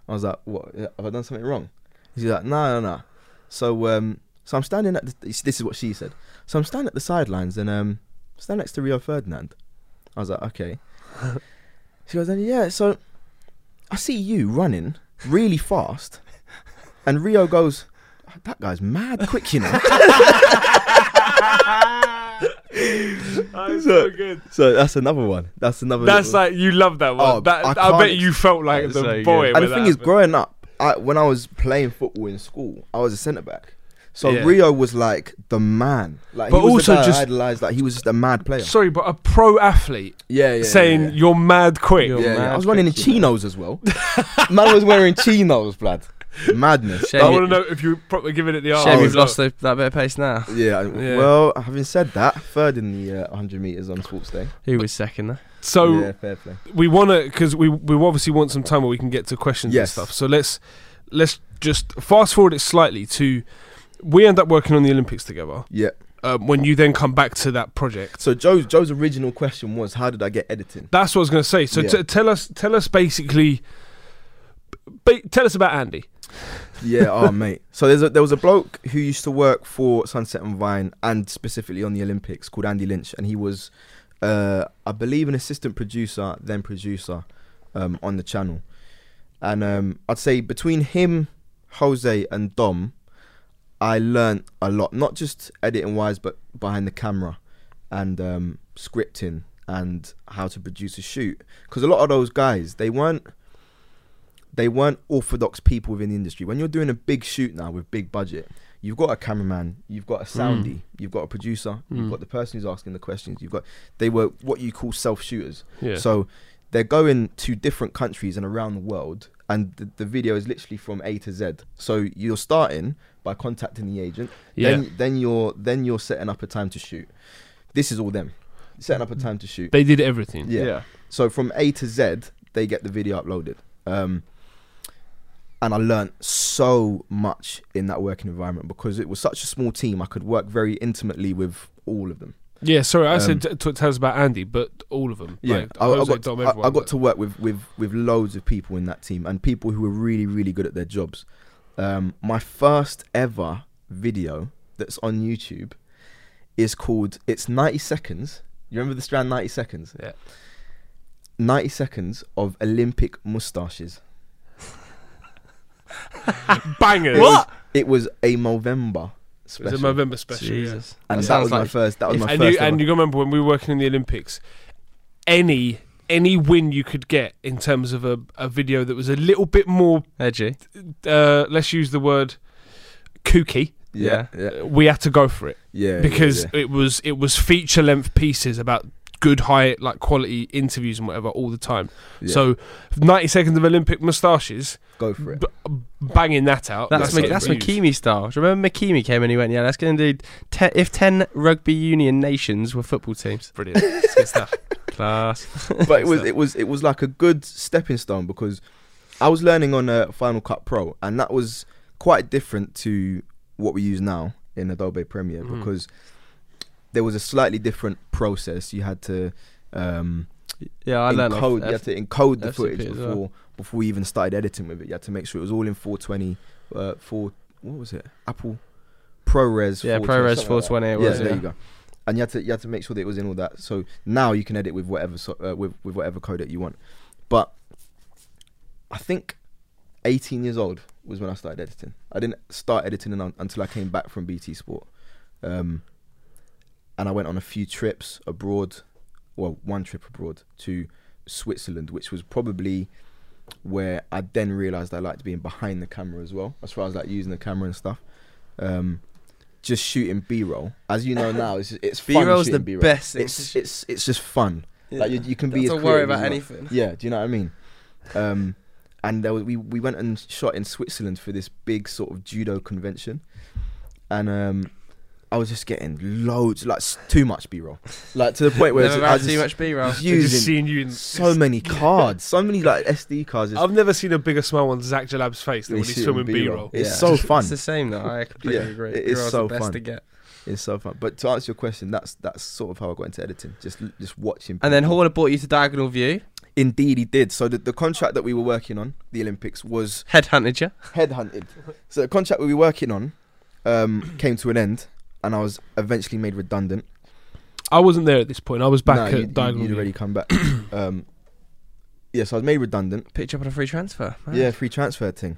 [SPEAKER 3] I was like, what? Have I done something wrong? She's like, no, no, no. So um, so I'm standing at the, this this is what she said. So I'm standing at the sidelines and um stand next to Rio Ferdinand. I was like, [laughs] okay. she goes, and yeah, so I see you running really fast, and Rio goes, that guy's mad quick, you know.
[SPEAKER 2] [laughs]
[SPEAKER 3] [laughs]
[SPEAKER 2] That's
[SPEAKER 3] so
[SPEAKER 2] good.
[SPEAKER 3] [laughs] so that's another one. That's another.
[SPEAKER 2] That's
[SPEAKER 3] little-
[SPEAKER 2] like you love that one.
[SPEAKER 3] Oh,
[SPEAKER 2] that,
[SPEAKER 3] I
[SPEAKER 2] I, bet
[SPEAKER 3] can't-
[SPEAKER 2] you felt like
[SPEAKER 4] That's
[SPEAKER 2] the
[SPEAKER 4] so
[SPEAKER 2] boy.
[SPEAKER 3] and
[SPEAKER 4] good.
[SPEAKER 3] the
[SPEAKER 2] when
[SPEAKER 3] thing
[SPEAKER 2] that
[SPEAKER 3] is,
[SPEAKER 2] happened.
[SPEAKER 3] growing up, I, when I was playing football in school, I was a centre back. So
[SPEAKER 2] Yeah.
[SPEAKER 3] Rio was like the man, like
[SPEAKER 2] But
[SPEAKER 3] he was
[SPEAKER 2] also
[SPEAKER 3] the guy I
[SPEAKER 2] just-
[SPEAKER 3] idolized, like he was just a mad player.
[SPEAKER 2] Sorry, but a pro athlete
[SPEAKER 3] yeah, yeah.
[SPEAKER 2] saying you're mad quick.
[SPEAKER 4] You're-
[SPEAKER 3] Yeah,
[SPEAKER 4] mad
[SPEAKER 3] yeah. I was running in
[SPEAKER 4] tricky, man.
[SPEAKER 3] chinos as well. Man was wearing chinos, blood. Madness.
[SPEAKER 4] Shame,
[SPEAKER 2] I
[SPEAKER 4] you-
[SPEAKER 2] want to know if you're properly giving it the arm.
[SPEAKER 4] shame
[SPEAKER 3] Oh,
[SPEAKER 4] you've
[SPEAKER 3] no.
[SPEAKER 4] lost the, that bit of pace now.
[SPEAKER 3] Yeah, I-
[SPEAKER 2] Yeah.
[SPEAKER 3] Well, having said that, third in the uh, 100 meters on Sports Day.
[SPEAKER 4] Who was second there?
[SPEAKER 2] So
[SPEAKER 3] yeah, fair play.
[SPEAKER 2] we want to because we we obviously want some time where we can get to questions
[SPEAKER 3] Yes.
[SPEAKER 2] and stuff. So let's let's just fast forward it slightly to we end up working on the Olympics together.
[SPEAKER 3] Yeah.
[SPEAKER 2] Um, when you then come back to that project.
[SPEAKER 3] So Joe's Joe's original question was, how did I get editing?
[SPEAKER 2] That's what I was going to say. So
[SPEAKER 3] Yeah.
[SPEAKER 2] t- tell us, tell us basically, ba- tell us about Andy.
[SPEAKER 3] Yeah, oh mate. So there's a, there was a bloke who used to work for Sunset and Vine and specifically on the Olympics called Andy Lynch, and he was, uh, I believe, an assistant producer then producer um, on the channel, and um, I'd say between him, Jose, and Dom, I learned a lot, not just editing wise, but behind the camera and um, scripting and how to produce a shoot. Because a lot of those guys, they weren't they weren't orthodox people within the industry. When you're doing a big shoot now with big budget, you've got a cameraman, you've got a soundie, you've got a producer,
[SPEAKER 2] Mm.
[SPEAKER 3] you've got the person who's asking the questions, you've got they were what you call self shooters.
[SPEAKER 2] Yeah.
[SPEAKER 3] So they're going to different countries and around the world, and the, the video is literally from A to Z. So you're starting by contacting the agent.
[SPEAKER 2] yeah.
[SPEAKER 3] Then, then you're then you're setting up a time to shoot. This is all them setting up a time to shoot.
[SPEAKER 2] They did everything.
[SPEAKER 3] Yeah. So from A to Z, they get the video uploaded. Um, and I learned so much in that working environment because it was such a small team. I could work very intimately with all of them.
[SPEAKER 2] Yeah, sorry, I said
[SPEAKER 3] Um,
[SPEAKER 2] t- t- tell us about Andy, but all of them.
[SPEAKER 3] Yeah,
[SPEAKER 2] like,
[SPEAKER 3] I, I
[SPEAKER 2] Jose,
[SPEAKER 3] got,
[SPEAKER 2] Dom,
[SPEAKER 3] to, I,
[SPEAKER 2] everyone,
[SPEAKER 3] I got
[SPEAKER 2] but-
[SPEAKER 3] to work with, with with loads of people in that team and people who were really really good at their jobs. Um, my first ever video that's on YouTube is called "It's 90 Seconds." You remember the strand 90 seconds?
[SPEAKER 2] Yeah.
[SPEAKER 3] 90 seconds of Olympic mustaches.
[SPEAKER 2] bangers.
[SPEAKER 3] It was- It was a Movember
[SPEAKER 2] It's
[SPEAKER 3] special.
[SPEAKER 2] a November special. yeah.
[SPEAKER 4] Jesus.
[SPEAKER 3] and
[SPEAKER 4] That
[SPEAKER 3] that
[SPEAKER 4] sounds
[SPEAKER 3] was my
[SPEAKER 4] like-
[SPEAKER 3] first. That was my
[SPEAKER 2] and
[SPEAKER 3] first.
[SPEAKER 2] you
[SPEAKER 3] ever.
[SPEAKER 2] and you remember when we were working in the Olympics, any any win you could get in terms of a, a video that was a little bit more
[SPEAKER 4] Edgy.
[SPEAKER 2] uh, let's use the word kooky,
[SPEAKER 3] yeah, yeah, yeah,
[SPEAKER 2] uh, we had to go for it
[SPEAKER 3] yeah,
[SPEAKER 2] because
[SPEAKER 3] yeah.
[SPEAKER 2] it was it was feature length pieces about good high like quality interviews and whatever all the time.
[SPEAKER 3] Yeah.
[SPEAKER 2] So ninety seconds of Olympic moustaches,
[SPEAKER 3] go for it.
[SPEAKER 2] b- banging that out.
[SPEAKER 4] That's
[SPEAKER 2] what
[SPEAKER 4] Ma-
[SPEAKER 2] it
[SPEAKER 4] that's
[SPEAKER 2] was.
[SPEAKER 4] Makimi style. Do you remember Makimi came in? He went, "Yeah, let's going to do te- if ten rugby union nations were football teams."
[SPEAKER 3] [laughs]
[SPEAKER 2] Brilliant. It's good stuff.
[SPEAKER 4] Class.
[SPEAKER 3] but it was it was it was like a good stepping stone because I was learning on a Final Cut Pro, and that was quite different to what we use now in Adobe Premiere
[SPEAKER 2] Mhm.
[SPEAKER 3] because there was a slightly different process. You had to um,
[SPEAKER 4] Yeah, I learned. off
[SPEAKER 3] encode,
[SPEAKER 4] F-
[SPEAKER 3] you had to encode the
[SPEAKER 4] FCP
[SPEAKER 3] footage
[SPEAKER 4] as well.
[SPEAKER 3] before before you even started editing with it. You had to make sure it was all in 420, uh, four what was it? Apple ProRes.
[SPEAKER 4] yeah,
[SPEAKER 3] 420, something
[SPEAKER 4] ProRes
[SPEAKER 3] like that
[SPEAKER 4] 420. It
[SPEAKER 3] yeah,
[SPEAKER 4] was.
[SPEAKER 3] there
[SPEAKER 4] yeah.
[SPEAKER 3] you go. And you had to you had to make sure that it was in all that. So now you can edit with whatever so, uh, with with whatever code that you want. But I think 18 years old was when I started editing. I didn't start editing un- until I came back from BT Sport, um, and I went on a few trips abroad. Well, one trip abroad to Switzerland, which was probably where I then realised I liked being behind the camera as well, as far as like using the camera and stuff. Um, just shooting B-roll, as you
[SPEAKER 4] [laughs]
[SPEAKER 3] know now, it's it's fun
[SPEAKER 4] B-roll's
[SPEAKER 3] shooting
[SPEAKER 4] the
[SPEAKER 3] B-roll.
[SPEAKER 4] best thing to
[SPEAKER 3] It's
[SPEAKER 4] shoot.
[SPEAKER 3] it's it's just fun. Like you, you can be.
[SPEAKER 4] Don't
[SPEAKER 3] as
[SPEAKER 4] have to worry
[SPEAKER 3] creative as
[SPEAKER 4] about
[SPEAKER 3] you want.
[SPEAKER 4] anything.
[SPEAKER 3] Yeah, do you know what I mean? Um, and there was, we we went and shot in Switzerland for this big sort of judo convention, and um, I was just getting loads, like s- too much B-roll, like to the point where
[SPEAKER 4] Never
[SPEAKER 3] I
[SPEAKER 4] had
[SPEAKER 3] was
[SPEAKER 4] too
[SPEAKER 3] just
[SPEAKER 4] much B-roll.
[SPEAKER 2] They're just
[SPEAKER 3] using
[SPEAKER 2] seeing you in
[SPEAKER 3] so
[SPEAKER 4] [laughs]
[SPEAKER 3] many cards, so many like SD cards. It's,
[SPEAKER 2] I've never seen a bigger smile on Zach Jalab's face than when he's filming B-roll.
[SPEAKER 3] It's
[SPEAKER 4] Yeah.
[SPEAKER 3] so [laughs] fun.
[SPEAKER 4] It's the same though. I completely
[SPEAKER 3] Yeah,
[SPEAKER 4] agree.
[SPEAKER 3] it is
[SPEAKER 4] B-roll's
[SPEAKER 3] so
[SPEAKER 4] the best
[SPEAKER 3] fun.
[SPEAKER 4] to get.
[SPEAKER 3] It's so fun. But to answer your question, that's that's sort of how I got into editing, just just watching.
[SPEAKER 4] And then
[SPEAKER 3] people.
[SPEAKER 4] Horner brought you to Diagonal View.
[SPEAKER 3] Indeed, he did. So the, the contract that we were working on, the Olympics, was
[SPEAKER 4] Headhunted you.
[SPEAKER 3] headhunted. So the contract we were working on um, came to an end, and I was eventually made redundant.
[SPEAKER 2] I wasn't there at this point. I was back
[SPEAKER 3] Nah,
[SPEAKER 2] at
[SPEAKER 3] you- you-
[SPEAKER 2] Diagonal.
[SPEAKER 3] You'd
[SPEAKER 2] View.
[SPEAKER 3] [laughs] already come back. [coughs] um, yeah, so I was made redundant.
[SPEAKER 4] Picked you up on a free transfer. man.
[SPEAKER 3] Yeah, free transfer thing.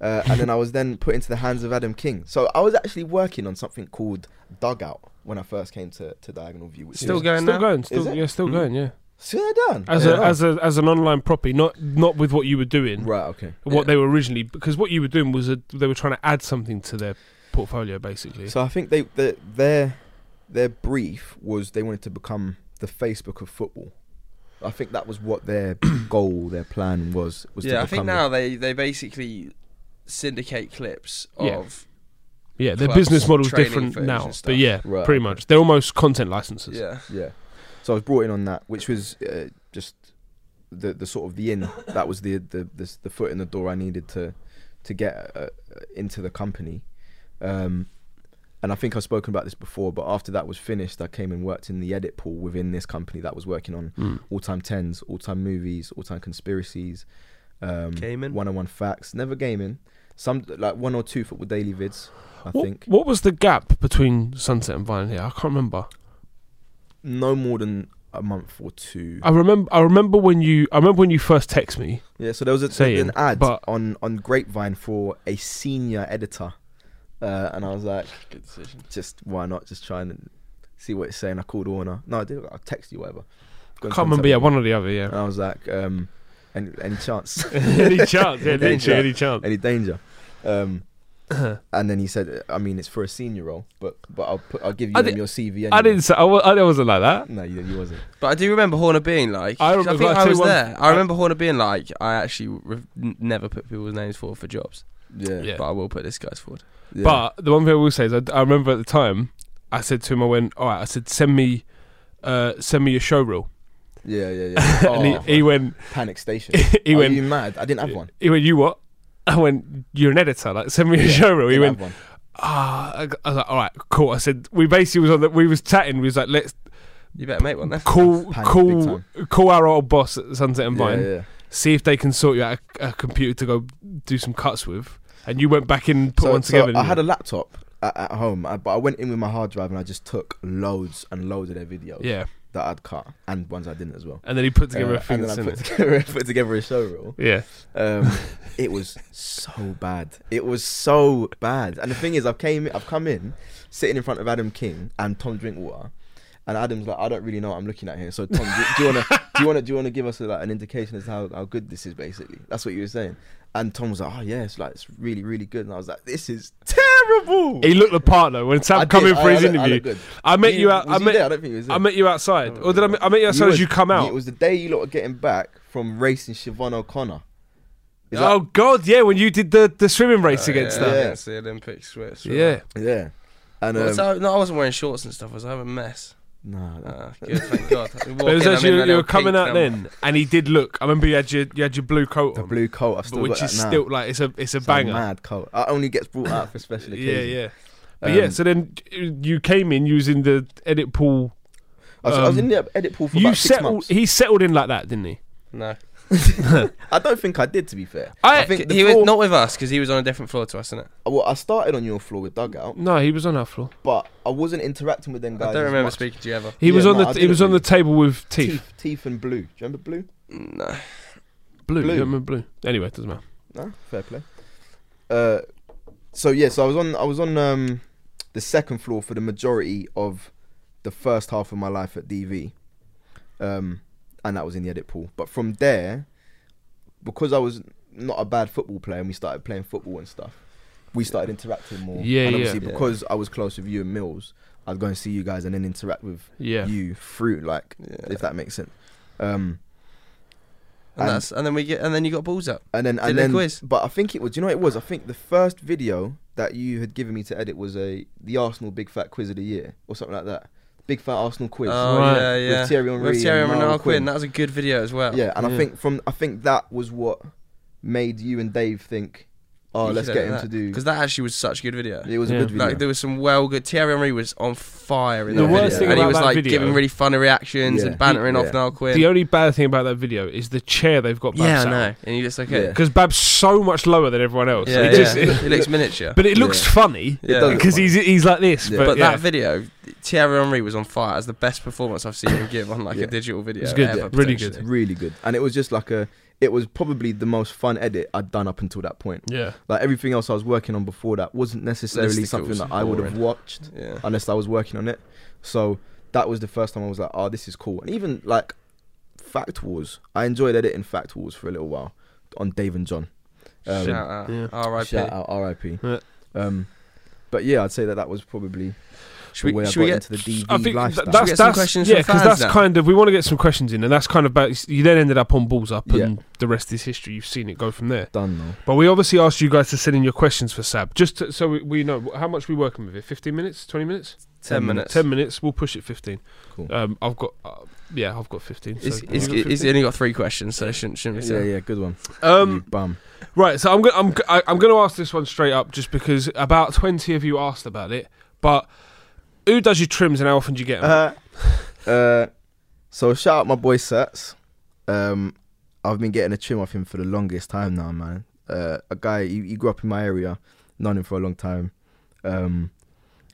[SPEAKER 3] Uh, and then I was then put into the hands of Adam King. So I was actually working on something called Dugout when I first came to, to Diagonal View. Which
[SPEAKER 4] Still
[SPEAKER 3] was,
[SPEAKER 4] going
[SPEAKER 2] still
[SPEAKER 4] now?
[SPEAKER 2] going, still
[SPEAKER 3] Is it?
[SPEAKER 2] yeah, still
[SPEAKER 4] Mm.
[SPEAKER 2] going, yeah.
[SPEAKER 3] Sit down.
[SPEAKER 2] As
[SPEAKER 3] Yeah.
[SPEAKER 2] a as a as an online property, not not with what you were doing,
[SPEAKER 3] right, okay.
[SPEAKER 2] what
[SPEAKER 4] Yeah.
[SPEAKER 2] they were originally because what you were doing was a, they were trying to add something to their portfolio basically.
[SPEAKER 3] So I think they, the their their brief was they wanted to become the Facebook of football. I think that was what
[SPEAKER 4] [coughs]
[SPEAKER 3] their goal, their plan was. was
[SPEAKER 4] yeah,
[SPEAKER 3] to
[SPEAKER 4] I think
[SPEAKER 3] become
[SPEAKER 4] now they, they basically syndicate clips
[SPEAKER 2] Yeah.
[SPEAKER 4] of
[SPEAKER 2] yeah, their
[SPEAKER 4] clubs,
[SPEAKER 2] business model's
[SPEAKER 4] training
[SPEAKER 2] different
[SPEAKER 4] footage
[SPEAKER 2] now,
[SPEAKER 4] and stuff.
[SPEAKER 2] but yeah,
[SPEAKER 3] Right,
[SPEAKER 2] pretty
[SPEAKER 3] okay.
[SPEAKER 2] much. They're almost content licenses.
[SPEAKER 4] yeah.
[SPEAKER 3] the- yeah. So I was brought in on that, which was uh, just the the sort of the in that was the the the, the foot in the door I needed to to get uh, into the company. Um, and I think I've spoken about this before, but after that was finished, I came and worked in the edit pool within this company that was working on
[SPEAKER 2] Mm.
[SPEAKER 3] all time tens, all time movies, all time conspiracies, um,
[SPEAKER 4] Gaming.
[SPEAKER 3] one on one facts, never gaming. Some like one or two football daily vids, I
[SPEAKER 2] What,
[SPEAKER 3] think.
[SPEAKER 2] what was the gap between Sunset and Vine here? I can't remember.
[SPEAKER 3] No more than a month or two.
[SPEAKER 2] I remember. I remember when you. I remember when you first text me.
[SPEAKER 3] yeah, so there was a,
[SPEAKER 2] Saying,
[SPEAKER 3] an ad
[SPEAKER 2] but-
[SPEAKER 3] on on Grapevine for a senior editor Uh, and I was like,
[SPEAKER 4] Good decision.
[SPEAKER 3] just why not? Just try and see what it's saying. I called Warner. No, I did. I text you whatever.
[SPEAKER 2] I can't remember. Yeah, one or the other. Yeah.
[SPEAKER 3] And I was like, um, any, [laughs] any chance?
[SPEAKER 2] any chance? Yeah,
[SPEAKER 3] Any
[SPEAKER 2] literally any chance.
[SPEAKER 3] any danger?
[SPEAKER 2] [coughs]
[SPEAKER 3] Um, and then he said, I mean, it's for a senior role, but but I'll put I'll give you
[SPEAKER 2] I
[SPEAKER 3] them
[SPEAKER 2] di-
[SPEAKER 3] your CV. Anyway.
[SPEAKER 2] I didn't. Say, I, wa- I wasn't like that.
[SPEAKER 3] No, you, you wasn't.
[SPEAKER 4] But I do remember Horner being like,
[SPEAKER 2] I
[SPEAKER 4] I,
[SPEAKER 2] remember-
[SPEAKER 4] think
[SPEAKER 2] I
[SPEAKER 4] I,
[SPEAKER 2] tell you
[SPEAKER 4] was
[SPEAKER 2] one-
[SPEAKER 4] there. I remember Horner being like, I actually re- n- never put people's names forward for jobs,
[SPEAKER 3] Yeah.
[SPEAKER 2] Yeah.
[SPEAKER 4] but I will put this guy's forward.
[SPEAKER 3] yeah.
[SPEAKER 2] But the one thing I will say is, I, I remember at the time, I said to him, I went, "All right," I said, "Send me, uh, send me your show reel," [laughs]
[SPEAKER 3] yeah, yeah, yeah. Oh,
[SPEAKER 2] and he, he went,
[SPEAKER 3] panic station.
[SPEAKER 2] [laughs] he
[SPEAKER 3] Are
[SPEAKER 2] went,
[SPEAKER 3] Oh, you mad? I didn't have one.
[SPEAKER 2] he went, "You what?" I went, "You're an editor. Like, send me a show reel." He
[SPEAKER 3] Didn't
[SPEAKER 2] went,
[SPEAKER 3] have one.
[SPEAKER 2] "Ah," I I was like, "All right, cool." I said, "We basically was on that. We was chatting. We was like, let's
[SPEAKER 4] You better make one then. [laughs]
[SPEAKER 2] call,
[SPEAKER 3] Panic big
[SPEAKER 2] call,
[SPEAKER 3] time.
[SPEAKER 2] call our old boss at Sunset and Vine.
[SPEAKER 3] Yeah, yeah.
[SPEAKER 2] See if they can sort you out a, a computer to go do some cuts with." And you went back in, and put
[SPEAKER 3] So-
[SPEAKER 2] one
[SPEAKER 3] so
[SPEAKER 2] together.
[SPEAKER 3] I
[SPEAKER 2] didn't
[SPEAKER 3] had
[SPEAKER 2] you?
[SPEAKER 3] a laptop at, at home, I, but I went in with my hard drive and I just took loads and loads of their videos
[SPEAKER 2] yeah,
[SPEAKER 3] that I'd cut and ones I didn't as well.
[SPEAKER 2] and then he put together
[SPEAKER 3] Uh,
[SPEAKER 2] a thing.
[SPEAKER 3] and
[SPEAKER 2] that's
[SPEAKER 3] then I
[SPEAKER 2] in
[SPEAKER 3] put
[SPEAKER 2] it.
[SPEAKER 3] together, [laughs] put together a show reel.
[SPEAKER 2] Yeah. [laughs]
[SPEAKER 3] Um, it was so bad. It was so bad. And the thing is, I've came, I've come in, sitting in front of Adam King and Tom Drinkwater, and Adam's like, I don't really know what I'm looking at here. So Tom, do, do you wanna, do you wanna, do you wanna give us like an indication as to how, how good this is? Basically, that's what you were saying. And Tom was like, Oh yeah, it's like it's really, really good. And I was like, This is terrible.
[SPEAKER 2] He looked the part though when Sam
[SPEAKER 3] I
[SPEAKER 2] come
[SPEAKER 3] did.
[SPEAKER 2] in for
[SPEAKER 3] I- I
[SPEAKER 2] his
[SPEAKER 3] look- I look
[SPEAKER 2] interview.
[SPEAKER 3] good.
[SPEAKER 2] I met
[SPEAKER 3] You-
[SPEAKER 2] you out.
[SPEAKER 3] was
[SPEAKER 2] I
[SPEAKER 3] you
[SPEAKER 2] met.
[SPEAKER 3] there? I don't think he was there.
[SPEAKER 2] I met you outside, or did I? Meet, I met you outside as
[SPEAKER 3] was-
[SPEAKER 2] you come out.
[SPEAKER 3] It was the day you lot were getting back from racing Siobhan O'Connor. Is that- Oh,
[SPEAKER 2] oh God, yeah, when you did the, the swimming race against
[SPEAKER 3] yeah.
[SPEAKER 2] her.
[SPEAKER 4] Oh, It's the Olympic switch.
[SPEAKER 2] Yeah.
[SPEAKER 3] Yeah. And
[SPEAKER 4] Well,
[SPEAKER 3] um,
[SPEAKER 4] so- no, I wasn't wearing shorts and stuff. Was I? I was a mess.
[SPEAKER 3] nah,
[SPEAKER 4] Uh, good,
[SPEAKER 2] [laughs]
[SPEAKER 4] thank God. We walk
[SPEAKER 2] But it was
[SPEAKER 4] in, I'm
[SPEAKER 2] actually
[SPEAKER 4] in that
[SPEAKER 2] you were
[SPEAKER 4] little
[SPEAKER 2] coming
[SPEAKER 4] pink
[SPEAKER 2] out
[SPEAKER 4] number.
[SPEAKER 2] then, and he did look. I remember you had your you had your blue coat
[SPEAKER 3] the
[SPEAKER 2] on,
[SPEAKER 3] blue coat. I've
[SPEAKER 2] but
[SPEAKER 3] still
[SPEAKER 2] which
[SPEAKER 3] got
[SPEAKER 2] is
[SPEAKER 3] that now.
[SPEAKER 2] still like it's a it's a
[SPEAKER 3] It's
[SPEAKER 2] banger.
[SPEAKER 3] mad coat. I only gets brought out for special
[SPEAKER 2] yeah,
[SPEAKER 3] occasions.
[SPEAKER 2] yeah. But
[SPEAKER 3] Um,
[SPEAKER 2] yeah, so then you came in using the edit pool.
[SPEAKER 3] I was, I was
[SPEAKER 2] Um,
[SPEAKER 3] in the edit pool for
[SPEAKER 2] you
[SPEAKER 3] about six
[SPEAKER 2] settled.
[SPEAKER 3] months.
[SPEAKER 2] He settled in [laughs] like that, didn't he?
[SPEAKER 4] No,
[SPEAKER 3] [laughs] I don't think I did, to be fair.
[SPEAKER 2] I-
[SPEAKER 3] I think the
[SPEAKER 4] he
[SPEAKER 3] floor-
[SPEAKER 4] was not with us because he was on a different floor to us, isn't it?
[SPEAKER 3] Well, I started on your floor with dugout,
[SPEAKER 2] No, he was on our floor.
[SPEAKER 3] but I wasn't interacting with them guys.
[SPEAKER 4] I
[SPEAKER 3] as
[SPEAKER 4] don't remember
[SPEAKER 3] much.
[SPEAKER 4] speaking to you ever.
[SPEAKER 2] He
[SPEAKER 3] Yeah,
[SPEAKER 2] was on
[SPEAKER 3] no, I
[SPEAKER 2] the he
[SPEAKER 3] didn't
[SPEAKER 2] was on the
[SPEAKER 3] really.
[SPEAKER 2] table with teeth.
[SPEAKER 3] teeth, teeth, and blue. Do you remember blue?
[SPEAKER 4] No,
[SPEAKER 2] Blue.
[SPEAKER 3] Blue.
[SPEAKER 2] You remember blue? Anyway, it doesn't matter.
[SPEAKER 3] No, fair play. Uh, so yeah, so I was on I was on um, the second floor for the majority of the first half of my life at DV, um, and that was in the edit pool. But from there, because I was not a bad football player, and we started playing football and stuff, we started interacting more.
[SPEAKER 2] Yeah,
[SPEAKER 3] and
[SPEAKER 2] yeah.
[SPEAKER 3] obviously
[SPEAKER 4] Yeah.
[SPEAKER 3] because I was close with you and Mills, I'd go and see you guys and then interact with
[SPEAKER 2] Yeah.
[SPEAKER 3] you through like
[SPEAKER 4] yeah.
[SPEAKER 3] if that makes sense. Um,
[SPEAKER 4] And, that's, and then we get and then you got balls up.
[SPEAKER 3] and then, and
[SPEAKER 4] the
[SPEAKER 3] then,
[SPEAKER 4] quiz.
[SPEAKER 3] but I think it was. Do you know what it was? I think the first video that you had given me to edit was a the Arsenal Big Fat Quiz of the Year or something like that. Big Fat Arsenal Quiz.
[SPEAKER 4] Oh
[SPEAKER 2] Right.
[SPEAKER 4] yeah,
[SPEAKER 3] With
[SPEAKER 4] yeah.
[SPEAKER 3] Thierry Henry
[SPEAKER 4] With Thierry
[SPEAKER 3] and
[SPEAKER 4] and
[SPEAKER 3] Niall
[SPEAKER 4] Ronaldo Quinn.
[SPEAKER 3] Quinn.
[SPEAKER 4] That was a good video as well.
[SPEAKER 3] yeah, and
[SPEAKER 2] Yeah.
[SPEAKER 3] I think from I think that was what made you and Dave think, oh, let's get him to do.
[SPEAKER 4] because that actually was such a good video.
[SPEAKER 3] It was
[SPEAKER 2] Yeah.
[SPEAKER 3] a good video.
[SPEAKER 4] Like there was some well good. Thierry Henry was on fire in
[SPEAKER 3] The
[SPEAKER 4] that
[SPEAKER 3] worst
[SPEAKER 4] video,
[SPEAKER 3] thing
[SPEAKER 4] and he
[SPEAKER 2] about
[SPEAKER 4] was
[SPEAKER 2] that
[SPEAKER 4] like
[SPEAKER 2] video-
[SPEAKER 4] giving really funny reactions
[SPEAKER 3] Yeah.
[SPEAKER 4] and bantering
[SPEAKER 3] Yeah.
[SPEAKER 4] off Niall Quinn.
[SPEAKER 2] The only bad thing about that video is the chair they've got. Babs
[SPEAKER 4] yeah, I
[SPEAKER 2] sat
[SPEAKER 4] know. And he looks okay.
[SPEAKER 3] Yeah.
[SPEAKER 2] because Bab's so much lower than everyone else.
[SPEAKER 4] Yeah,
[SPEAKER 2] It
[SPEAKER 4] yeah.
[SPEAKER 2] just- it- [laughs]
[SPEAKER 4] he looks miniature.
[SPEAKER 2] but it looks
[SPEAKER 3] Yeah.
[SPEAKER 2] funny
[SPEAKER 4] Yeah.
[SPEAKER 3] does look
[SPEAKER 2] because
[SPEAKER 3] funny.
[SPEAKER 2] he's he's like this.
[SPEAKER 3] Yeah.
[SPEAKER 2] But,
[SPEAKER 4] But
[SPEAKER 2] yeah.
[SPEAKER 4] that video, Thierry Henry was on fire. As the best performance I've seen him give on like
[SPEAKER 3] Yeah.
[SPEAKER 4] a digital video.
[SPEAKER 2] It's good,
[SPEAKER 4] ever,
[SPEAKER 2] really
[SPEAKER 4] potentially.
[SPEAKER 3] really good, and it was just like a. It was probably the most fun edit I'd done up until that point.
[SPEAKER 2] yeah,
[SPEAKER 3] Like everything else I was working on before that wasn't necessarily
[SPEAKER 4] Listicles,
[SPEAKER 3] something that I would have
[SPEAKER 4] boring.
[SPEAKER 3] watched.
[SPEAKER 4] Yeah.
[SPEAKER 3] unless I was working on it. So that was the first time I was like, oh, this is cool. And even like Fact Wars, I enjoyed editing Fact Wars for a little while on Dave and John. Um,
[SPEAKER 4] shout out.
[SPEAKER 2] Yeah.
[SPEAKER 4] R.I.P.
[SPEAKER 3] shout out, RIP.
[SPEAKER 2] Yeah.
[SPEAKER 3] Um, but yeah, I'd say that that was probably
[SPEAKER 4] Should
[SPEAKER 3] the
[SPEAKER 4] we,
[SPEAKER 3] way I got
[SPEAKER 4] should we get
[SPEAKER 3] into the DV
[SPEAKER 2] I think
[SPEAKER 3] lifestyle.
[SPEAKER 2] th- that's
[SPEAKER 4] Should we get some
[SPEAKER 2] that's
[SPEAKER 4] questions
[SPEAKER 2] yeah
[SPEAKER 4] from
[SPEAKER 2] because
[SPEAKER 4] fans
[SPEAKER 2] that's
[SPEAKER 4] now?
[SPEAKER 2] kind of we want to get some questions in, and that's kind of about you. Then ended up on balls up, and the rest is history. You've seen it go from there.
[SPEAKER 3] done though.
[SPEAKER 2] But we obviously asked you guys to send in your questions for Sab, just to, so we, we know how much we working with it. Fifteen minutes, twenty minutes, Um,
[SPEAKER 4] 10 minutes.
[SPEAKER 2] ten minutes. We'll push it fifteen.
[SPEAKER 3] Cool.
[SPEAKER 2] Um, I've got uh, yeah, I've got fifteen. So
[SPEAKER 4] He's,
[SPEAKER 2] you
[SPEAKER 4] he's,
[SPEAKER 2] got
[SPEAKER 4] he's
[SPEAKER 2] 15?
[SPEAKER 4] only got three questions, so shouldn't, shouldn't we
[SPEAKER 3] Yeah,
[SPEAKER 4] say?
[SPEAKER 3] yeah, good one.
[SPEAKER 2] um,
[SPEAKER 3] you bum.
[SPEAKER 2] Right, so I'm gonna I'm g- I- I'm gonna ask this one straight up, just because about twenty of you asked about it. But who does your trims and how often do you get them?
[SPEAKER 3] Uh, uh, so shout out my boy Sats. Um, I've been getting a trim off him for the longest time now, man. Uh, a guy he, he grew up in my area, known him for a long time. Um,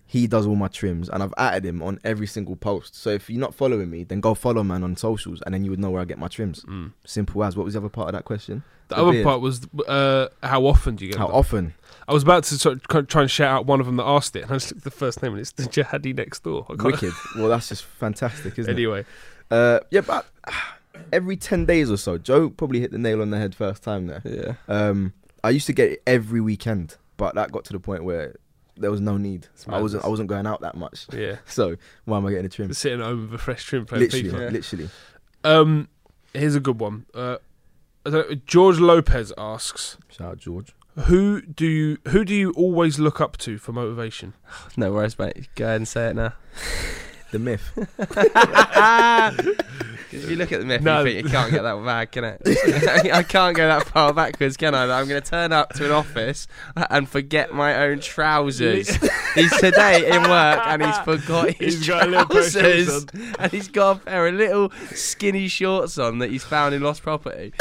[SPEAKER 3] He does all my trims, and I've added him on every single post. So if you're not following me, then go follow man on socials, and then you would know where I get my trims.
[SPEAKER 2] Mm.
[SPEAKER 3] Simple as. What was the other part of that question?
[SPEAKER 2] The,
[SPEAKER 3] The
[SPEAKER 2] other
[SPEAKER 3] beard.
[SPEAKER 2] part was uh, how often do you get
[SPEAKER 3] How
[SPEAKER 2] them?
[SPEAKER 3] often?
[SPEAKER 2] I was about to sort of try and shout out one of them that asked it, and I just looked at the first name, and it's the jihadi next door. I can't- [laughs]
[SPEAKER 3] Wicked. well, that's just fantastic, isn't it?
[SPEAKER 2] anyway,
[SPEAKER 3] Uh, yeah, but ah, every ten days or so, Joe probably hit the nail on the head first time there.
[SPEAKER 4] Yeah.
[SPEAKER 3] Um, I used to get it every weekend, but that got to the point where there was no need.
[SPEAKER 2] It's
[SPEAKER 3] I wasn't.
[SPEAKER 2] madness.
[SPEAKER 3] I wasn't going out that much. [laughs]
[SPEAKER 2] yeah,
[SPEAKER 3] So why am I getting a trim?
[SPEAKER 2] sitting at home with a fresh trim playing
[SPEAKER 3] Literally,
[SPEAKER 2] FIFA.
[SPEAKER 3] literally.
[SPEAKER 2] Um, here's a good one. Uh, I don't know, George Lopez asks,
[SPEAKER 3] Shout out George.
[SPEAKER 2] "Who do you who do you always look up to for motivation?"
[SPEAKER 4] No worries, mate. Go ahead and say
[SPEAKER 2] [laughs]
[SPEAKER 4] it now.
[SPEAKER 3] The myth.
[SPEAKER 4] if you look at the myth,
[SPEAKER 2] No.
[SPEAKER 4] you think you can't get that back, can it? [laughs] I can't go that far backwards, can I? That I'm going to turn up to an office and forget my own trousers.
[SPEAKER 2] [laughs]
[SPEAKER 4] he's today in work and he's forgot his
[SPEAKER 2] He's got a little pair of
[SPEAKER 4] trousers,
[SPEAKER 2] shorts
[SPEAKER 4] and he's got a pair of little skinny shorts on that he's found in lost property.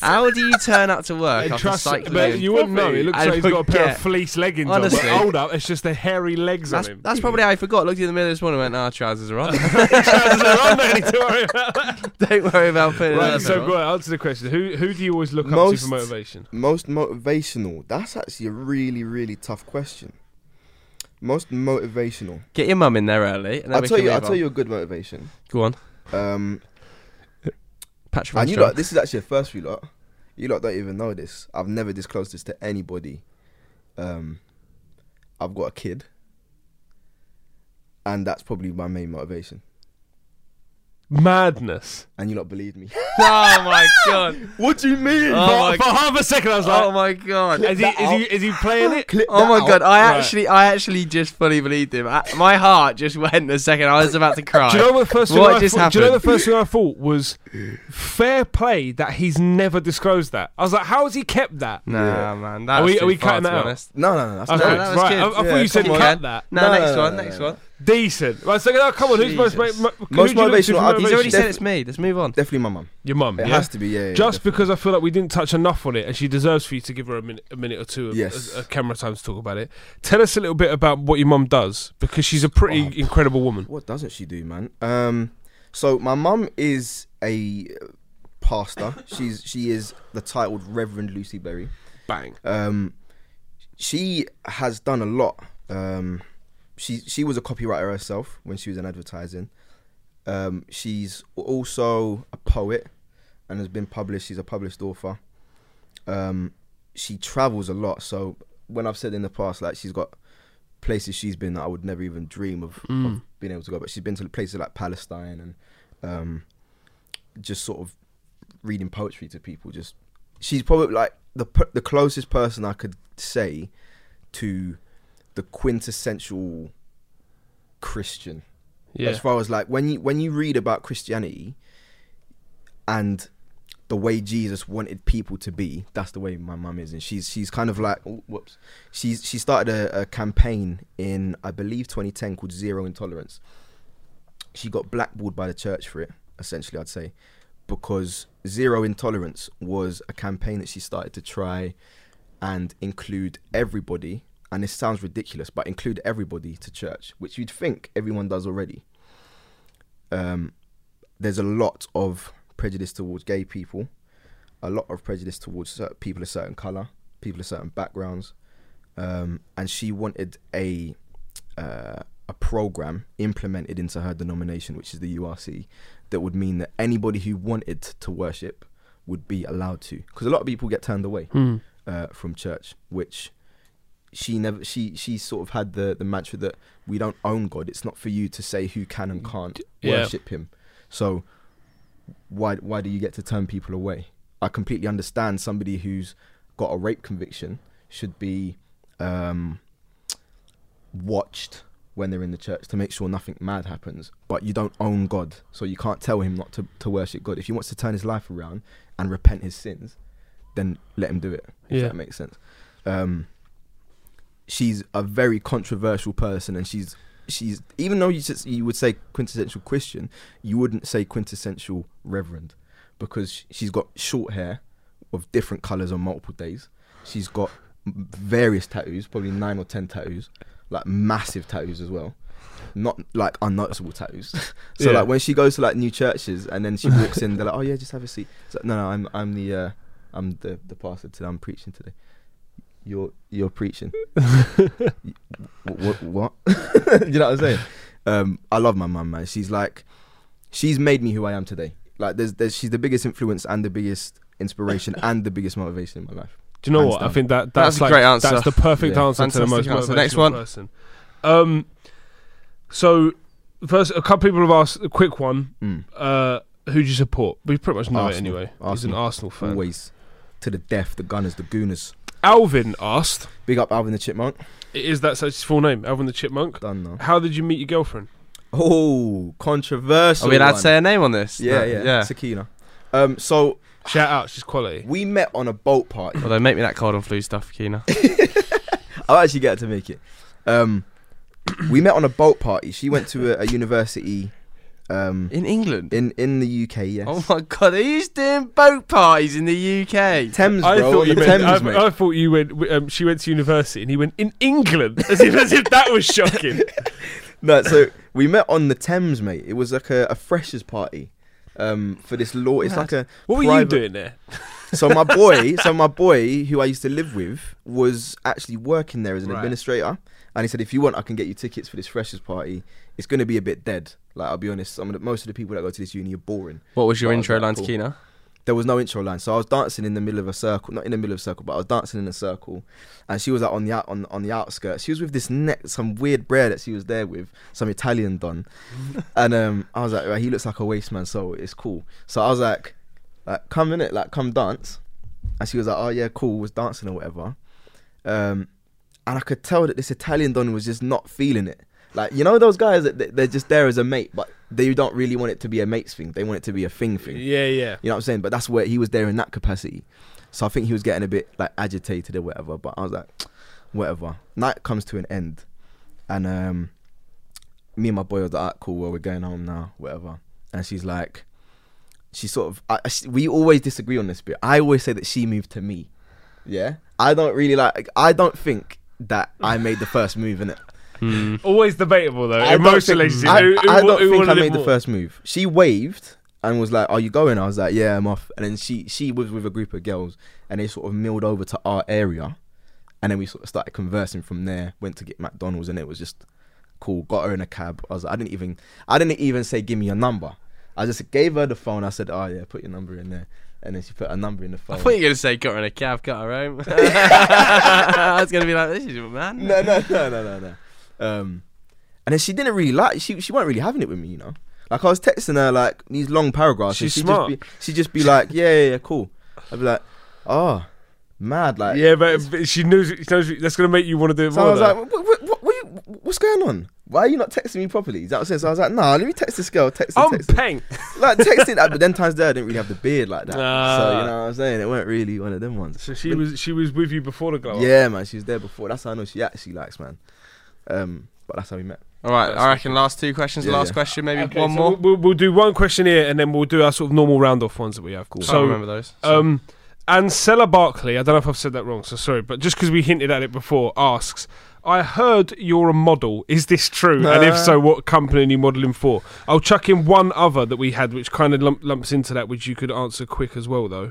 [SPEAKER 4] How do you turn up to work
[SPEAKER 2] And
[SPEAKER 4] after
[SPEAKER 2] trust-
[SPEAKER 4] cycling?
[SPEAKER 2] but you wouldn't know. It looks
[SPEAKER 4] I
[SPEAKER 2] like he's got a pair of
[SPEAKER 4] forget.
[SPEAKER 2] fleece leggings on.
[SPEAKER 4] Honestly.
[SPEAKER 2] But hold up, it's just the hairy legs
[SPEAKER 4] that's,
[SPEAKER 2] on him. [laughs]
[SPEAKER 4] that's probably how he forgot. Looked in the mirror this morning and went, "Ah, trousers are on." [laughs]
[SPEAKER 2] Trousers are on, don't need to worry about that.
[SPEAKER 4] Don't worry about putting
[SPEAKER 2] Right,
[SPEAKER 4] another
[SPEAKER 2] so
[SPEAKER 4] on.
[SPEAKER 2] go on, answer the question. Who who do you always look up to
[SPEAKER 3] Most-
[SPEAKER 2] for motivation?
[SPEAKER 3] Most motivational. That's actually a really, really tough question. Most motivational.
[SPEAKER 4] Get your mum in there early. And then
[SPEAKER 3] I'll
[SPEAKER 4] we
[SPEAKER 3] tell
[SPEAKER 4] can
[SPEAKER 3] you. I'll
[SPEAKER 4] move
[SPEAKER 3] tell
[SPEAKER 4] on.
[SPEAKER 3] you a good motivation.
[SPEAKER 4] Go on.
[SPEAKER 3] Um,
[SPEAKER 4] Patrick
[SPEAKER 3] and you
[SPEAKER 4] Armstrong.
[SPEAKER 3] lot, this is actually a first for you lot. You lot don't even know this. I've never disclosed this to anybody. Um, I've got a kid, and that's probably my main motivation.
[SPEAKER 2] Madness.
[SPEAKER 3] And you lot believe me.
[SPEAKER 4] [laughs]
[SPEAKER 3] [laughs]
[SPEAKER 4] Oh my god.
[SPEAKER 2] [laughs]
[SPEAKER 3] what do you mean?
[SPEAKER 4] Oh my
[SPEAKER 2] for, for half a second, I was like,
[SPEAKER 4] Oh my god.
[SPEAKER 2] is, he,
[SPEAKER 3] that
[SPEAKER 2] is, he,
[SPEAKER 3] out.
[SPEAKER 2] is he playing it?
[SPEAKER 3] Clip
[SPEAKER 4] Oh my
[SPEAKER 3] that out.
[SPEAKER 4] god. I
[SPEAKER 2] Right.
[SPEAKER 4] actually, I actually just fully believed him. I, my heart just [laughs] went the second I was about to cry.
[SPEAKER 2] Do you know what the first thing
[SPEAKER 4] What
[SPEAKER 2] I
[SPEAKER 4] just
[SPEAKER 2] thought, Do you know the
[SPEAKER 4] happened?
[SPEAKER 2] first thing I thought was fair play that he's never disclosed that. I was like, how has he kept that?
[SPEAKER 4] Nah,
[SPEAKER 3] Yeah.
[SPEAKER 4] man. That's
[SPEAKER 2] Are we-
[SPEAKER 4] too
[SPEAKER 2] are we
[SPEAKER 4] far,
[SPEAKER 2] cutting
[SPEAKER 4] to
[SPEAKER 2] that
[SPEAKER 4] be
[SPEAKER 2] out?
[SPEAKER 4] honest.
[SPEAKER 3] No, no, no. That's
[SPEAKER 2] Okay,
[SPEAKER 4] No,
[SPEAKER 3] not-
[SPEAKER 4] that was
[SPEAKER 2] right.
[SPEAKER 4] good.
[SPEAKER 2] I, I thought
[SPEAKER 3] Yeah,
[SPEAKER 2] you said
[SPEAKER 3] come on.
[SPEAKER 2] cut that.
[SPEAKER 4] No,
[SPEAKER 3] No,
[SPEAKER 4] next
[SPEAKER 3] no,
[SPEAKER 4] one.
[SPEAKER 3] no,
[SPEAKER 4] Next
[SPEAKER 3] no.
[SPEAKER 4] one.
[SPEAKER 2] Decent. Right, so now come on, who's most,
[SPEAKER 4] Jesus.
[SPEAKER 2] mo- mo- who
[SPEAKER 3] Most
[SPEAKER 2] do you look to
[SPEAKER 3] motivational
[SPEAKER 2] for
[SPEAKER 3] artist-
[SPEAKER 4] He's already
[SPEAKER 2] motivation?
[SPEAKER 4] said it's me. Let's move on.
[SPEAKER 3] Definitely my mum.
[SPEAKER 2] Your mum.
[SPEAKER 3] It
[SPEAKER 2] yeah?
[SPEAKER 3] has to be. Yeah. yeah,
[SPEAKER 2] Just
[SPEAKER 3] definitely.
[SPEAKER 2] because I feel like we didn't touch enough on it, and she deserves for you to give her a minute, a minute or two of
[SPEAKER 3] Yes.
[SPEAKER 2] of camera time to talk about it. Tell us a little bit about what your mum does because she's a pretty
[SPEAKER 3] Oh.
[SPEAKER 2] incredible woman.
[SPEAKER 3] What doesn't she do, man? Um, so my mum is a pastor. She's she is the titled Reverend Lucy Berry.
[SPEAKER 2] Bang.
[SPEAKER 3] Um, she has done a lot. Um, she she was a copywriter herself when she was in advertising. Um, she's also a poet and has been published. She's a published author. Um, she travels a lot. So when I've said in the past, like she's got places she's been that I would never even dream of, of being able to go. But she's been to places like Palestine and um, just sort of reading poetry to people. Just she's probably like the per- the closest person I could say to the quintessential Christian
[SPEAKER 2] Yeah.
[SPEAKER 3] as far as like when you when you read about Christianity and the way Jesus wanted people to be, that's the way my mum is, and she's she's kind of like oh, whoops. She's she started a, a campaign in I believe 2010 called Zero Intolerance. She got blackballed by the church for it, essentially, I'd say, because Zero Intolerance was a campaign that she started to try and include everybody. And this sounds ridiculous, but include everybody to church, which you'd think everyone does already um, there's a lot of prejudice towards gay people, a lot of prejudice towards cer- people of certain color, people of certain backgrounds, um, and she wanted a uh, a program implemented into her denomination, which is the URC, that would mean that anybody who wanted to worship would be allowed to, because a lot of people get turned away
[SPEAKER 2] Hmm.
[SPEAKER 3] uh, from church, which she never she she sort of had the the mantra that we don't own God. It's not for you to say who can and can't
[SPEAKER 2] yeah.
[SPEAKER 3] worship Him. So why why do you get to turn people away? I completely understand somebody who's got a rape conviction should be um, watched when they're in the church to make sure nothing mad happens. But you don't own God, so you can't tell him not to, to worship God. If he wants to turn his life around and repent his sins, then let him do it. If
[SPEAKER 2] Yeah.
[SPEAKER 3] that makes sense. Um, she's a very controversial person, and she's she's even though you just, you would say quintessential Christian, you wouldn't say quintessential reverend because she's got short hair of different colors on multiple days. She's got various tattoos, probably nine or ten tattoos, like massive tattoos as well. Not like unnoticeable tattoos. [laughs] so
[SPEAKER 2] Yeah.
[SPEAKER 3] like when she goes to like new churches and then she walks in, they're like, "Oh yeah, just have a seat." It's like, no, no, I'm I'm the uh, I'm the, the pastor today. I'm preaching today. You're you're preaching. what? what? [laughs] you know what I'm saying? Um, I love my mum, man. She's like, she's made me who I am today. Like, there's, there's, she's the biggest influence and the biggest inspiration and the biggest motivation in my life.
[SPEAKER 2] Do you know
[SPEAKER 3] Hands
[SPEAKER 2] what? I
[SPEAKER 3] down.
[SPEAKER 2] think that that's,
[SPEAKER 4] That's a
[SPEAKER 2] like,
[SPEAKER 4] great answer.
[SPEAKER 2] That's the perfect
[SPEAKER 3] Yeah.
[SPEAKER 2] answer to the most
[SPEAKER 4] Fantastic answer.
[SPEAKER 2] motivational
[SPEAKER 4] Next one.
[SPEAKER 2] person. Um, so first, a couple people have asked a quick one.
[SPEAKER 3] Mm.
[SPEAKER 2] Uh, who do you support? We pretty much know it
[SPEAKER 3] Arsenal.
[SPEAKER 2] anyway. He's an
[SPEAKER 3] Arsenal.
[SPEAKER 2] Arsenal fan.
[SPEAKER 3] Always to the death, the Gunners, the Gooners.
[SPEAKER 2] Alvin asked,
[SPEAKER 3] Big up Alvin the Chipmunk.
[SPEAKER 2] "It is that such his full name, Alvin the Chipmunk?
[SPEAKER 3] Done now.
[SPEAKER 2] How did you meet your girlfriend?
[SPEAKER 3] Oh, controversial.
[SPEAKER 4] Are we allowed to
[SPEAKER 3] one.
[SPEAKER 4] say a name on this?
[SPEAKER 3] Yeah,
[SPEAKER 4] No,
[SPEAKER 3] yeah, yeah. Sakina. Um, so
[SPEAKER 2] Shout out, she's quality.
[SPEAKER 3] we met on a boat party.
[SPEAKER 4] Although make me that cold and flu
[SPEAKER 3] [laughs]
[SPEAKER 4] stuff, Keena.
[SPEAKER 3] I'll actually get her to make it. Um, we met on a boat party. She went to a, a university um,
[SPEAKER 4] In England.
[SPEAKER 3] in in the UK. Yes.
[SPEAKER 4] Oh my god, who's doing boat parties in the UK?
[SPEAKER 3] Thames, bro.
[SPEAKER 2] I thought,
[SPEAKER 3] on
[SPEAKER 2] you
[SPEAKER 3] the
[SPEAKER 2] meant,
[SPEAKER 3] Thames,
[SPEAKER 2] I,
[SPEAKER 3] mate.
[SPEAKER 2] I thought you went. Um, she went to university, and he went in England, as if, as if that was shocking.
[SPEAKER 3] [laughs] No, so we met on the Thames, mate. It was like a, a freshers party um, for this law. It's like a
[SPEAKER 2] What were
[SPEAKER 3] private-
[SPEAKER 2] you doing there?
[SPEAKER 3] So my boy, so my boy, who I used to live with, was actually working there as an
[SPEAKER 2] Right.
[SPEAKER 3] administrator, and he said, "If you want, I can get you tickets for this freshers party. It's going to be a bit dead. Like I'll be honest, some of the, most of the people that go to this uni are boring."
[SPEAKER 4] What was your
[SPEAKER 3] Oh,
[SPEAKER 4] intro
[SPEAKER 3] okay,
[SPEAKER 4] line to
[SPEAKER 3] cool.
[SPEAKER 4] Keena?
[SPEAKER 3] there was no intro line, so I was dancing in the middle of a circle. Not in the middle of a circle, but I was dancing in a circle, and she was like on the out, on on the outskirts. She was with this neck, some weird brer that she was there with, some Italian don, and um, I was like, right, he looks like a waste man, so it's cool. So I was like, like come in it, like come dance, and she was like, oh yeah, cool, was dancing or whatever, um, and I could tell that this Italian don was just not feeling it. Like you know those guys that that they're just there as a mate, but they don't really want it to be a mate's thing. They want it to be a thing thing.
[SPEAKER 2] Yeah, yeah.
[SPEAKER 3] You know what I'm saying? But that's where he was there in that capacity. So I think he was getting a bit like agitated or whatever. But I was like, whatever. Night comes to an end. And um me and my boy was like, "Alright, cool, well, we're going home now, whatever. And she's like, she sort of, I, I- she- we always disagree on this bit. I always say that she moved to me. Yeah. I don't really like, I don't think that I made the first move in it.
[SPEAKER 2] Always debatable though.
[SPEAKER 3] I don't
[SPEAKER 2] Emotional
[SPEAKER 3] think-
[SPEAKER 2] relationship.
[SPEAKER 3] I,
[SPEAKER 2] Who- who
[SPEAKER 3] I
[SPEAKER 2] wa-
[SPEAKER 3] don't
[SPEAKER 2] who
[SPEAKER 3] think
[SPEAKER 2] wanna
[SPEAKER 3] I
[SPEAKER 2] live
[SPEAKER 3] made the
[SPEAKER 2] more?
[SPEAKER 3] first move. She waved and was like, "Are you going?" I was like, "Yeah, I'm off." And then she she was with a group of girls, and they sort of milled over to our area, and then we sort of started conversing from there. Went to get McDonald's, and it was just cool. Got her in a cab. I was like, I didn't even I didn't even say give me your number. I just gave her the phone. I said, "Oh yeah, put your number in there," and then she put her number in the
[SPEAKER 4] I
[SPEAKER 3] phone.
[SPEAKER 4] thought you were gonna say got her in a cab, got her home. [laughs] I was gonna be like, this is
[SPEAKER 3] [laughs]
[SPEAKER 4] man.
[SPEAKER 3] no, no, no, no, no, no. Um, and then she didn't really like. She she wasn't really having it with me, you know. Like I was texting her like these long paragraphs. and
[SPEAKER 2] She's
[SPEAKER 3] she'd
[SPEAKER 2] smart.
[SPEAKER 3] Just be, she'd just be like, yeah, yeah, yeah, cool. I'd be like, oh, mad, like.
[SPEAKER 2] Yeah, but, but she knows. She knows that's gonna make you want to do it
[SPEAKER 3] So
[SPEAKER 2] more.
[SPEAKER 3] I was
[SPEAKER 2] though.
[SPEAKER 3] like, what, what, what, what you, what's going on? Why are you not texting me properly? Is that what I'm saying? So I was like, nah, let me text this girl. Text her,
[SPEAKER 2] I'm
[SPEAKER 3] text her.
[SPEAKER 2] paying.
[SPEAKER 3] Like, text it. But then times there, I didn't really have the beard like that. so,
[SPEAKER 2] Ah.
[SPEAKER 3] you know what I'm saying? It weren't really one of them ones.
[SPEAKER 2] So she was. She was with you before the glow. up.
[SPEAKER 3] Yeah, man, she was there before. That's how I know she actually likes, man. Um, but that's how we met.
[SPEAKER 4] All right, I reckon last two questions.
[SPEAKER 3] Yeah,
[SPEAKER 4] last
[SPEAKER 3] yeah.
[SPEAKER 4] question, maybe
[SPEAKER 2] Okay,
[SPEAKER 4] one
[SPEAKER 2] so
[SPEAKER 4] more.
[SPEAKER 2] We'll, we'll- we'll do one question here, and then we'll do our sort of normal round off ones that we have. Cool.
[SPEAKER 4] Can't
[SPEAKER 2] So,
[SPEAKER 4] remember those.
[SPEAKER 2] um, Ancella Barkley. I don't know if I've said that wrong, so sorry, but just because we hinted at it before, asks. I heard you're a model. Is this true? and if
[SPEAKER 4] Uh.
[SPEAKER 2] so, what company are you modelling for? I'll chuck in one other that we had, which kind of lump, lumps into that, which you could answer quick as well, though.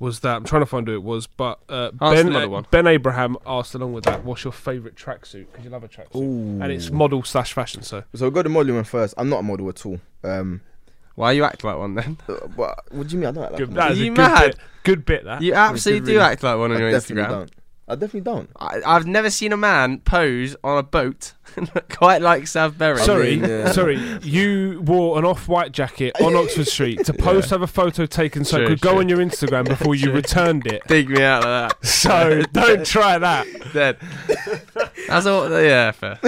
[SPEAKER 2] Was that I'm trying to find who it was, but uh,
[SPEAKER 4] Ask
[SPEAKER 2] Ben
[SPEAKER 4] another one.
[SPEAKER 2] Ben Abraham asked along with that, "What's your favourite tracksuit? Because you love a tracksuit, and it's model slash fashion." So
[SPEAKER 3] So we'll go to modelling one first. I'm not a model at all. Um,
[SPEAKER 4] Why you act like one then?
[SPEAKER 3] uh, but what do you mean? I don't act like a
[SPEAKER 2] Good,
[SPEAKER 3] model.
[SPEAKER 2] that is
[SPEAKER 4] You
[SPEAKER 2] a good
[SPEAKER 4] mad?
[SPEAKER 2] bit. Good bit that.
[SPEAKER 4] [laughs] You absolutely do
[SPEAKER 3] really-
[SPEAKER 4] act like one on
[SPEAKER 3] I
[SPEAKER 4] your
[SPEAKER 3] definitely
[SPEAKER 4] Instagram.
[SPEAKER 3] don't. I definitely don't.
[SPEAKER 4] I, I've never seen a man pose on a boat [laughs] and look quite like Sav Berry.
[SPEAKER 2] Sorry, [laughs]
[SPEAKER 3] mean, uh, yeah.
[SPEAKER 2] sorry. You wore an off-white jacket
[SPEAKER 3] [laughs]
[SPEAKER 2] on Oxford Street to post have a photo taken so it
[SPEAKER 4] True,
[SPEAKER 2] could go
[SPEAKER 4] true.
[SPEAKER 2] on your Instagram before
[SPEAKER 3] [laughs]
[SPEAKER 2] you returned it.
[SPEAKER 4] Dig me out like
[SPEAKER 2] So don't try that.
[SPEAKER 4] that. Dead. That's all. Yeah, fair.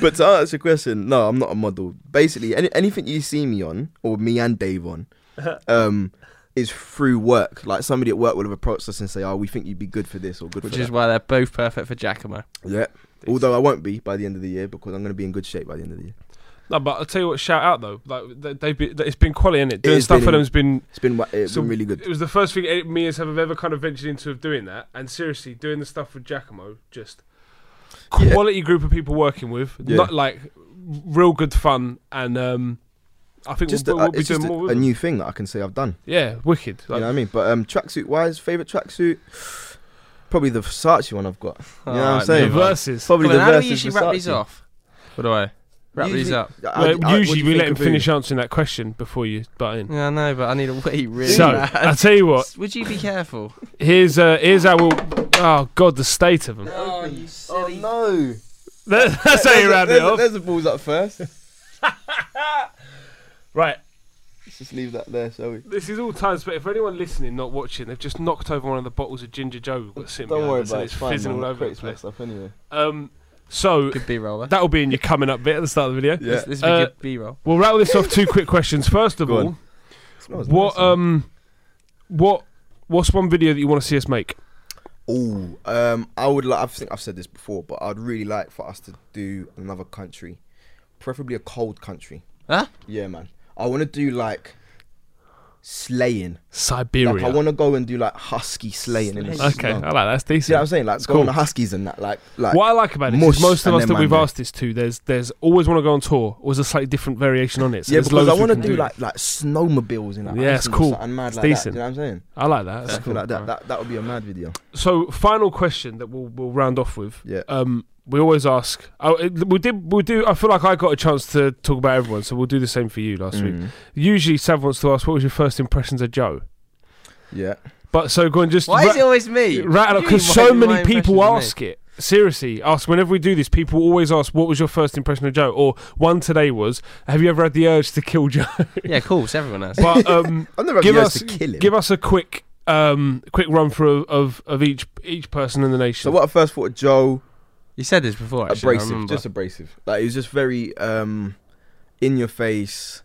[SPEAKER 3] But to answer your question, no, I'm not a model. Basically, any, anything you see me on, or me and
[SPEAKER 2] [laughs]
[SPEAKER 3] Dave on, um, is through work. Like somebody at work will have approached us and say, "Oh, we think you'd be good for this or good
[SPEAKER 4] Which
[SPEAKER 3] for
[SPEAKER 4] is
[SPEAKER 3] that."
[SPEAKER 4] why they're both perfect for Giacomo.
[SPEAKER 3] yeah. Although I won't be by the end of the year because I'm going to be in good shape by the end of the year.
[SPEAKER 2] No, but I'll tell you what. Shout out though. Like they- they've been, it's been quality, is it? Doing
[SPEAKER 3] has
[SPEAKER 2] stuff
[SPEAKER 3] been-
[SPEAKER 2] for them's been.
[SPEAKER 3] It's been wa- it's
[SPEAKER 2] so
[SPEAKER 3] been really good.
[SPEAKER 2] It was the first thing eh, me as have ever kind of ventured into of doing that, and seriously, doing the stuff with Giacomo, just
[SPEAKER 3] Yeah.
[SPEAKER 2] quality group of people working with,
[SPEAKER 3] Yeah.
[SPEAKER 2] not like real good fun, and um, I think
[SPEAKER 3] Just
[SPEAKER 2] we'll,
[SPEAKER 3] a,
[SPEAKER 2] we'll
[SPEAKER 3] uh,
[SPEAKER 2] be
[SPEAKER 3] it's
[SPEAKER 2] doing
[SPEAKER 3] just
[SPEAKER 2] more.
[SPEAKER 3] a,
[SPEAKER 2] with
[SPEAKER 3] a
[SPEAKER 2] them.
[SPEAKER 3] new thing that I can say I've done.
[SPEAKER 2] yeah, wicked.
[SPEAKER 3] You
[SPEAKER 2] Like,
[SPEAKER 3] know what I mean? But um, tracksuit wise, favorite tracksuit, probably the Versace one I've got. You know what I'm
[SPEAKER 4] Alright,
[SPEAKER 2] the
[SPEAKER 3] saying?
[SPEAKER 4] move on.
[SPEAKER 2] verses.
[SPEAKER 3] Probably
[SPEAKER 4] Colin,
[SPEAKER 3] the
[SPEAKER 4] how do we
[SPEAKER 3] Versace
[SPEAKER 4] usually wrap these
[SPEAKER 3] Versace.
[SPEAKER 4] off? What do I wrap these
[SPEAKER 3] Usually-
[SPEAKER 4] up?
[SPEAKER 3] I- I-
[SPEAKER 2] Well,
[SPEAKER 3] I- what do
[SPEAKER 2] usually
[SPEAKER 3] you
[SPEAKER 2] we
[SPEAKER 3] think
[SPEAKER 2] let him
[SPEAKER 3] of
[SPEAKER 2] finish
[SPEAKER 3] Boots?
[SPEAKER 2] answering that question before you butt in.
[SPEAKER 4] Yeah, I know, but I need a wait
[SPEAKER 3] [laughs]
[SPEAKER 4] really
[SPEAKER 2] So [laughs]
[SPEAKER 4] bad.
[SPEAKER 2] I tell you what,
[SPEAKER 4] Would you be [laughs] careful?
[SPEAKER 2] here's uh, here's how we'll. Oh God, the state of them.
[SPEAKER 3] [laughs]
[SPEAKER 4] Oh, you
[SPEAKER 3] Oh [laughs]
[SPEAKER 4] [laughs]
[SPEAKER 3] no!
[SPEAKER 2] That- That's how you
[SPEAKER 3] There's a-
[SPEAKER 2] round
[SPEAKER 3] there's
[SPEAKER 2] it
[SPEAKER 3] a-
[SPEAKER 2] off.
[SPEAKER 3] There's the balls up [laughs] first.
[SPEAKER 2] Right,
[SPEAKER 3] Let's just leave that there, shall we?
[SPEAKER 2] this is all time spent. If anyone listening, not watching, they've just knocked over one of the bottles of ginger joe we've got sitting
[SPEAKER 3] Don't
[SPEAKER 2] behind
[SPEAKER 3] worry
[SPEAKER 2] us,
[SPEAKER 3] about it.
[SPEAKER 2] and
[SPEAKER 3] It's
[SPEAKER 2] it's
[SPEAKER 3] fine.
[SPEAKER 2] fizzing
[SPEAKER 3] man.
[SPEAKER 2] all
[SPEAKER 3] I'll
[SPEAKER 2] over the
[SPEAKER 3] create some
[SPEAKER 2] place.
[SPEAKER 3] stuff anyway.
[SPEAKER 2] Um, so
[SPEAKER 4] Good B-roll. That,
[SPEAKER 2] that'll be in your coming up bit at the start of the video.
[SPEAKER 3] Yeah.
[SPEAKER 4] This, this
[SPEAKER 2] Uh,
[SPEAKER 4] would be good B-roll.
[SPEAKER 2] We'll rattle this off two quick questions. First of
[SPEAKER 3] Go
[SPEAKER 2] all,
[SPEAKER 3] on.
[SPEAKER 2] what um, what what's one video that you want to see us make?
[SPEAKER 3] Oh, um, I would like. I think I've said this before, but I'd really like for us to do another country, preferably a cold country.
[SPEAKER 4] Huh?
[SPEAKER 3] Yeah, man. I want to do like slaying.
[SPEAKER 2] Siberia.
[SPEAKER 3] Like I want to go and do like husky slaying. In the
[SPEAKER 4] Slaying.
[SPEAKER 2] okay,
[SPEAKER 3] snow.
[SPEAKER 2] I like that. That's decent.
[SPEAKER 3] See what I'm saying? Like
[SPEAKER 2] It's
[SPEAKER 3] go on
[SPEAKER 2] cool.
[SPEAKER 3] the huskies and that. Like like.
[SPEAKER 2] what I like about it
[SPEAKER 3] mush
[SPEAKER 2] is most of us
[SPEAKER 3] and then
[SPEAKER 2] that we've
[SPEAKER 3] mango.
[SPEAKER 2] asked this to, there's there's always want to go on tour. Always a slightly different variation on it. So
[SPEAKER 3] yeah,
[SPEAKER 2] there's
[SPEAKER 3] because I
[SPEAKER 2] loads we
[SPEAKER 3] want to
[SPEAKER 2] can
[SPEAKER 3] do like like snowmobiles and like
[SPEAKER 2] Yeah, it's
[SPEAKER 3] Iceland or
[SPEAKER 2] cool.
[SPEAKER 3] something mad
[SPEAKER 2] It's
[SPEAKER 3] like that,
[SPEAKER 2] decent.
[SPEAKER 3] You know what I'm saying?
[SPEAKER 2] I like that. That's
[SPEAKER 3] Something
[SPEAKER 2] cool.
[SPEAKER 3] like that.
[SPEAKER 2] Alright.
[SPEAKER 3] That that would be a mad video.
[SPEAKER 2] So, final question that we'll we'll round off with.
[SPEAKER 3] Yeah.
[SPEAKER 2] Um, we always ask. Oh, it, we did. We do. I feel like I got a chance to talk about everyone, so we'll do the same for you last week.
[SPEAKER 3] Mm.
[SPEAKER 2] Usually, Sav wants to ask, "What was your first impressions of Joe?"
[SPEAKER 3] Yeah.
[SPEAKER 2] But so go and just
[SPEAKER 4] Why
[SPEAKER 2] ra-
[SPEAKER 4] is it always
[SPEAKER 2] [laughs]
[SPEAKER 4] me?
[SPEAKER 2] rattle
[SPEAKER 4] What do you
[SPEAKER 2] because
[SPEAKER 4] mean,
[SPEAKER 2] so
[SPEAKER 4] why- why
[SPEAKER 2] many people
[SPEAKER 4] impressions of me?
[SPEAKER 2] ask it. Seriously, ask whenever we do this. People always ask, "What was your first impression of Joe?" Or one today was, "Have you ever had the urge to kill Joe?"
[SPEAKER 3] [laughs]
[SPEAKER 4] Yeah, of course, everyone has.
[SPEAKER 2] But [laughs] um,
[SPEAKER 3] I've never
[SPEAKER 2] give
[SPEAKER 3] had the urge
[SPEAKER 2] us
[SPEAKER 3] to kill him.
[SPEAKER 2] give us a quick um quick run through of of each each person in the nation.
[SPEAKER 3] so what I first thought, of Joe.
[SPEAKER 4] You said this before, actually. I
[SPEAKER 3] abrasive,
[SPEAKER 4] remember.
[SPEAKER 3] just abrasive. Like it was just very um, in your face,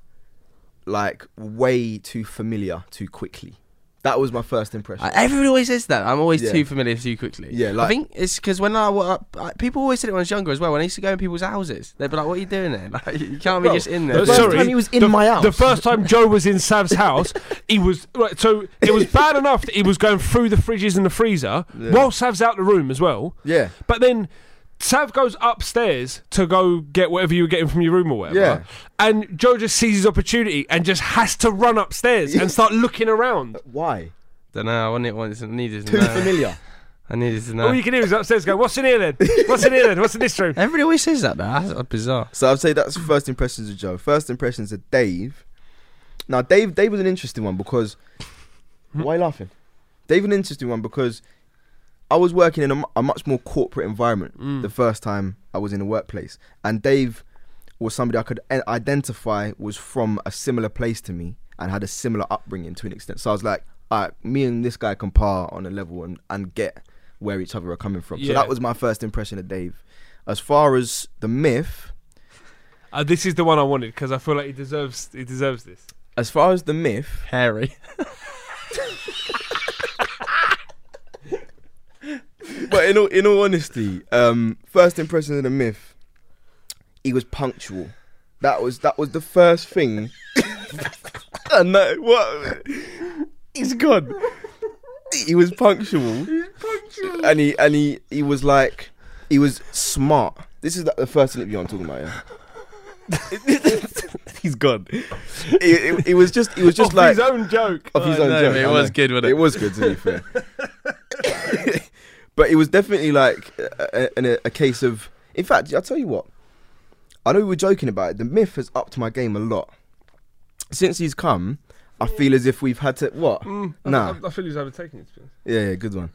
[SPEAKER 3] like way too familiar too quickly. That was my first impression.
[SPEAKER 4] I, Uh, everyone always says that. I'm always
[SPEAKER 3] Yeah.
[SPEAKER 4] too familiar too quickly.
[SPEAKER 3] Yeah,
[SPEAKER 4] I
[SPEAKER 3] like-
[SPEAKER 4] think it's because when I, wa- I people always said it when I was younger as well. When I used to go in people's houses, they'd be like, "What are you doing there? [laughs] Like, you can't be
[SPEAKER 3] Bro,
[SPEAKER 4] just in
[SPEAKER 2] Uh,
[SPEAKER 4] there."
[SPEAKER 3] the first
[SPEAKER 2] sorry,
[SPEAKER 3] time he was in
[SPEAKER 2] the,
[SPEAKER 3] my house.
[SPEAKER 2] The first time Joe was in Sav's
[SPEAKER 3] [laughs]
[SPEAKER 2] house, he was right. So it was bad enough that he was going through the fridges and the freezer
[SPEAKER 3] Yeah.
[SPEAKER 2] while Sav's out the room as well.
[SPEAKER 3] yeah,
[SPEAKER 2] But then Sav goes upstairs to go get whatever you were getting from your room or whatever.
[SPEAKER 3] Yeah.
[SPEAKER 2] And Joe just sees his opportunity and just has to run upstairs and
[SPEAKER 3] [laughs]
[SPEAKER 2] start looking around.
[SPEAKER 3] why?
[SPEAKER 4] Don't know. I wanted, wanted to, needed to
[SPEAKER 3] Too
[SPEAKER 2] Uh,
[SPEAKER 4] know.
[SPEAKER 3] familiar.
[SPEAKER 4] I needed to know.
[SPEAKER 2] All you can hear is upstairs going, What's in here then? What's in here then? What's in this room?
[SPEAKER 4] Everybody always says that. though. That's uh, bizarre.
[SPEAKER 3] So I'd say that's first impressions of Joe. First impressions of Dave. Now Dave, Dave was an interesting one because why are you laughing? Dave was an interesting one because I was working in a, mu- a much more corporate environment the first time I was in the workplace, and Dave was somebody I could i- identify was from a similar place to me and had a similar upbringing to an extent. So I was like, all right, me and this guy compare on a level and, and get where each other are coming from. So
[SPEAKER 2] Yeah.
[SPEAKER 3] that was my first impression of Dave. As far as the myth,
[SPEAKER 2] Uh, this is the one I wanted because I feel like he deserves he deserves this.
[SPEAKER 3] as far as the myth,
[SPEAKER 4] Hairy.
[SPEAKER 3] but in all in all honesty, um, first impression of the myth, he was punctual. That was that was the first thing. [laughs] I know what he's gone. He was punctual. And he and he he was like he was smart. This is the, the first interview I'm talking about. Yeah. [laughs] he's gone. It, it, it was just it was just
[SPEAKER 2] Off
[SPEAKER 3] like
[SPEAKER 2] his own joke.
[SPEAKER 3] of his own
[SPEAKER 4] know,
[SPEAKER 3] joke.
[SPEAKER 4] Oh, but it
[SPEAKER 3] I
[SPEAKER 4] was
[SPEAKER 3] know.
[SPEAKER 4] good, wasn't it?
[SPEAKER 3] It was good to be fair. [laughs] but it was definitely like a, a, a- a case of. In fact, I'll tell you what. I know we were joking about it. The myth has upped my game a lot. Since he's come, I feel as if we've had to what? Mm. nah,
[SPEAKER 2] I, I feel he's overtaking it. to be honest.
[SPEAKER 3] yeah, yeah, good one.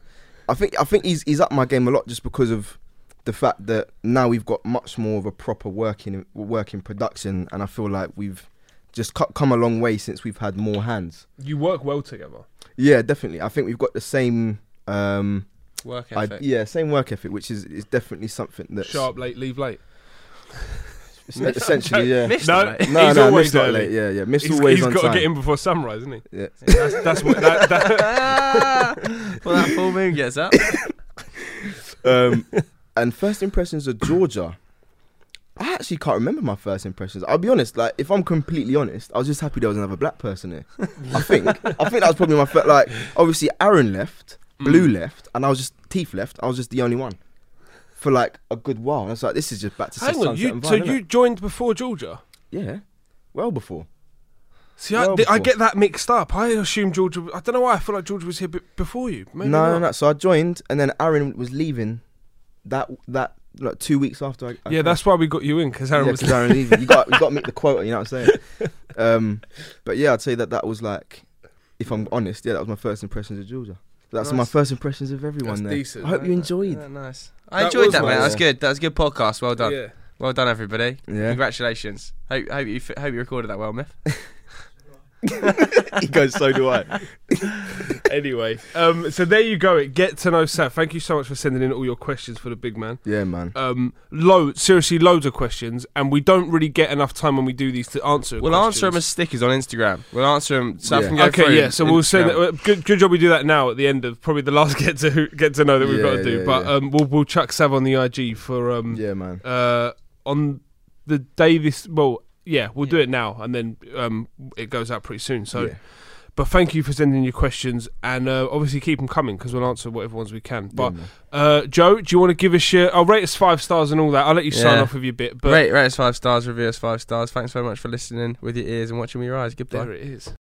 [SPEAKER 3] I think I think he's he's up my game a lot just because of the fact that now we've got much more of a proper working working production, and I feel like we've just co- come a long way since we've had more hands.
[SPEAKER 2] You work well together.
[SPEAKER 3] Yeah, definitely. I think we've got the same, um,
[SPEAKER 4] Work
[SPEAKER 3] I,
[SPEAKER 4] ethic.
[SPEAKER 3] yeah, same work ethic, which is is definitely something that's
[SPEAKER 2] Sharp, late, leave late. [laughs]
[SPEAKER 3] es- essentially, yeah.
[SPEAKER 4] Missed
[SPEAKER 2] No.
[SPEAKER 4] it, mate.
[SPEAKER 3] No,
[SPEAKER 2] He's
[SPEAKER 3] no,
[SPEAKER 2] always
[SPEAKER 3] Miff's not
[SPEAKER 2] early.
[SPEAKER 3] late. Yeah, yeah, Miff's
[SPEAKER 2] He's-
[SPEAKER 3] always
[SPEAKER 2] he's
[SPEAKER 3] on
[SPEAKER 2] got
[SPEAKER 3] time.
[SPEAKER 2] to get in before sunrise, isn't he?
[SPEAKER 3] Yeah.
[SPEAKER 2] That's, that's what. That,
[SPEAKER 3] [laughs]
[SPEAKER 2] that,
[SPEAKER 4] Ah! well, that full moon gets up.
[SPEAKER 2] [laughs]
[SPEAKER 3] Um, and first impressions of Georgia. I actually can't remember my first impressions. I'll be honest. Like, if I'm completely honest, I was just happy there was another black person here. I think. I think that was probably my first. Like, obviously Aaron left,
[SPEAKER 2] Mm.
[SPEAKER 3] Blue left, and I was just Teeth left. I was just the only one for like a good while. And I was like, this is just back to
[SPEAKER 2] Hang
[SPEAKER 3] Sunset
[SPEAKER 2] on, you,
[SPEAKER 3] and
[SPEAKER 2] so
[SPEAKER 3] Vine,
[SPEAKER 2] you
[SPEAKER 3] innit?
[SPEAKER 2] joined before Georgia?
[SPEAKER 3] yeah, well before.
[SPEAKER 2] See, I,
[SPEAKER 3] Well
[SPEAKER 2] th- I
[SPEAKER 3] before.
[SPEAKER 2] get that mixed up. I assume Georgia. I don't know why. I feel like Georgia was here b- before you. Maybe
[SPEAKER 3] no,
[SPEAKER 2] not.
[SPEAKER 3] no, no. So I joined, and then Aaron was leaving. That that like two weeks after. I, I
[SPEAKER 2] Yeah, that's why we got you in because Aaron
[SPEAKER 3] Yeah,
[SPEAKER 2] was.
[SPEAKER 3] 'cause Aaron leaving. You got you got to meet the quota. You know
[SPEAKER 2] [laughs]
[SPEAKER 3] what I'm saying? Um, but yeah, I'd say that that was like, if I'm honest, yeah, that was my first impressions of Georgia. That's my
[SPEAKER 2] Nice.
[SPEAKER 3] first impressions of everyone
[SPEAKER 4] That's
[SPEAKER 3] there.
[SPEAKER 4] decent.
[SPEAKER 3] I hope you
[SPEAKER 4] Yeah,
[SPEAKER 3] enjoyed.
[SPEAKER 4] yeah, nice. I
[SPEAKER 2] That
[SPEAKER 4] enjoyed
[SPEAKER 2] was
[SPEAKER 4] that, man.
[SPEAKER 3] nice.
[SPEAKER 4] That's good. That was a good podcast. Well done.
[SPEAKER 2] Yeah.
[SPEAKER 4] Well done, everybody.
[SPEAKER 2] [laughs]
[SPEAKER 3] Yeah. [laughs]
[SPEAKER 4] Congratulations. Hope hope you f- hope you recorded that well, Miff.
[SPEAKER 3] he goes, so do I.
[SPEAKER 2] [laughs] anyway, um, so there you go. It get to know Saf. Thank you so much for sending in all your questions for the big man.
[SPEAKER 3] Yeah, man.
[SPEAKER 2] Um, load seriously, loads of questions, and we don't really get enough time when we do these to answer.
[SPEAKER 4] We'll answer them
[SPEAKER 2] questions.
[SPEAKER 4] as stickers on Instagram. We'll answer them. So I
[SPEAKER 3] Yeah.
[SPEAKER 4] can go
[SPEAKER 2] okay,
[SPEAKER 4] through
[SPEAKER 2] yeah. So we'll send.
[SPEAKER 4] Instagram.
[SPEAKER 2] That, uh, good, good job we do that now at the end of probably the last [laughs] get to get to know that we've got to
[SPEAKER 3] Yeah,
[SPEAKER 2] do.
[SPEAKER 3] yeah,
[SPEAKER 2] but
[SPEAKER 3] yeah.
[SPEAKER 2] um, we'll we'll chuck Sav on the IG for um,
[SPEAKER 3] Yeah, man.
[SPEAKER 2] uh, on the day this. Well, yeah, we'll do it now, and then um, it goes out pretty soon. So.
[SPEAKER 3] Yeah.
[SPEAKER 2] But thank you for sending your questions, and uh, obviously keep them coming because we'll answer whatever ones we can. But
[SPEAKER 3] man.
[SPEAKER 2] uh, Joe, do you want to give us your? I'll rate us five stars and all that. I'll let you sign
[SPEAKER 4] Yeah.
[SPEAKER 2] off with your bit. But
[SPEAKER 4] rate, rate us five stars, review us five stars. Thanks very much for listening with your ears and watching with your eyes. Goodbye.
[SPEAKER 2] there it is.